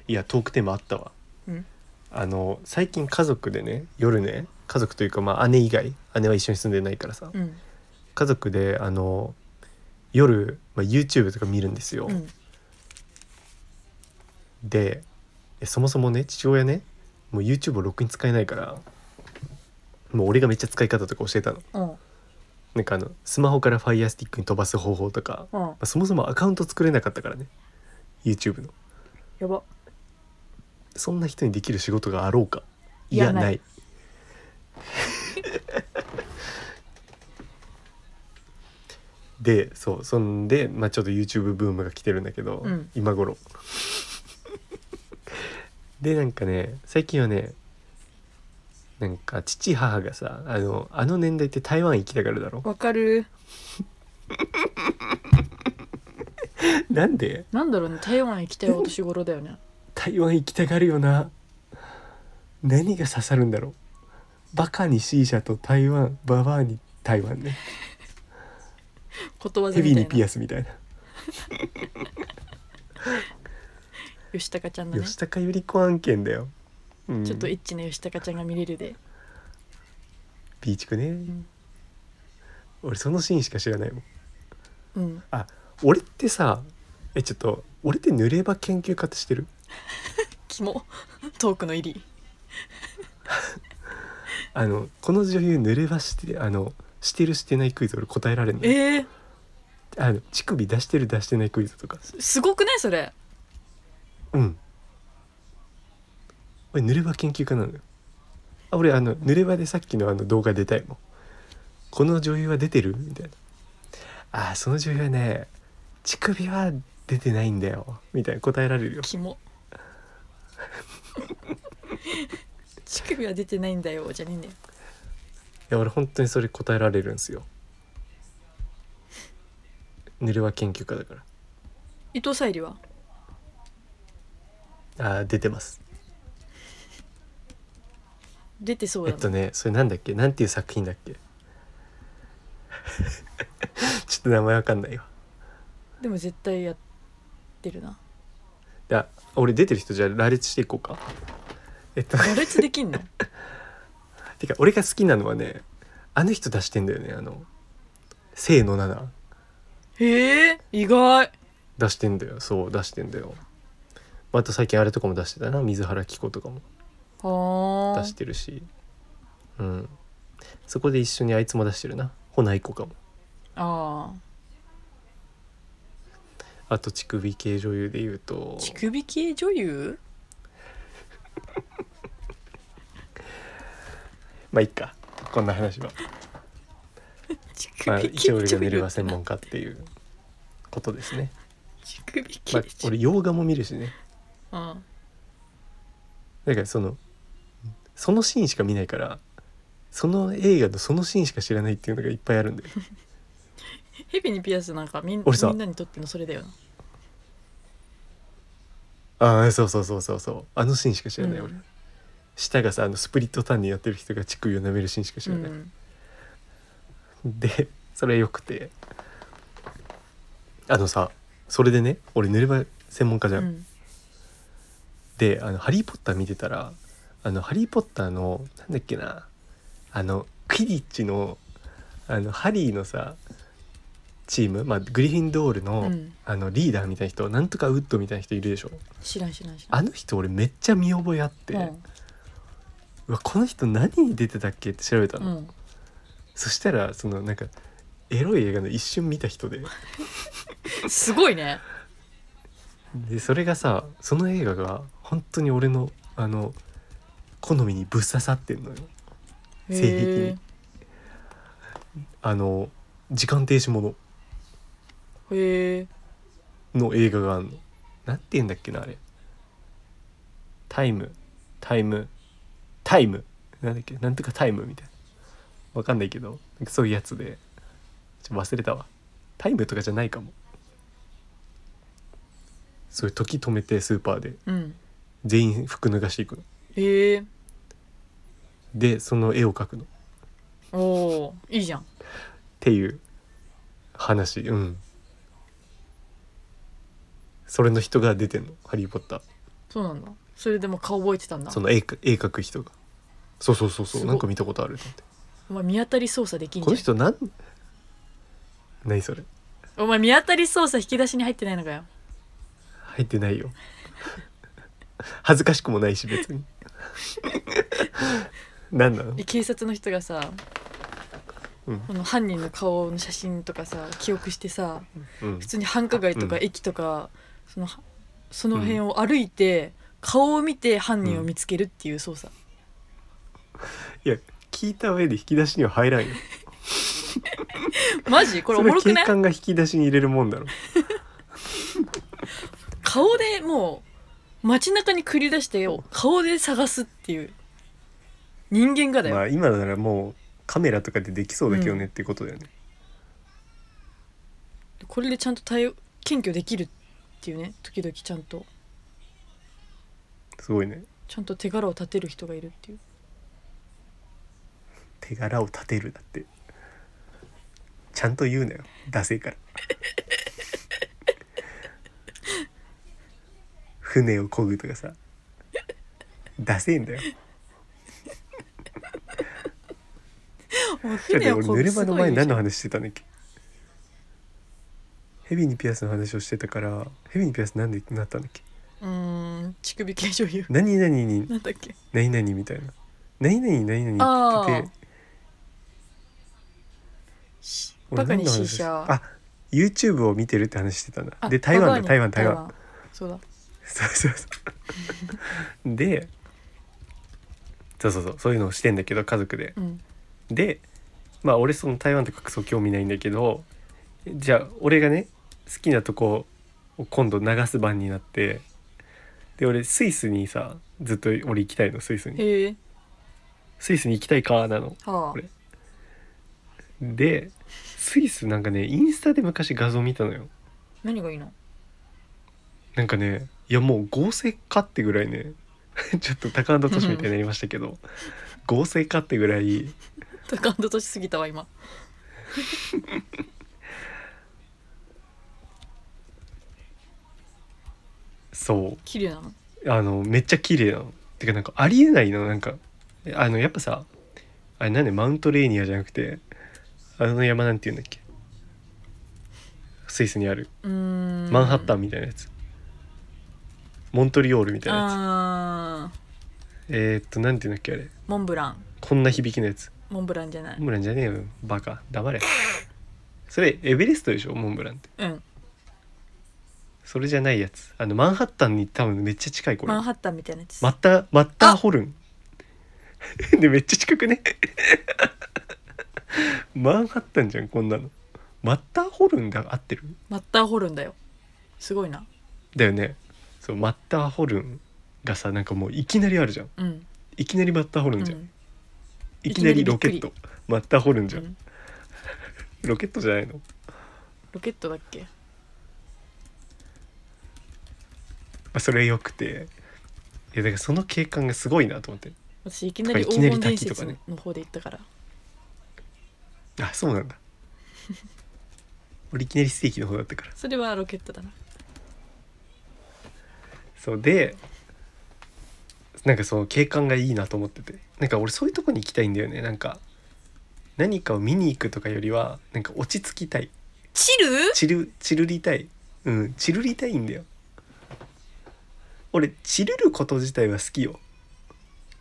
A: いやトークテーマあったわ
B: うん
A: あの最近家族でね夜ね家族というかまあ姉以外姉は一緒に住んでないからさ、
B: うん
A: 家族であの夜、まあ、YouTube とか見るんですよ、
B: うん
A: でえそもそもね父親ねもう YouTube をろくに使えないからもう俺がめっちゃ使い方とか教えたの
B: うん
A: なんかあのスマホから FireStick に飛ばす方法とか、ま
B: うん
A: あ、そもそもアカウント作れなかったからね YouTube の
B: やば
A: そんな人にできる仕事があろうかい
B: いや
A: やない
B: ない
A: でそうそんで、まあ、ちょっと YouTube ブームが来てるんだけど、
B: うん
A: 今頃でなんかね最近はねなんか父母がさあのあの年代って台湾行きたがるだろ
B: わかる
A: なんで
B: なんだろうね台湾行きたいお年頃だよね
A: 台湾行きたがるよな何が刺さるんだろうバカに C 社と台湾ババアに台湾ね
B: ことわざ
A: ヘビー
B: みた
A: に
B: い
A: ピ
B: な
A: アスみたいな、
B: 吉高ちゃんのね
A: 吉高由里子案件だよ、うん
B: ちょっとエッチな吉高ちゃんが見れるで
A: ビーチクね、
B: ん
A: 俺そのシーンしか知らないもん
B: うん
A: あ俺ってさえちょっと俺って濡れ場研究家って知ってる
B: キモトークの入り
A: あのこの女優濡れ場してあのしてるしてないクイズ俺答えられんのよ
B: えー、
A: あの乳首出してる出してないクイズとか
B: すごくないそれ
A: うん俺濡れ場研究家なのよあ俺あの濡れ場でさっきのあの動画出たいもんこの女優は出てるみたいなあーその女優はね乳首は出てないんだよみたいな答えられるよ
B: キモ乳首は出てないんだよじゃねえんだよ
A: や俺本当にそれ答えられるんですよぬれは研究家だから
B: 伊藤沙莉は
A: あー出てます
B: 出てそう
A: え
B: だ
A: っ
B: な、
A: とねそれなんだっけなんていう作品だっけ ちょっと名前わかんないわ
B: でも絶対やってるな
A: じゃあ俺出てる人じゃあ羅列していこうかえっと
B: 羅列 できんの
A: てか俺が好きなのはねあの人出してんだよねあの「生の7
B: へえ意外」
A: 出してんだよそう出してんだよあと最近あれとかも出してたな水原希子とかも
B: は
A: 出
B: あ
A: してるしうんそこで一緒にあいつも出してるなほないこかも
B: あ
A: あと乳首系女優で言うと
B: ー乳首系女優
A: まあいっかこんな話は、
B: 乳
A: まあ、
B: 首
A: 一
B: 系
A: 応俺が
B: 女
A: 見れば
B: 優
A: 専門家っていうことですね、
B: 乳首系
A: まあ
B: 女、優
A: 俺洋画も見るしね
B: うん
A: だからそのそのシーンしか見ないからその映画のそのシーンしか知らないっていうのがいっぱいあるん だよ
B: ヘビにピアスなんかみん
A: 俺さ
B: みんなにとってのそれだよな
A: ああそうそうそうそうそうあのシーンしか知らない、
B: うん
A: 俺舌がさあのスプリットターンにやってる人が乳首を舐めるシーンしか知らない、
B: うん
A: でそれよくてあのさそれでね俺塗れば専門家じゃん、
B: うん
A: であの「ハリー・ポッター」見てたら「あのハリー・ポッターの」なんだっけなあのクィディッチのあのハリーのさチーム、まあ、グリフィンドールの,、
B: うん
A: あのリーダーみたいな人なんとかウッドみたいな人いるでしょ
B: 知らん知らん知らん
A: あの人俺めっちゃ見覚えあって、うわこの人何に出てたっけって調べた
B: う
A: の、
B: んうん
A: そしたらそのなんかエロい映画の一瞬見た人です
B: ごいね
A: でそれがさその映画が本当に俺のあの好みにぶっ刺さってんのよ性癖に
B: へ
A: あの時間停止もの
B: えへえ
A: の映画があんのなんて言うんだっけなあれタイムタイムタイムなんだっけなんとかタイムみたいなわかんないけどなんかそういうやつでちょっと忘れたわタイムとかじゃないかもそういう時止めてスーパーで
B: うん
A: 全員服脱がしていくの
B: へえ
A: でその絵を描くのっ
B: おおいいじゃん
A: ていう話うんそれの人が出てんの「ハリー・ポッター」
B: そうなんだそれでも顔覚えてたんだ
A: その絵か絵描く人がそうそうそうそ
B: す
A: う
B: ごい
A: なんか見たことあると思って
B: お前見当たり操作できん
A: この
B: じゃ
A: 人なん 何それ
B: んお前見当たり操作引き出しに入ってないのかよ
A: 入ってないよ 恥ずかしくもないし別に 何なの
B: え警察の人がさ、
A: うん
B: この犯人の顔の写真とかさ記憶してさ
A: うん
B: 普通に繁華街とか
A: うん
B: 駅とか、そのその辺を歩いて、顔を見て犯人を見つけるっていう操作、
A: いや聞いた上で引き出しには入らんよ
B: マジこれ
A: そ
B: おも
A: れ
B: ろく
A: 警
B: ない
A: 官が引き出しに入れるもんだろ
B: 顔でもう街中に繰り出してを顔で探すっていう人間がだよ、
A: まあ今ならもうカメラとかでできそうだけどねっていうことだよね、
B: これでちゃんと対応検挙できるっていうね時々ちゃんと
A: すごいね
B: ちゃんと手柄を立てる人がいるっていう
A: 手柄を立てるだってちゃんと言うなよダセえから船を漕ぐとかさダセえんだよ
B: も
A: だ
B: う
A: って
B: 船を
A: 俺
B: こ
A: ぬ
B: ぐ
A: れ
B: す
A: 場の
B: ご
A: 前
B: い
A: に何の話してたんだっけヘビにピアスの話をしてたからヘビにピアスなんでなったんだっけ
B: うーん乳首系女優
A: 何々に
B: なんだっけ
A: 何々みたいな何々何々って言ってて
B: し
A: 俺
B: バカ
A: 何
B: に
A: の話
B: シ
A: を
B: ー
A: し
B: シャ
A: あ YouTube を見てるって話してたんだ
B: あ
A: で台湾だ
B: バカに
A: 台湾台湾
B: そうだ
A: そうそうそうでそうそうそうそういうのをしてんだけど家族で
B: うん
A: でまあ俺その台湾とかクソ興味ないんだけどじゃあ俺がね好きなとこを今度流す番になってで俺スイスにさずっと俺行きたいのスイスに
B: へえ
A: スイスに行きたいかなの
B: はあ
A: これでスイスなんかねインスタで昔画像見たのよ
B: 何がいいの
A: なんかねいやもう合成かってぐらいね ちょっと高田敏みたいになりましたけど合成かってぐらい
B: 感動しすぎたわ今
A: そ
B: 綺麗なの
A: うあのめっちゃ綺麗なのてかなんかありえないのなんかあのやっぱさあれなんでマウントレーニアじゃなくてあの山なんて言うんだっけスイスにある
B: うーん
A: マンハッタ
B: ン
A: ンみたいなやつ、モントリオールみたいなやつ
B: あー
A: えー、っとなんていうんだっけあれ
B: モンブラン
A: こんな響きのやつ
B: モンブランじゃない
A: モンブランじゃねえよバカ黙れそれエベレストでしょモンブランって
B: うん
A: それじゃないやつあのマンハッタンに多分めっちゃ近いこれ
B: マンハッタンみたいなやつ
A: マッタマッターホルン でめっちゃ近くね マンハッタンじゃんこんなのマッターホルンだ合ってる
B: マッターホルンだよすごいな
A: だよねそうマッターホルンがさなんかもういきなりあるじゃん
B: うん、
A: いきなりマッターホル
B: う
A: ン
B: ん
A: じゃん、いきなりロケッ
B: い
A: トマッターホルンじ
B: う
A: ゃん、
B: ん
A: ロケットじゃないの
B: ロケットだっけ
A: まあ、それよくていやだからその景観がすごいなと思って
B: 私いきなり
A: いき
B: 黄
A: なり
B: 金伝
A: 滝とか
B: 説
A: ね
B: の方で行ったから
A: あそうなんだ俺いきなりステーキの方だったから
B: それはロケットだな
A: そうでなんかその景観がいいなと思っててなんか俺そういうとこに行きたいんだよねなんか何かを見に行くとかよりはなんか落ち着きたい
B: チル
A: チルチルりたいうんチルりたいんだよ俺チルること自体は好きよ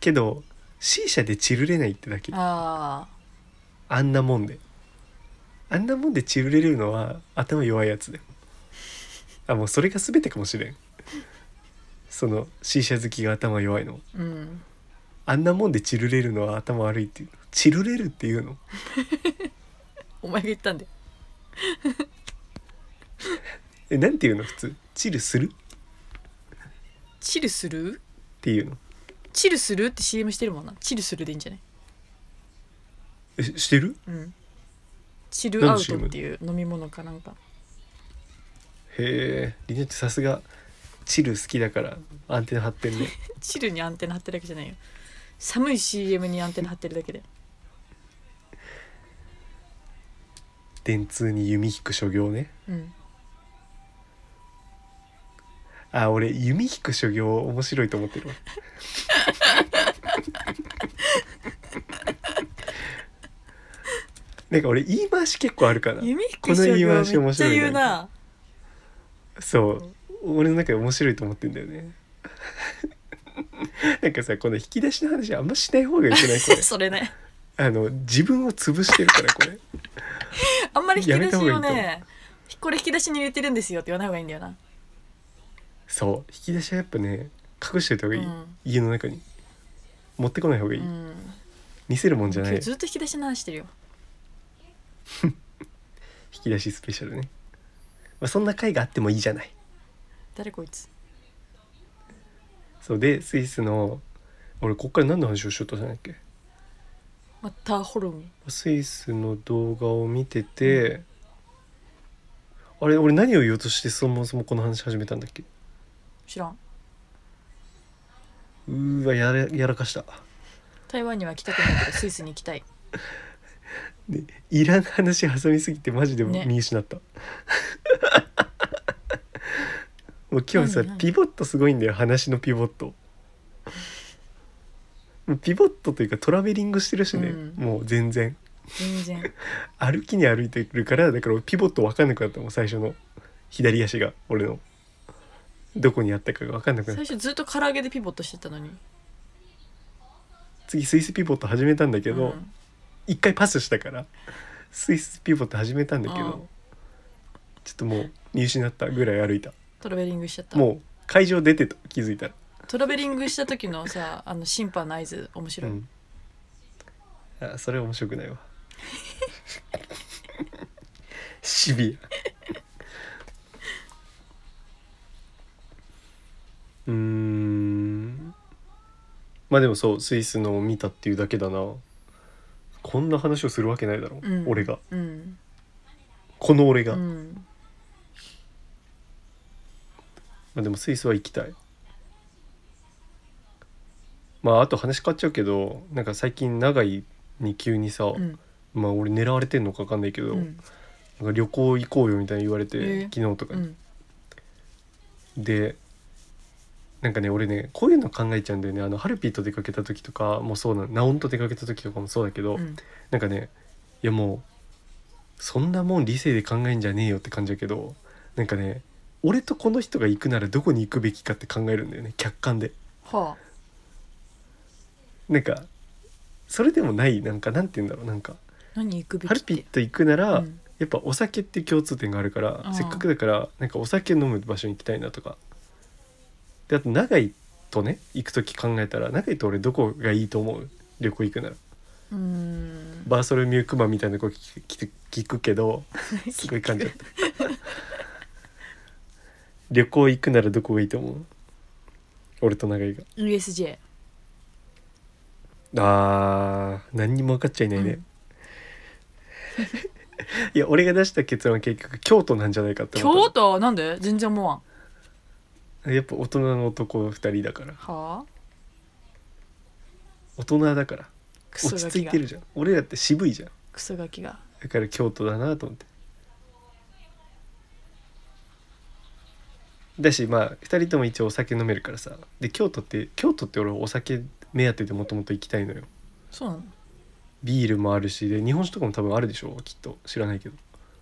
A: けど C 社でチルれないってだけ
B: あ
A: あんなもんであんなもんでちるれるのは頭弱いやつだよあもうそれが全てかもしれんその C 社好きが頭弱いの
B: あうん
A: あんなもんでちるれるのは頭悪いっていうちるれるっていうの
B: お前が言ったんで
A: えなんていうの普通チルするっ
B: チルする
A: ていうの
B: チルするって CM してるもんなチルするでいいんじゃない
A: えししてる
B: うんチルアウトっていう飲み物かなんか
A: へえりなってさすがチル好きだからアンテナ張ってんね
B: チルにアンテナ張ってるわけじゃないよ寒い CM にアンテナ張ってるだけで
A: 電通に弓引く所業ね
B: うん
A: あ俺弓引く所業面白いと思ってる わなんか俺言い回し結構あるから
B: 弓引
A: こ
B: く
A: の
B: 商
A: 言い
B: 業
A: 回し
B: め
A: 面
B: っち
A: 白
B: ゃ
A: いね
B: 言うな
A: そう俺の中で面白いと思ってんだよね なんかさこの引き出しの話あんましない方がいけないこれ
B: それね
A: あの自分を潰してるからこれ
B: あんまり引き出
A: や
B: しを
A: めた方がいい
B: ねこれ引き出しに入れてるんですよって言わない方がいいんだよな
A: そう引き出しはやっぱね隠しておいた方がいい、
B: うん
A: 家の中に持ってこない方がいい、
B: うん
A: 見せるもんじゃ
B: 今
A: ない
B: 日
A: よ
B: ずっと引き出しの話してるよ
A: 引き出しスペシャルね、まあ、そんな回があってもいいじゃない
B: 誰こいつ
A: そうでスイスの俺こっから何の話をしようとしたんだっけ
B: またホルン
A: スイスの動画を見てて、あれ俺何を言おうとしてそもそもこの話始めたんだっけ
B: 知らん
A: うーわやらやらかした
B: 台湾には来たくないけどスイスに行きたい
A: でいらん話挟みすぎてマジで
B: ね
A: 見失 った、もう今日さ
B: 何何
A: ピボットすごいんだよ話のピボットもうピボットというかトラベリングしてるしね、
B: うん
A: もう全然
B: 全然
A: 歩きに歩いてるからだから俺ピボット分かんなくなったもん最初の左足が俺のどこにあったかが分かんなくなっ
B: 最
A: た
B: 初ずっと唐揚げでピボットしてたのに
A: 次スイスピボット始めたんだけ
B: う
A: ど、
B: ん
A: 一回パスしたからスイスピボット始めたんだけど、
B: うん
A: ちょっともう見失ったぐらい歩いた
B: トラベリングしちゃった
A: もう会場出てた気づいたら、
B: トラベリングした時のさあの審判の合図面
A: う
B: 白い、
A: ん、あそれは面白くないわシビアうーんまあでもそうスイスのを見たっていうだけだなここんな話をするわけないだろ、
B: うん
A: 俺が
B: うん
A: この俺が、
B: う
A: ま
B: ん
A: あ、でもスイスは行きたいまああと話変わっちゃうけどなんか最近長井に急にさ、
B: うん
A: まあ俺狙われてんのか分かんないけど、
B: うん
A: なんか旅行行こうよみたいに言われて、
B: えー
A: 昨日とか
B: う
A: に、
B: ん
A: でなんかね俺ねこういうの考えちゃうんだよねあのハルピーと出かけた時とかもそうなナオンと出かけた時とかもそうだけど、
B: うん
A: なんかねいやもうそんなもん理性で考えんじゃねえよって感じだけどなんかね俺とこの人が行くならどこに行くべきかって考えるんだよね客観で
B: は
A: なんかそれでもないなんかなんて言うんだろうなんか
B: あ何行くべき
A: ハ
B: っ
A: ル
B: て
A: ピーと行くなら、
B: うん
A: やっぱお酒っていう共通点があるから
B: あー
A: せっかくだからなんかお酒飲む場所に行きたいなとかであと長井とね行く時考えたら長井と俺どこがいいと思う旅行行くなら
B: うーん
A: バーソルミュークマンみたいな子聞く聞く聞くけ どすごい噛んじゃった旅行行くならどこがいいと思う俺と長井が
B: USJ
A: あー何にも分かっちゃいないね、
B: うん
A: いや俺が出した結論は結局京都なんじゃないかって思
B: 京
A: った
B: 都なんで全然思わん
A: やっぱ大人の男2人だから
B: はあ
A: 大人だから
B: クソ
A: 落ち
B: ガ
A: 着
B: キ
A: い
B: が
A: てるじゃん俺らって渋いじゃん
B: クソガキが
A: だから京都だなと思ってだしまあ2人とも一応お酒飲めるからさで京都って京都って俺お酒目当てでもともと行きたいのよ
B: そうなの
A: ビールもあるしで日本酒とかも多分あるでしょきっと知らないけど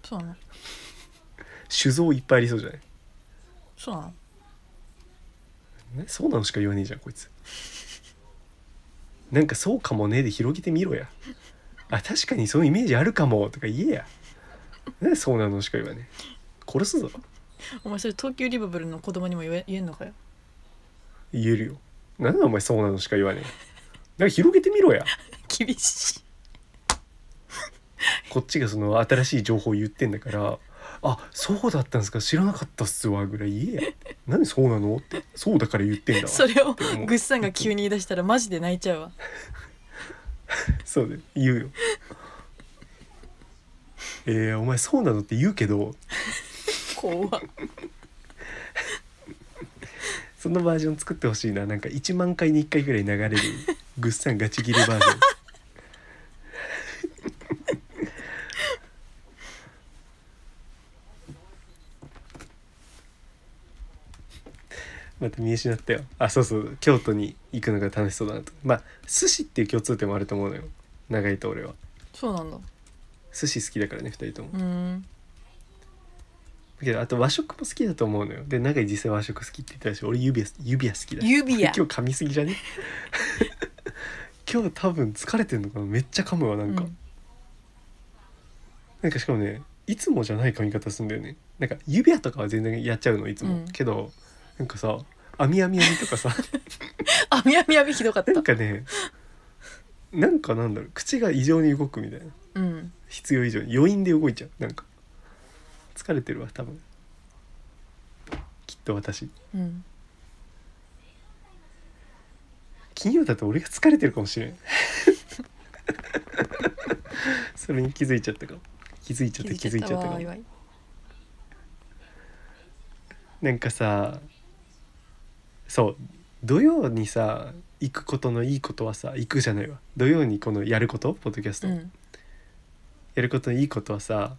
B: そうなの
A: 酒造いっぱいありそうじゃない
B: そうなの
A: ねそうなのしか言わねえじゃんこいつなんかそうかもねで広げてみろやあ確かにそのイメージあるかもとか言えやねそうなのしか言わねえ殺すぞ
B: お前それ東急リバブルの子供にも言え言えんのかよ
A: 言えるよなんでお前そうなのしか言わねえなんか広げてみろや
B: 厳しい
A: こっちがその新しい情報を言ってんだからあそうだったんですか知らなかったっすわぐらい言えや何そうなのってそうだから言ってんだわ
B: それを
A: でも
B: グッさんが急に言い出したらマジで泣いちゃうわ
A: そうだよ言うよえー、お前そうなのって言うけど
B: 怖っ
A: そのバージョン作ってほしいななんか1万回に1回ぐらい流れるぐっさんガチギレバージョン また見失ったよあそうそう京都に行くのが楽しそうだなとまあ寿司っていう共通点もあると思うのよ長いと俺は
B: そうなんだ
A: 寿司好きだからね2人とも
B: うーん
A: だけどあと和食も好きだと思うのよで長い実際和食好きって言ってたし俺指輪指輪好きだ
B: 指や
A: 今日噛みすぎじゃね今日多分疲れてんのかなめっちゃ噛むわなんか、
B: うん
A: なんかしかもねいつもじゃない噛み方すんだよねなんか指輪とかは全然やっちゃうのいつも、
B: うん
A: けどなんかさ「あみあみあみ」とか さ
B: あみやみやみひどかっ
A: なん
B: た
A: かねなんかなんだろう口が異常に動くみたいな
B: うん
A: 必要以上に余韻で動いちゃうなんか疲れてるわ多分きっと私
B: うん
A: 金曜だと俺が疲れてるかもしれん それに気づいちゃったかも気づいちゃった気づいちゃった
B: わ
A: か
B: ー
A: も
B: わい
A: なんかさそう土曜にさ行くことのいいことはさ行くじゃないわ土曜にこのやることポッドキャスト、
B: うん
A: やることのいいことはさ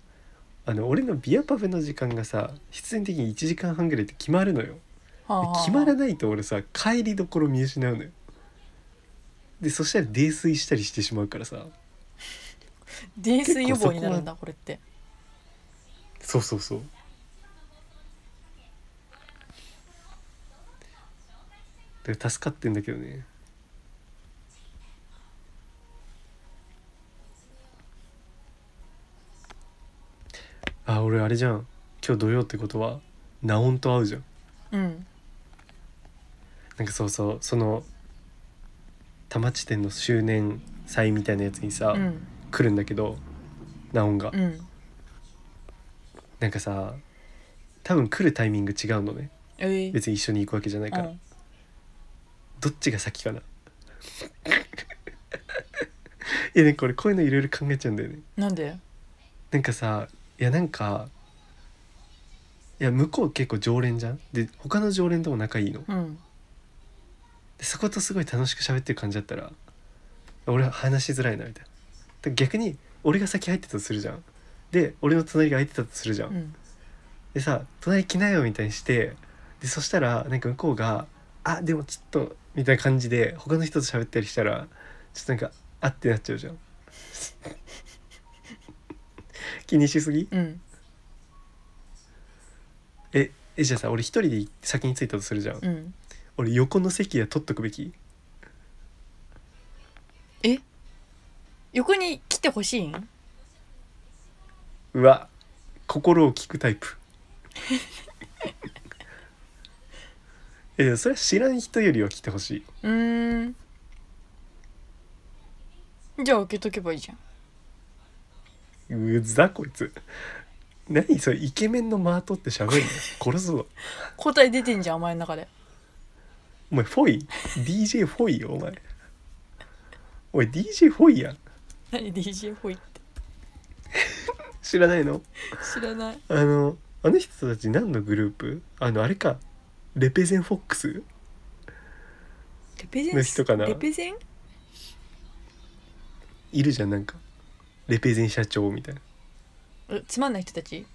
A: あの俺のビアパブの時間がさ必然的に1時間半ぐらいって決まるのよで
B: はあ
A: 決まら
B: い
A: ないと俺さ帰りどころ見失うのよでそしたら泥酔したりしてしまうからさ
B: 泥酔予防になるんだこれって
A: そうそうそうだから助かってんだけどねあ俺あれじゃん今日土曜ってことはナオンと会うじゃん
B: うん
A: なんかそうそうその多摩地点の周年祭みたいなやつにさ、
B: うん
A: 来るんだけどナオンが、
B: うん
A: なんかさ多分来るタイミング違うのね
B: えい
A: 別に一緒に行くわけじゃないから、
B: うん
A: どっちが先かないやねこれこういうのいろいろ考えちゃうんだよね
B: なんで
A: なんかさいやなんかいや向こう結構常連じゃんで他の常連とも仲いいの
B: うん
A: でそことすごい楽しく喋ってる感じだったら俺は話しづらいなみたいなで逆に俺が先入ってたとするじゃんで俺の隣が空いてたとするじゃん、
B: うん
A: でさ「隣来なよ」みたいにしてでそしたらなんか向こうが「あでもちょっと」みたいな感じで他の人と喋ったりしたらちょっとなんか「あ」ってなっちゃうじゃん 気にしすぎ
B: うん
A: ええじゃあさ俺一人で先に着いたとするじゃん、
B: うん
A: 俺横の席は取っとくべき
B: え横に来てほしいん
A: うわ心を聞くタイプいやでもそれは知らん人よりは来てほしいう
B: ーんじゃあ開けとけばいいじゃん
A: うざこいつ何それイケメンのマートって喋るの殺すぞ
B: 答え出てんじゃんお前の中で
A: お前フォイ DJ フォイよお前お前 DJ フォイやん
B: 何 DJ ホイって
A: 知らないの
B: 知らない
A: あのあの人たち何のグループあのあれかレペゼンフォックス
B: レペゼン
A: の人かな
B: レペゼン
A: いるじゃんなんかレペゼン社長みたいな
B: えつまんない人たち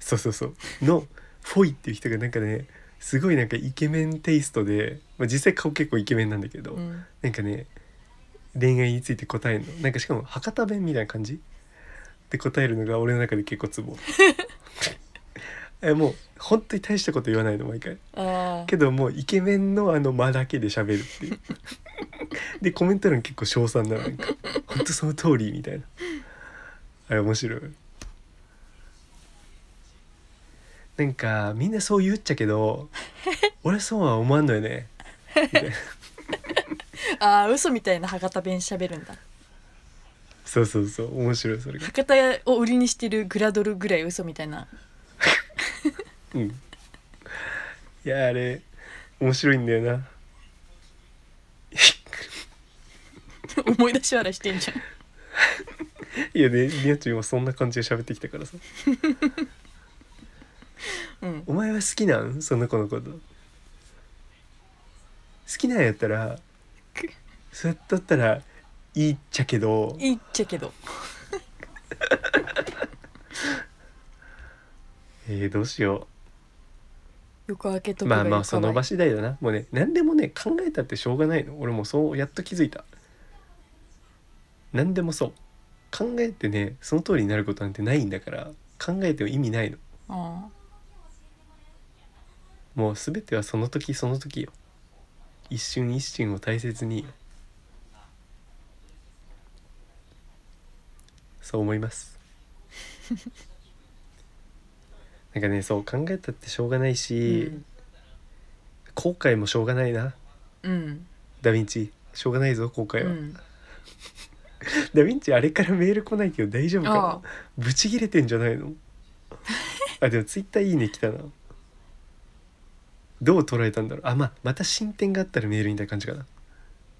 A: そうそうそうのフォイっていう人がなんかねすごいなんかイケメンテイストで、まあ、実際顔結構イケメンなんだけど、
B: うん
A: なんかね恋愛について答えるのなんかしかも博多弁みたいな感じで答えるのが俺の中で結構ツボ えもう本当に大したこと言わないの毎回
B: あ
A: けどもうイケメンのあの間だけで喋るっていうでコメント欄結構称賛なのなんか本当その通りみたいなあれ面白いなんかみんなそう言っちゃけど俺はそうは思わんのよね
B: あああ嘘みたいな博多弁喋るんだ
A: そうそうそう面白いそれが
B: 博多屋を売りにしてるグラドルぐらい嘘みたいな
A: うん、いやあれ面白いんだよな
B: 思い出し笑いしてんじゃん
A: いやねりなちゃん今そんな感じで喋ってきたからさ
B: うん
A: お前は好きなんその子のこと好きなんやったらそうやったったらいいっちゃけど
B: いいっちゃけど
A: えー、どうしよ
B: 横開け
A: う
B: とけばい
A: ま
B: い
A: あまあその場
B: 所
A: 次第だなもうね何でもね考えたってしょうがないの俺もそうやっと気づいた何でもそう考えてねその通りになることなんてないんだから考えても意味ないの
B: あ
A: もう全てはその時その時よ一瞬一瞬を大切によそう思います なんかねそう考えたってしょうがないし、
B: うん
A: 後悔もしょうがないな
B: あうん
A: ダヴィンチしょうがないぞ後
B: う
A: 悔は、
B: ん
A: ダヴィンチあれからメール来ないけど大丈夫か
B: あ
A: なブチ切れてんじゃないのあでもツイッターいいね来たなどう捉えたんだろうあまあまた進展があったらメールみたいな感じかな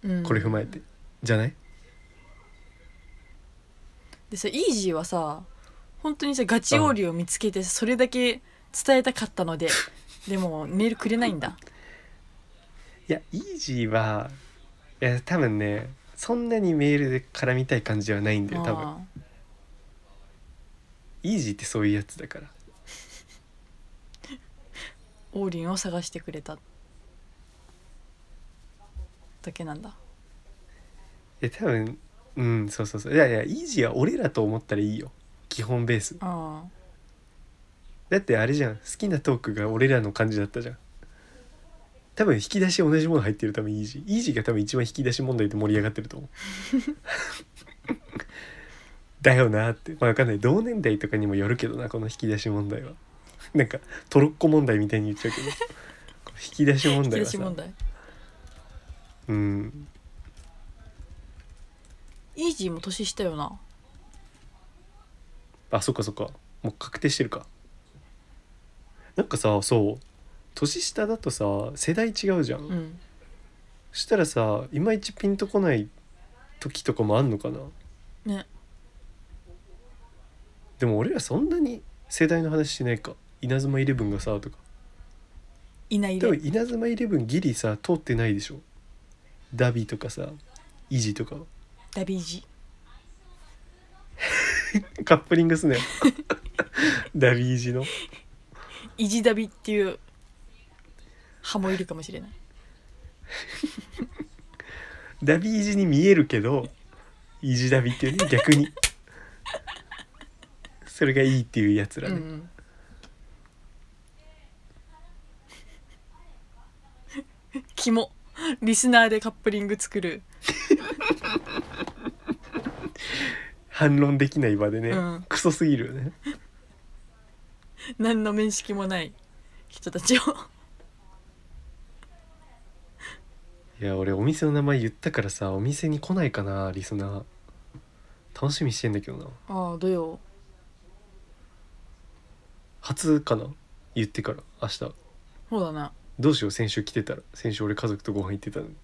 B: うん
A: これ踏まえてじゃない
B: でさイージーはさ本当にさガチオーリーを見つけてそれだけ伝えたかったの ででもメールくれないんだ
A: いやイージーはいや多分ねそんなにメールで絡みたい感じはないんだよ多分
B: あ
A: イージーってそういうやつだから
B: ーオーリンを探してくれただけなんだ
A: え多分うんそうそうそういやいやイージーは俺らと思ったらいいよ基本ベース
B: ああ
A: だってあれじゃん好きなトークが俺らの感じだったじゃん多分引き出し同じもの入ってる多分イージーイージーが多分一番引き出し問題で盛り上がってると思う だよなってまあ分かんない同年代とかにもよるけどなこの引き出し問題はなんかトロッコ問題みたいに言っちゃうけど引き出し問
B: 引き
A: 題
B: 出
A: は
B: し
A: さ
B: 問題
A: うん
B: イージーも年下よな
A: あそっかそっかもう確定してるかなんかさそう年下だとさ世代違うじゃん
B: うん
A: そしたらさいまいちピンとこない時とかもあんのかな
B: ね
A: でも俺らそんなに世代の話しないか稲妻イレブンがさとか
B: いない
A: で
B: で
A: も稲妻イレブンギリさ通ってないでしょダビーとかさイジとか
B: ダビージ
A: カップリング すねダビージの
B: イジダビっていう歯もいるかもしれない
A: ダビージに見えるけどイジダビっていうね逆にそれがいいっていうやつら
B: う
A: ね、
B: んうんキモリスナーでカップリング作る、
A: 反論できない場でね、
B: うん
A: クソすぎるよね
B: 何の面識もない人 たちを
A: いや俺お店の名前言ったからさお店に来ないかなリスナー楽しみにしてんだけどな
B: ああどうよ
A: 初かな言ってから明日
B: そうだな
A: どうしよう先週来てたら先週俺家族とご飯行ってたのに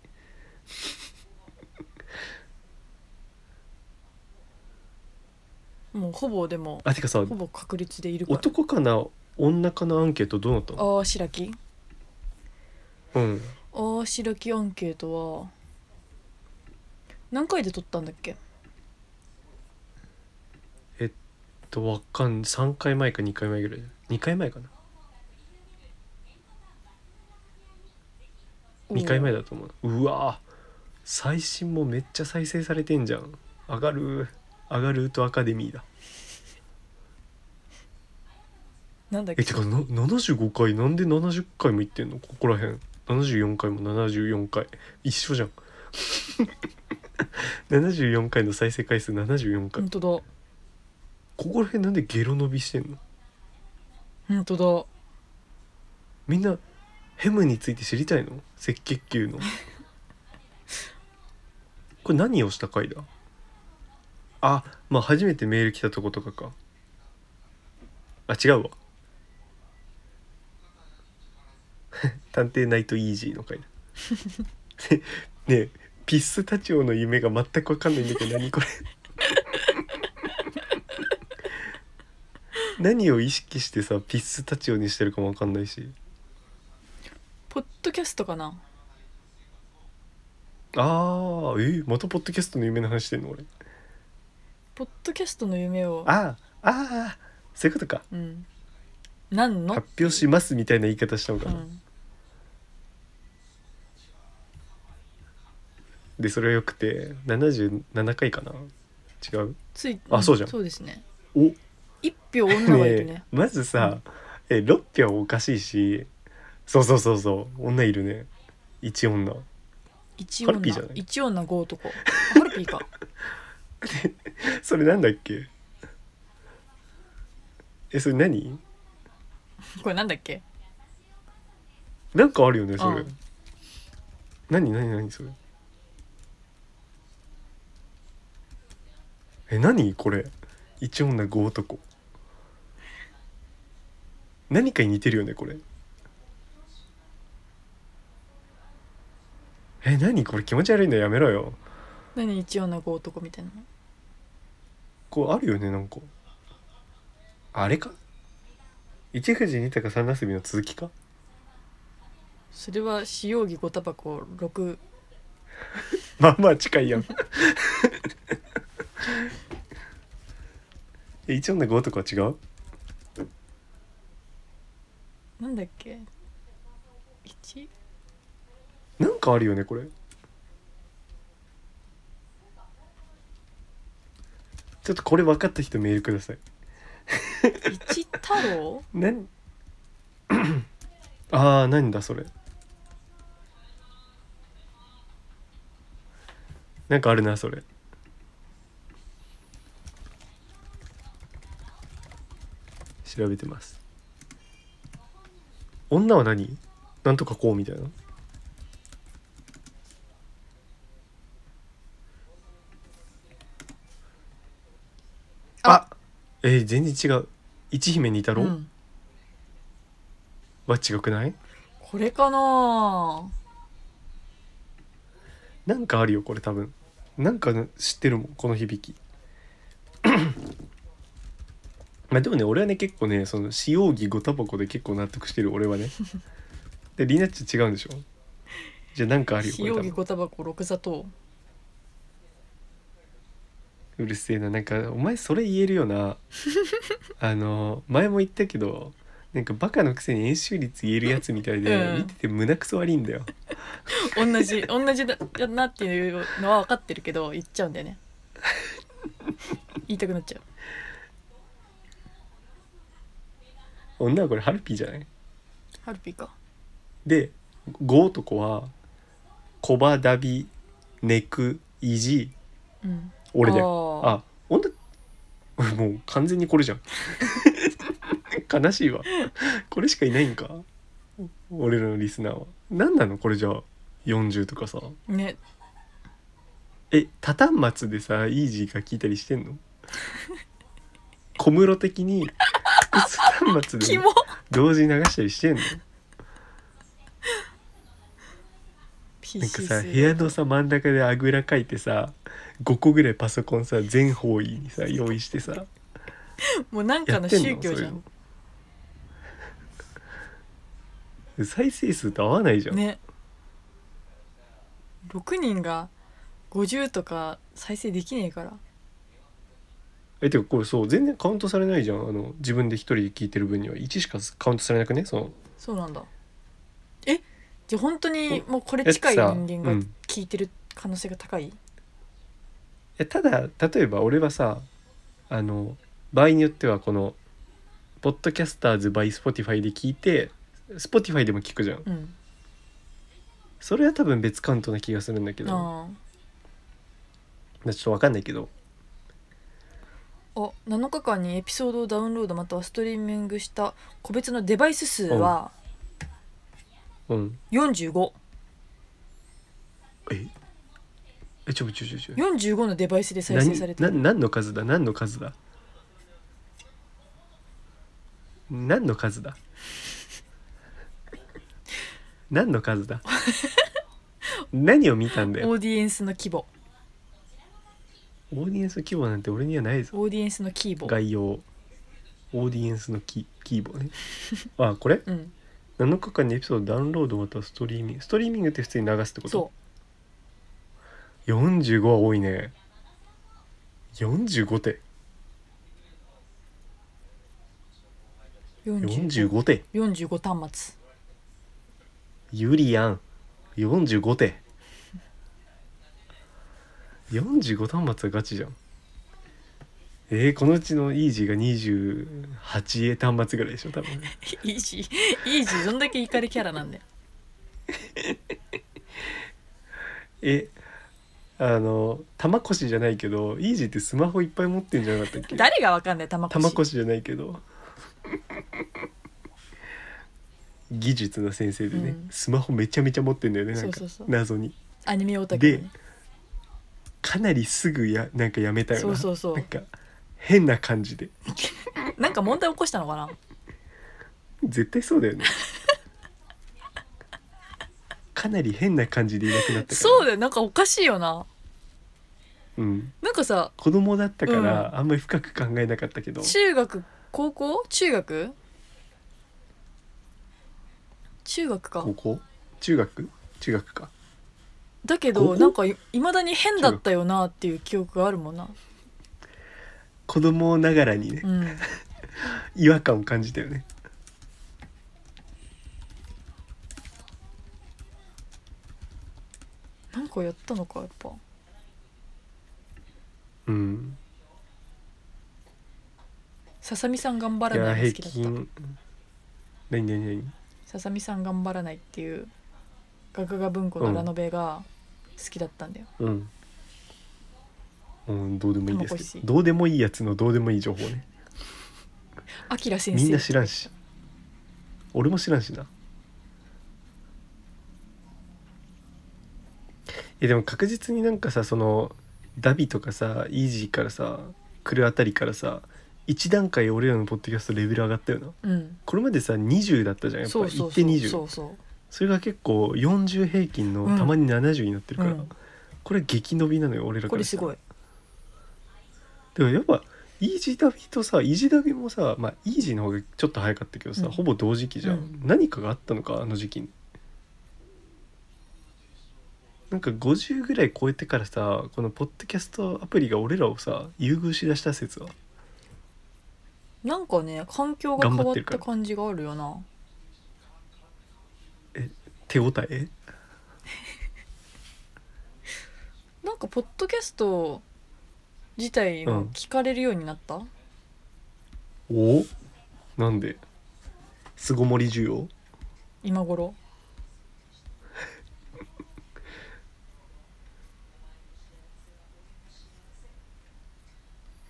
B: もうほぼでも
A: あてかさ
B: ほぼ確率でいるから
A: 男かな女かなアンケートどうなったの
B: ああ白木
A: うん
B: ああ白木アンケートは何回で取ったんだっけ
A: とわかん3回前か2回前ぐらい2回前かな2回前だと思ううわー最新もめっちゃ再生されてんじゃん上がる上がるとアカデミーだ
B: なんだっ
A: え
B: け
A: てかな75回なんで70回も行ってんのここらへん74回も74回一緒じゃん 74回の再生回数74回、
B: 本当だ
A: ここらへんなんでゲロ伸びしてんの
B: 本当
A: みんなヘムについて知りたいの赤血球のこれ何をした回だあまあ初めてメール来たとことかかあ違うわ 探偵ナイトイージーの回だ ねえピッスタチオの夢が全く分かんないんだけど何これ何を意識してさピッスタチオにしてるかも分かんないし
B: だポッドキャストかな
A: ああ、えー、またポッドキャストの夢の話してんの俺。
B: ポッドキャストの夢を
A: ああ、ああ、そういうことか。
B: うん何の
A: 発表しますみたいな言い方したのか
B: う
A: な。
B: ん
A: で、それはよくて、77回かな。違う
B: つい
A: あそうじゃん
B: そうですね
A: お、ね
B: 一票女がいるね
A: えまずさ、え、6票おかしいし、そうそうそうそう、女いるね。1女。
B: 一
A: ハルピーじゃ
B: 女
A: ない
B: 一女五男あハルピーか
A: それなんだっけえ、それ何
B: これなんだっけ
A: なんかあるよね、それ。
B: うん
A: 何何何それ。え、何これ。一女五男。何かに似てるよね、これ。え、何これ気持ち悪いのやめろよ。
B: 何一女五男みたいな
A: こうあるよね、なんか。あれか一富士二鷹三なすびの続きか
B: それは使用着五タバコ六
A: まあまあ近いやん。え一音で5とかは違う
B: なんだっけ一
A: なんかあるよねこれ。ちょっとこれ分かった人メールください。
B: 一太郎
A: なん。 ああなんだそれ。なんかあるなそれ。調べてます。女は何？なんとかこうみたいな。あ
B: あ
A: えー、全然違う。一姫二太郎、
B: うん
A: は違くない？
B: これかな
A: なんかあるよこれ多分。なんかね知ってるもんこの響き まあでもね俺はね結構ねその使用着ごたばこで結構納得してる俺は ねでリナッチ違うんでしょじゃあなんかあるよこ
B: ひ
A: れ多
B: よぎ
A: 分
B: ごたばこ六砂糖
A: うるせえななんかお前それ言えるよ なあの前も言ったけどなんかバカのくせに円周率言えるやつみたいで、
B: うん
A: 見てて胸くそ悪いんだよ
B: 同じ同じだだなっていうのは分かってるけど言っちゃうんだよ ね言いたくなっちゃう
A: 女はこれハルピーじゃない
B: ハルピーか
A: で5男はコバダビネクイジ
B: うん
A: 俺だよ
B: よ
A: あ女もう完全にこれじゃん 悲しいわこれしかいないんか俺らのリスナーは何なのこれじゃあ40とかさ
B: ね
A: えタタン松でさイージーが聞いたりしてんの小室的に タタン松で
B: キ
A: も
B: モ
A: 同時に流したりしてんのなんか
B: PC
A: さ部屋のさ真ん中であぐらかいてさ5個ぐらいパソコンさ全方位にさ用意してさ
B: もうな
A: や
B: んか
A: っ
B: の
A: てん
B: 宗
A: のそう
B: 教
A: い
B: じ
A: う
B: ゃん
A: の再生数と合わないじゃん、
B: ね6人が50とか再生できねえから
A: えてかこれそう全然カウントされないじゃんあの自分で一人で聞いてる分には1しかカウントされなくねその
B: そうなんだえじゃあ本当にもうこれ
A: やつ
B: 近い
A: さ
B: 人間
A: う
B: が
A: ん
B: 聞いてる可能性が高い、
A: えただ例えば俺はさあの場合によってはこの「ポッドキャスターズ by Spotify」で聞いて Spotify でも聞くじゃん
B: うん
A: それは多分別カウントな気がするんだけど
B: あ
A: まあちょっと分かんないけど
B: ああ7日間にエピソードをダウンロードまたはストリーミングした個別のデバイス数は
A: うん
B: 4545
A: ええちょちょちょちょ
B: のデバイスで再生され
A: 何
B: て
A: な
B: る
A: 何の数だ何の数だ何の数 だ何の数だ何を見たんだよ
B: オーディエンスの規模
A: オーディエンス規模なんて俺にはないぞ
B: オーディエンスの規模
A: 概要オーディエンスのキキーボー ねあこれ
B: うん
A: 7日間にエピソードダウンロードまたはストリーミングストリーミングって普通に流すってこと
B: そう
A: 45は多いね45手
B: う45
A: 45手
B: 45端末
A: ユリアン45手45端末はガチじゃんえー、このうちのイージーが 28A 端末ぐらいでしょ多分
B: イージーイージーどんだけイカレキャラな んだよ
A: えあの玉越じゃないけどイージーってスマホいっぱい持ってんじゃなかったっけ
B: 誰がわかんない玉
A: 玉
B: 越
A: 越じゃないけど技術の先生でね、
B: うん
A: スマホめちゃめちゃ持ってんだよねなんか
B: そうそうそう
A: 謎に
B: アニメオタク、ね、
A: かなりすぐやなんかやめたよな
B: そうそうそう
A: なんか変な感じで
B: なんか問題起こしたのかな
A: 絶対そうだ よねかなり変な感じでいなくなったから
B: そうだよなんかおかしいよな
A: うん、
B: なんかさ
A: 子供だったか
B: う
A: らあんまり深く考えなかったけど、
B: 中学高校中学中学か
A: 高校中学中学か
B: だけ
A: 高
B: ど
A: 校
B: なんかいまだに変だったよなっていう記憶がある もんな
A: 子供ながらにね、
B: うん
A: 違和感を感じたよね
B: なんかやったのかやっぱ
A: うん
B: ささみさん頑張
A: い
B: ら
A: や
B: ないが
A: 平
B: 好きだった
A: 均何何何
B: ささみさん頑張らないっていうガガガ文庫のラノベが好きだったんだよ、
A: うんうん、どうでもいいです
B: 玉
A: け
B: 越
A: どどうでもいいやつのどうでもいい情報ね
B: あきら先生
A: みんな知らんし俺も知らんしないやでも確実になんかさそのダビとかさイージーからさ来るあたりからさ一段階俺らのポッドキャストレベル上がったよな
B: うん
A: これまでさ20だったじゃんやっぱ
B: そうそ
A: 1
B: うそ
A: 手
B: う
A: 20
B: そうそう
A: それが結構40平均
B: う
A: の
B: ん
A: たまに70になってるから、
B: うん
A: これ激伸びなのよ俺らから
B: これす
A: い
B: ごい
A: でもやっぱイージーダビとさイージーダビもさまあイージーの方がちょっと早かったけどさ、
B: うん
A: ほぼ同時期じゃん、
B: うん
A: 何かがあったのかあの時期になんか50ぐらい超えてからさこのポッドキャストアプリが俺らをさ優遇しだした説は
B: なんかね環境が
A: 頑
B: 変
A: 張
B: わ
A: っ
B: って
A: るか
B: た
A: ら
B: 感じがあるよな
A: 手応え
B: なんかポッドキャスト自体が聞かれるようになった、
A: おなんで巣ごもり需要
B: 今頃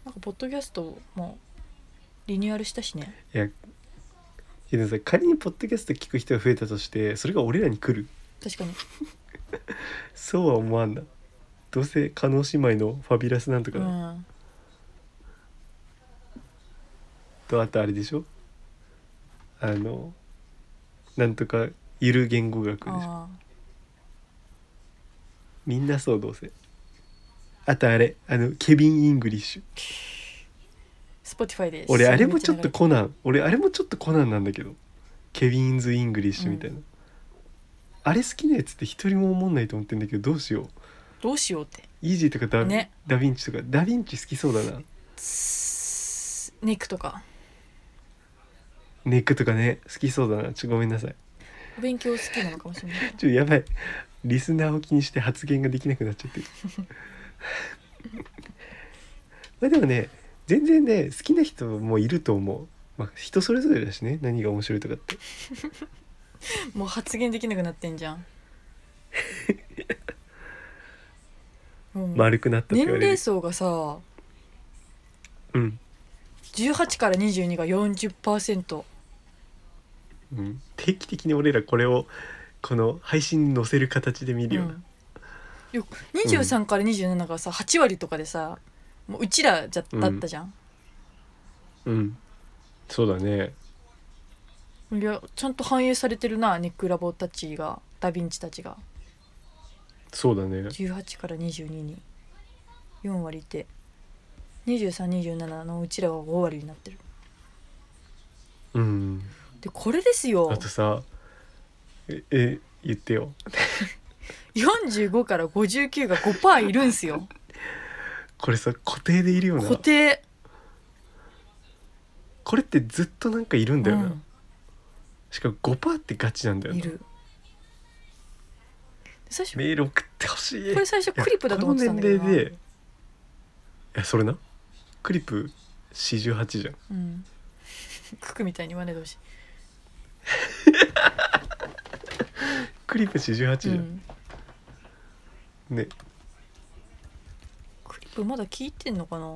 B: なんかポッドキャストもリニューアルしたしね
A: いやいやでもさ仮にポッドキャスト聞く人が増えたとしてそれが俺らに来る
B: 確かに
A: そうは思わんなどうせ叶姉妹のファビュラスなんとか
B: う
A: だ、
B: ん
A: とあとあれでしょあのなんとかゆる言語学でしょ
B: あ
A: みんなそうどうせあとあれあのケビン・イングリッシュ
B: スポティファイで
A: 俺あれもちょっと
B: うん
A: コナン俺あれもちょっとコナンなんだけどケビンズ・イングリッシュみたいな、あれ好きなやつって一人も思んないと思ってんだけどどうしよう
B: どうしようって
A: イージーとかダ,、
B: ね
A: ダヴィンチとかダヴィンチ好きそうだな
B: スネックとか
A: ネックとかね好きそうだなちょごめんなさい
B: お勉強好きなのかもしれ ない
A: ちょやばいリスナーを気にして発言ができなくなっちゃってる まあでもね全然ね好きな人もいると思う、まあ、人それぞれだしね何が面白いとかって
B: もう発言できなくなってんじ ゃんもう
A: 丸くなったって
B: 年
A: 言われ
B: 齢
A: る、
B: 層がさ
A: うん
B: 18から22が40%
A: うん、定期的に俺らこれをこの配信に載せる形で見るよな、
B: うんよ23から27がさ8割とかでさもううちらじゃだったじゃん、
A: うん、そうだね
B: いやちゃんと反映されてるなネックラボたちがダヴィンチたちが
A: そうだね
B: 18から22に4割いて2327のうちらは5割になってる
A: うん
B: でこれですよ
A: あとさええ言ってよ
B: 45から59が5%いるんす よ
A: これさ固定でいるよな
B: 固定
A: これってずっとなんかいるんだよな、
B: うん
A: しかも5%ってガチなんだよない
B: るで最初こ
A: メール送ってほしい
B: れ最初クリップだと思ってたんだけど
A: こ
B: な
A: の年齢でいやそれなクリップ48じゃん
B: うん、ククみたいに言わないでほしい、
A: クリップ48じ
B: う
A: ゃん、
B: ん、
A: ね
B: クリップまだ聞いてんのかな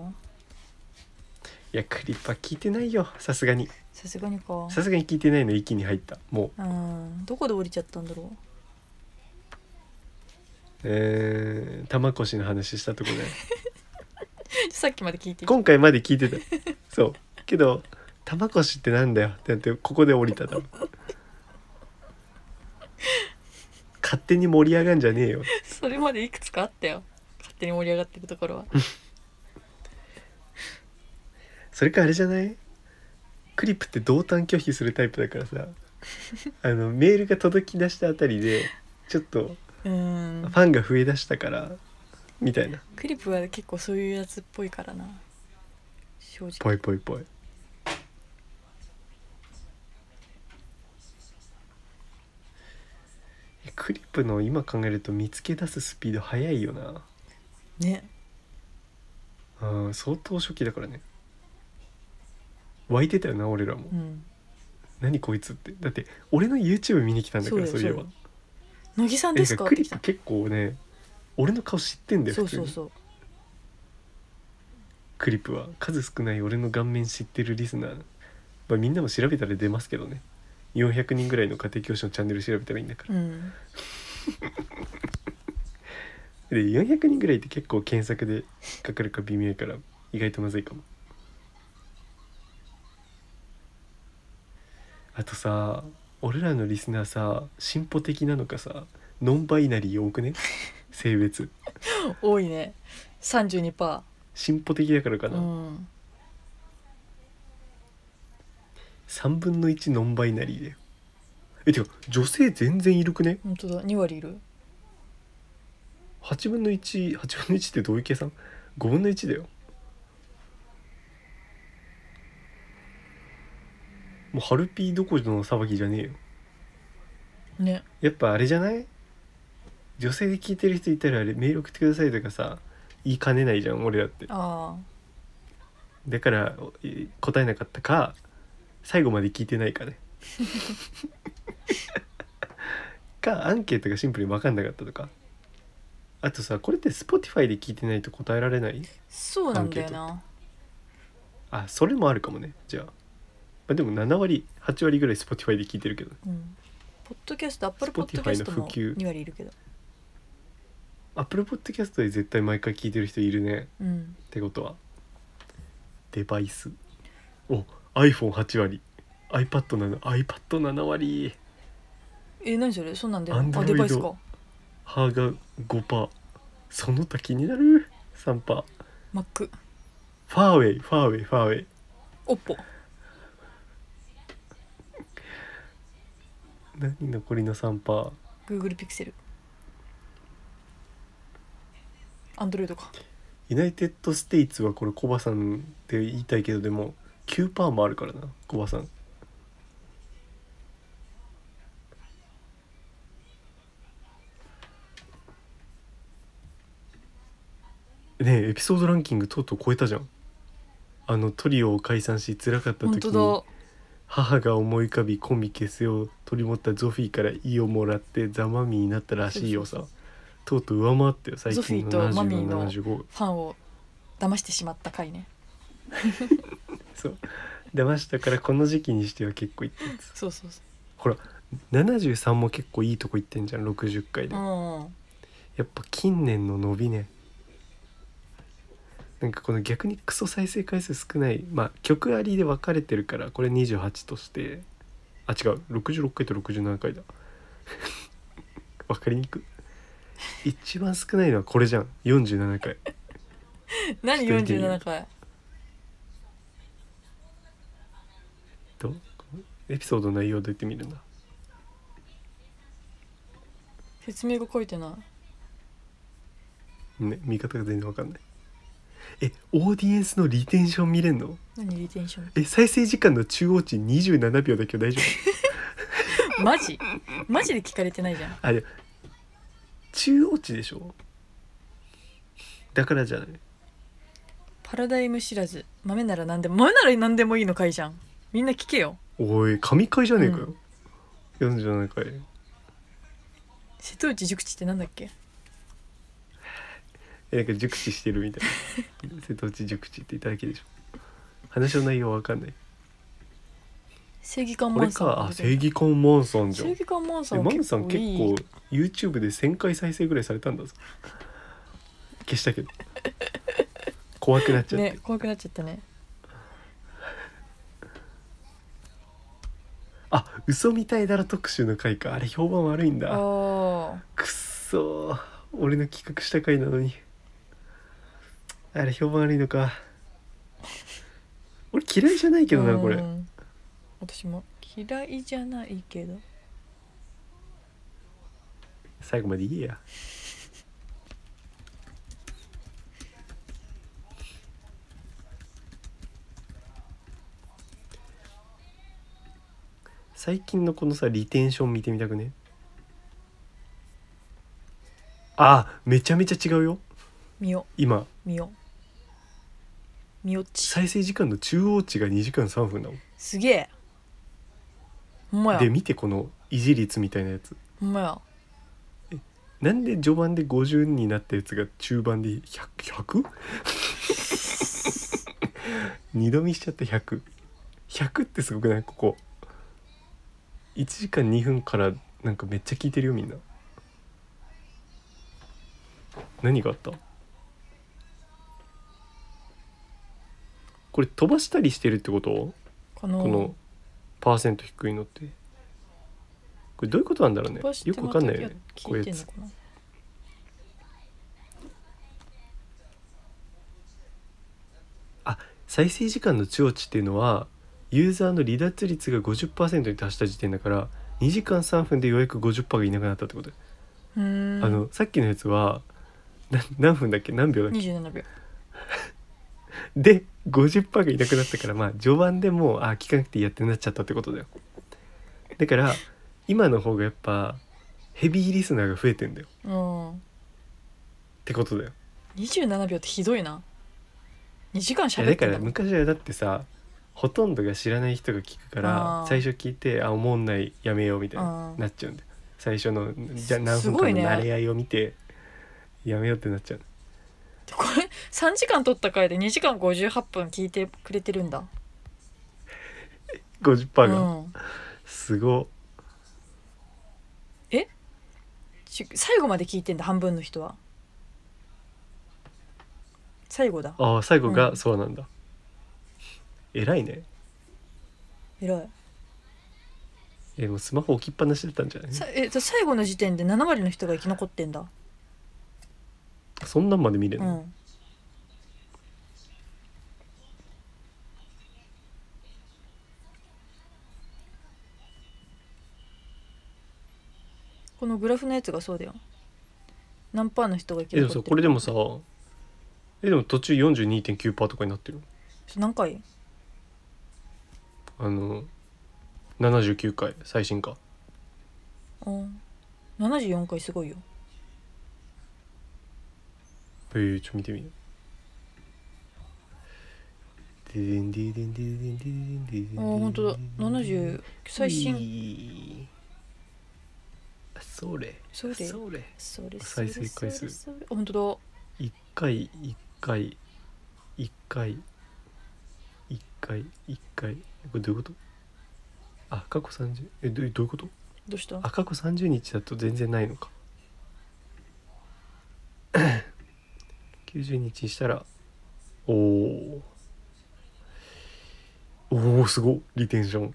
B: い
A: やクリップは聞いてないよさすがに
B: さすがにか
A: さすがに聞いてないの域に入ったもう
B: うんどこで降りちゃったんだろ
A: えー、玉越の話したとこ で
B: うさっきまで聞いていた
A: 今回まで聞いてたそうけど玉越ってなんだよってなってここで降りただろ勝手に盛り上がんじゃねえよ
B: それまでいくつかあったよ勝手に盛り上がってるところは
A: それかあれじゃないクリップって同担拒否するタイプだからさあのメールが届き出したあたりでちょっと
B: う
A: フ
B: ん
A: ァンが増えだしたからみたいな
B: クリップは結構そういうやつっぽいからな正直
A: ぽいぽいぽいクリップの今考えると見つけ出すスピード速いよな
B: ね
A: うん相当初期だからね湧いてたよな俺らも
B: うん
A: 何こいつってだって俺の YouTube 見に来たんだからそういえば
B: よ乃木さん
A: え
B: ですか
A: クリップ結構ね俺の顔知ってんだよ普
B: そう
A: 通
B: そ
A: に
B: うそう
A: クリップは数少ない俺の顔面知ってるリスナー、まあ、みんなも調べたら出ますけどね400人ぐらいの家庭教師のチャンネル調べたらいいんだから、
B: うん
A: で400人ぐらいって結構検索で引っかかるか微妙やから意外とまずいかもあとさ俺らのリスナーさ進歩的なのかさノンバイナリー多くね性別
B: 多いね32%
A: 進歩的だからか
B: う
A: な、
B: ん
A: 3分の1ノンバイナリーだよえてか女性全然いるくね
B: 本当だ2割いる
A: 8分の18分の1ってどういう計算 ?5 分の1だよもうハルピーどころの騒ぎじゃねえよ
B: ね
A: やっぱあれじゃない女性で聞いてる人いたらあれメール送ってくださいとかさ言いかねないじゃん俺だって
B: あ
A: だからおえ答えなかったか最後まで聞いてないかねかアンケートがシンプルに分かんなかったとかあとさこれって Spotify で聞いてないと答えられない
B: あそうなんだよな
A: あそれもあるかもねじゃあ、まあ、でも7割8割ぐらい Spotify で聞いてるけど
B: うんポッドキャストアップルポッドキャ
A: Spotify
B: ス
A: の
B: ト
A: 普
B: も
A: 及
B: 2割いるけど
A: Apple Podcast で絶対毎回聞いてる人いるね
B: うん
A: ってことはデバイスお iPhone8 割 iPad7iPad7 割
B: え何それそうなんだよ
A: Android
B: あデバイスか
A: 歯が5%その他気になる3%フ
B: Mac
A: ァーウェイファーウェイファーウェイ
B: OPPO
A: 何残りの 3%Google
B: Google Pixel Android か
A: ユナイテッド・ステイツはこれコバさんって言いたいけどでも9%もあるからなコバさんねえエピソードランキングとうとう超えたじゃんあのトリオを解散し辛かった
B: 本
A: 時
B: 当
A: に
B: だ
A: 母が思い浮かびコンビ結成を取り持ったゾフィーから「イ」をもらってザ・マミーになったらしいよ
B: そう
A: さとうとう上回ったよ最
B: ゾフィ
A: 近
B: ー
A: の
B: とマミー
A: 70
B: の
A: の75
B: ファンを騙してしまった回ね
A: そう騙したからこの時期にしては結構いってるやつ
B: そうそうそ
A: ほら73も結構いいとこいってんじゃん60回で
B: う
A: や
B: うん
A: っぱ近年の伸びねなんかこの逆にクソ再生回数少ないまあ曲ありで分かれてるからこれ28としてあ違う66回と67回だ 分かりにくい一番少ないのはこれじゃん47回
B: 何
A: ちょっと見てみよう
B: 47回
A: とエピソードの内容どうやってみるんだ
B: 説明が書いてない
A: ね見方が全然わかんないえオーディエンスのリテンション見れんの
B: 何リテンション
A: え再生時間の中央値27秒だけど大丈夫
B: マジマジで聞かれてないじゃん
A: あれ中央値でしょだからじゃない
B: パラダイム知らず豆なら何でも豆なら何でもいいの回じゃんみんな聞けよ
A: おい神回じゃねえかよ、47回
B: 瀬戸内熟知ってなんだっけ
A: えなんか熟知してるみたい な瀬戸内熟知って言っただけでしょ話の内容わかんない
B: 正義感
A: こ
B: マ
A: れ
B: ンさん
A: かあ
B: 出て
A: 正
B: る
A: 義感マンさんじゃ
B: 正
A: ん
B: 義感マンさ
A: え
B: ん
A: マ
B: は
A: ンさん結
B: いい
A: 構 YouTube で1,000回再生ぐらいされたんだぞ消した けど怖くなっちゃって、
B: ね怖くなっちゃったね
A: あ嘘みたいだろ特集の回かあれ評判悪いん
B: あ
A: だ
B: あ
A: くっそー俺の企画した回なのにあれ評判悪いのか俺嫌いじゃないけどなこれ
B: うん私も嫌いじゃないけど
A: 最後まで言えや最近のこのさリテンション見てみたくねあめちゃめちゃ違うよ
B: みよ
A: 今
B: みよみよっち
A: 再生時間の中央値が2時間3分だもん
B: すげえほんまや
A: で見てこの維持率みたいなやつ
B: ほんまや
A: なんで序盤で50になったやつが中盤で 100?100? 二度見しちゃった100100ってすごくないここ1時間2分からなんかめっちゃ聞いてるよみんな何があったこれ飛ばしたりしてるってこと
B: この
A: このパーセント低いのってこれどういうことなんだろうね
B: 飛ばして
A: よくわかんないよ
B: ま
A: ね
B: た
A: こうい
B: 聞いうて
A: や
B: ん
A: つ
B: のかな
A: 再生時間の中落ちっていうのはユーザーの離脱率が50%に達した時点だから2時間3分でようやく50%がいなくなったってこと、
B: うーん
A: あのさっきのやつはな何分だっけ何秒だっけ
B: 27秒
A: で50%がいなくなったからまあ序盤でもうあ聞かなくていいやってなっちゃったってことだよだから今の方がやっぱヘビーリスナーが増えてんだよ
B: うん
A: ってことだよ
B: 27秒ってひどいな2時
A: い
B: 間
A: や
B: 喋
A: だ
B: って
A: か
B: ん
A: ら
B: だもん
A: 昔はだってさほとんどが知らない人が聞くから
B: あー
A: 最初聞いて「あおもんないやめよう」みたい
B: あ
A: な
B: ー
A: なっちゃうんで最初のじゃ
B: す
A: 何分
B: すご
A: 間
B: い
A: の
B: ね
A: 慣れ合いを見て、やめようってなっちゃう
B: これ3時間撮った回で2時間58分聞いてくれてるんだ
A: 50%が、
B: うん、
A: すごっ
B: ち最後まで聞いてんだ半分の人は最後だ
A: あー最後
B: う
A: が
B: ん
A: そうなんだ、偉いね
B: 偉い
A: えもうスマホ置きっぱなしだったんじゃない
B: さえじゃあ最後の時点で7割の人が生き残ってんだ
A: そんなんまで見れる
B: う
A: の、
B: んこのグラフのやつがそうだよ何パーの人が生き
A: えで
B: 残
A: も
B: って
A: さ
B: る
A: これでもさえでも途中42.9%とかになってる
B: 何回
A: あの79回最新か
B: うん74回すごいよ
A: えー、ちょっと見てみる。ででんででんででんででんででんで
B: あ本当だ70最新
A: 新。あそれ。
B: それ
A: それ。
B: それそれ
A: 再生回数
B: それそれあ本当だ
A: 一回一回一回一回一回。これどういうこと？あ過去三十えどうどういうこと？
B: どうした
A: あ過去三十日だと全然ないのか。 九十日にしたら、おお。おおすごいリテンション。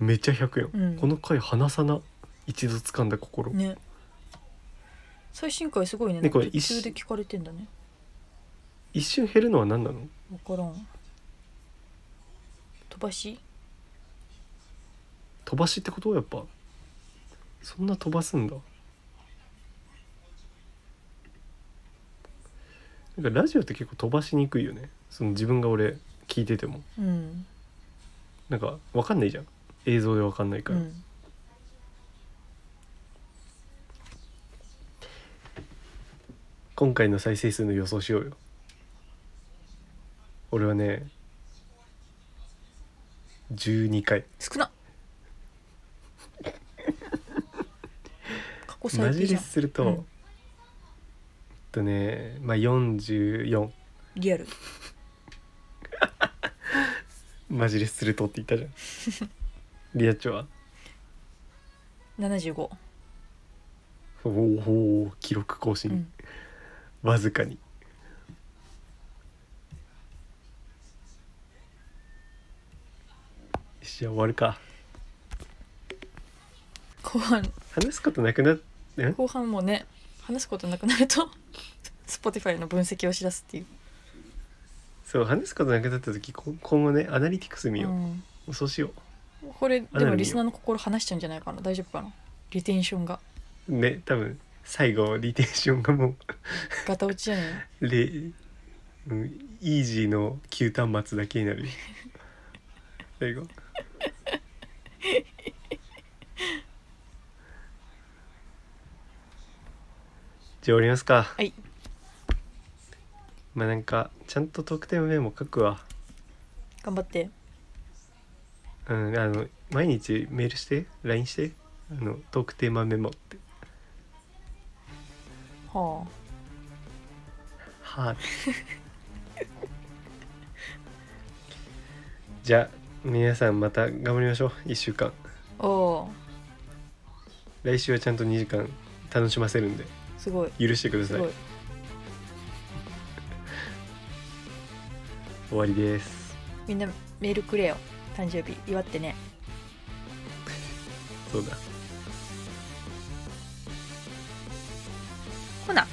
A: めっちゃ100やん。
B: うん
A: この回離さな一度掴んだ心。
B: ね最新回すごいね
A: ねこれ
B: なんか途中
A: 一
B: で聞かれてんだね
A: 一瞬減るのは何なの？
B: 分からん飛ばし
A: 飛ばしってことやっぱ。そんな飛ばすんだ。なんかラジオって結構飛ばしにくいよね。その自分が俺聞いてても。
B: うん、
A: なんかわかんないじゃん映像でわかんないか
B: う
A: ら、
B: ん、
A: 今回の再生数の予想しようよ俺はね12回
B: 少な過去
A: マ
B: 最低
A: ジ
B: じ
A: レ
B: ゃん
A: スすると、
B: うん
A: えっとねまあ44
B: リアル
A: マジレスするとって言ったじゃん リアチョは
B: 75
A: おお記録更新、
B: うん
A: わずかによしじゃあ終わるか
B: 後半
A: 話すことなくなっん
B: 後半もね話すことなくなると Spotify の分析をしだすっていう
A: そう話すことなくなった時こ今後ねアナリティクス見よう、
B: うん
A: そうしよ
B: これ
A: あ
B: で
A: なる
B: も
A: よ
B: リスナーの心離しちゃうんじゃないかな大丈夫かなリテンションが
A: うね多分最後リテンションがも
B: ガタ落ちじゃね
A: う レ、うん、イージーの旧端末だけにな るよ最後じゃあ終わりますか
B: はい
A: まあなんかちゃんと得点メモ書くわ
B: え頑張って
A: うん、あの毎日メールして LINE してあのトークテーマメモって
B: は
A: はあ じゃあ皆さんまた頑張りましょう1週間
B: あおー
A: 来週はちゃんと2時間楽しませるんです
B: ごい
A: 許してくだ
B: す
A: さい
B: ごい
A: 終わりです
B: みんなメールくれよ誕生日祝ってね
A: そうだ
B: ほな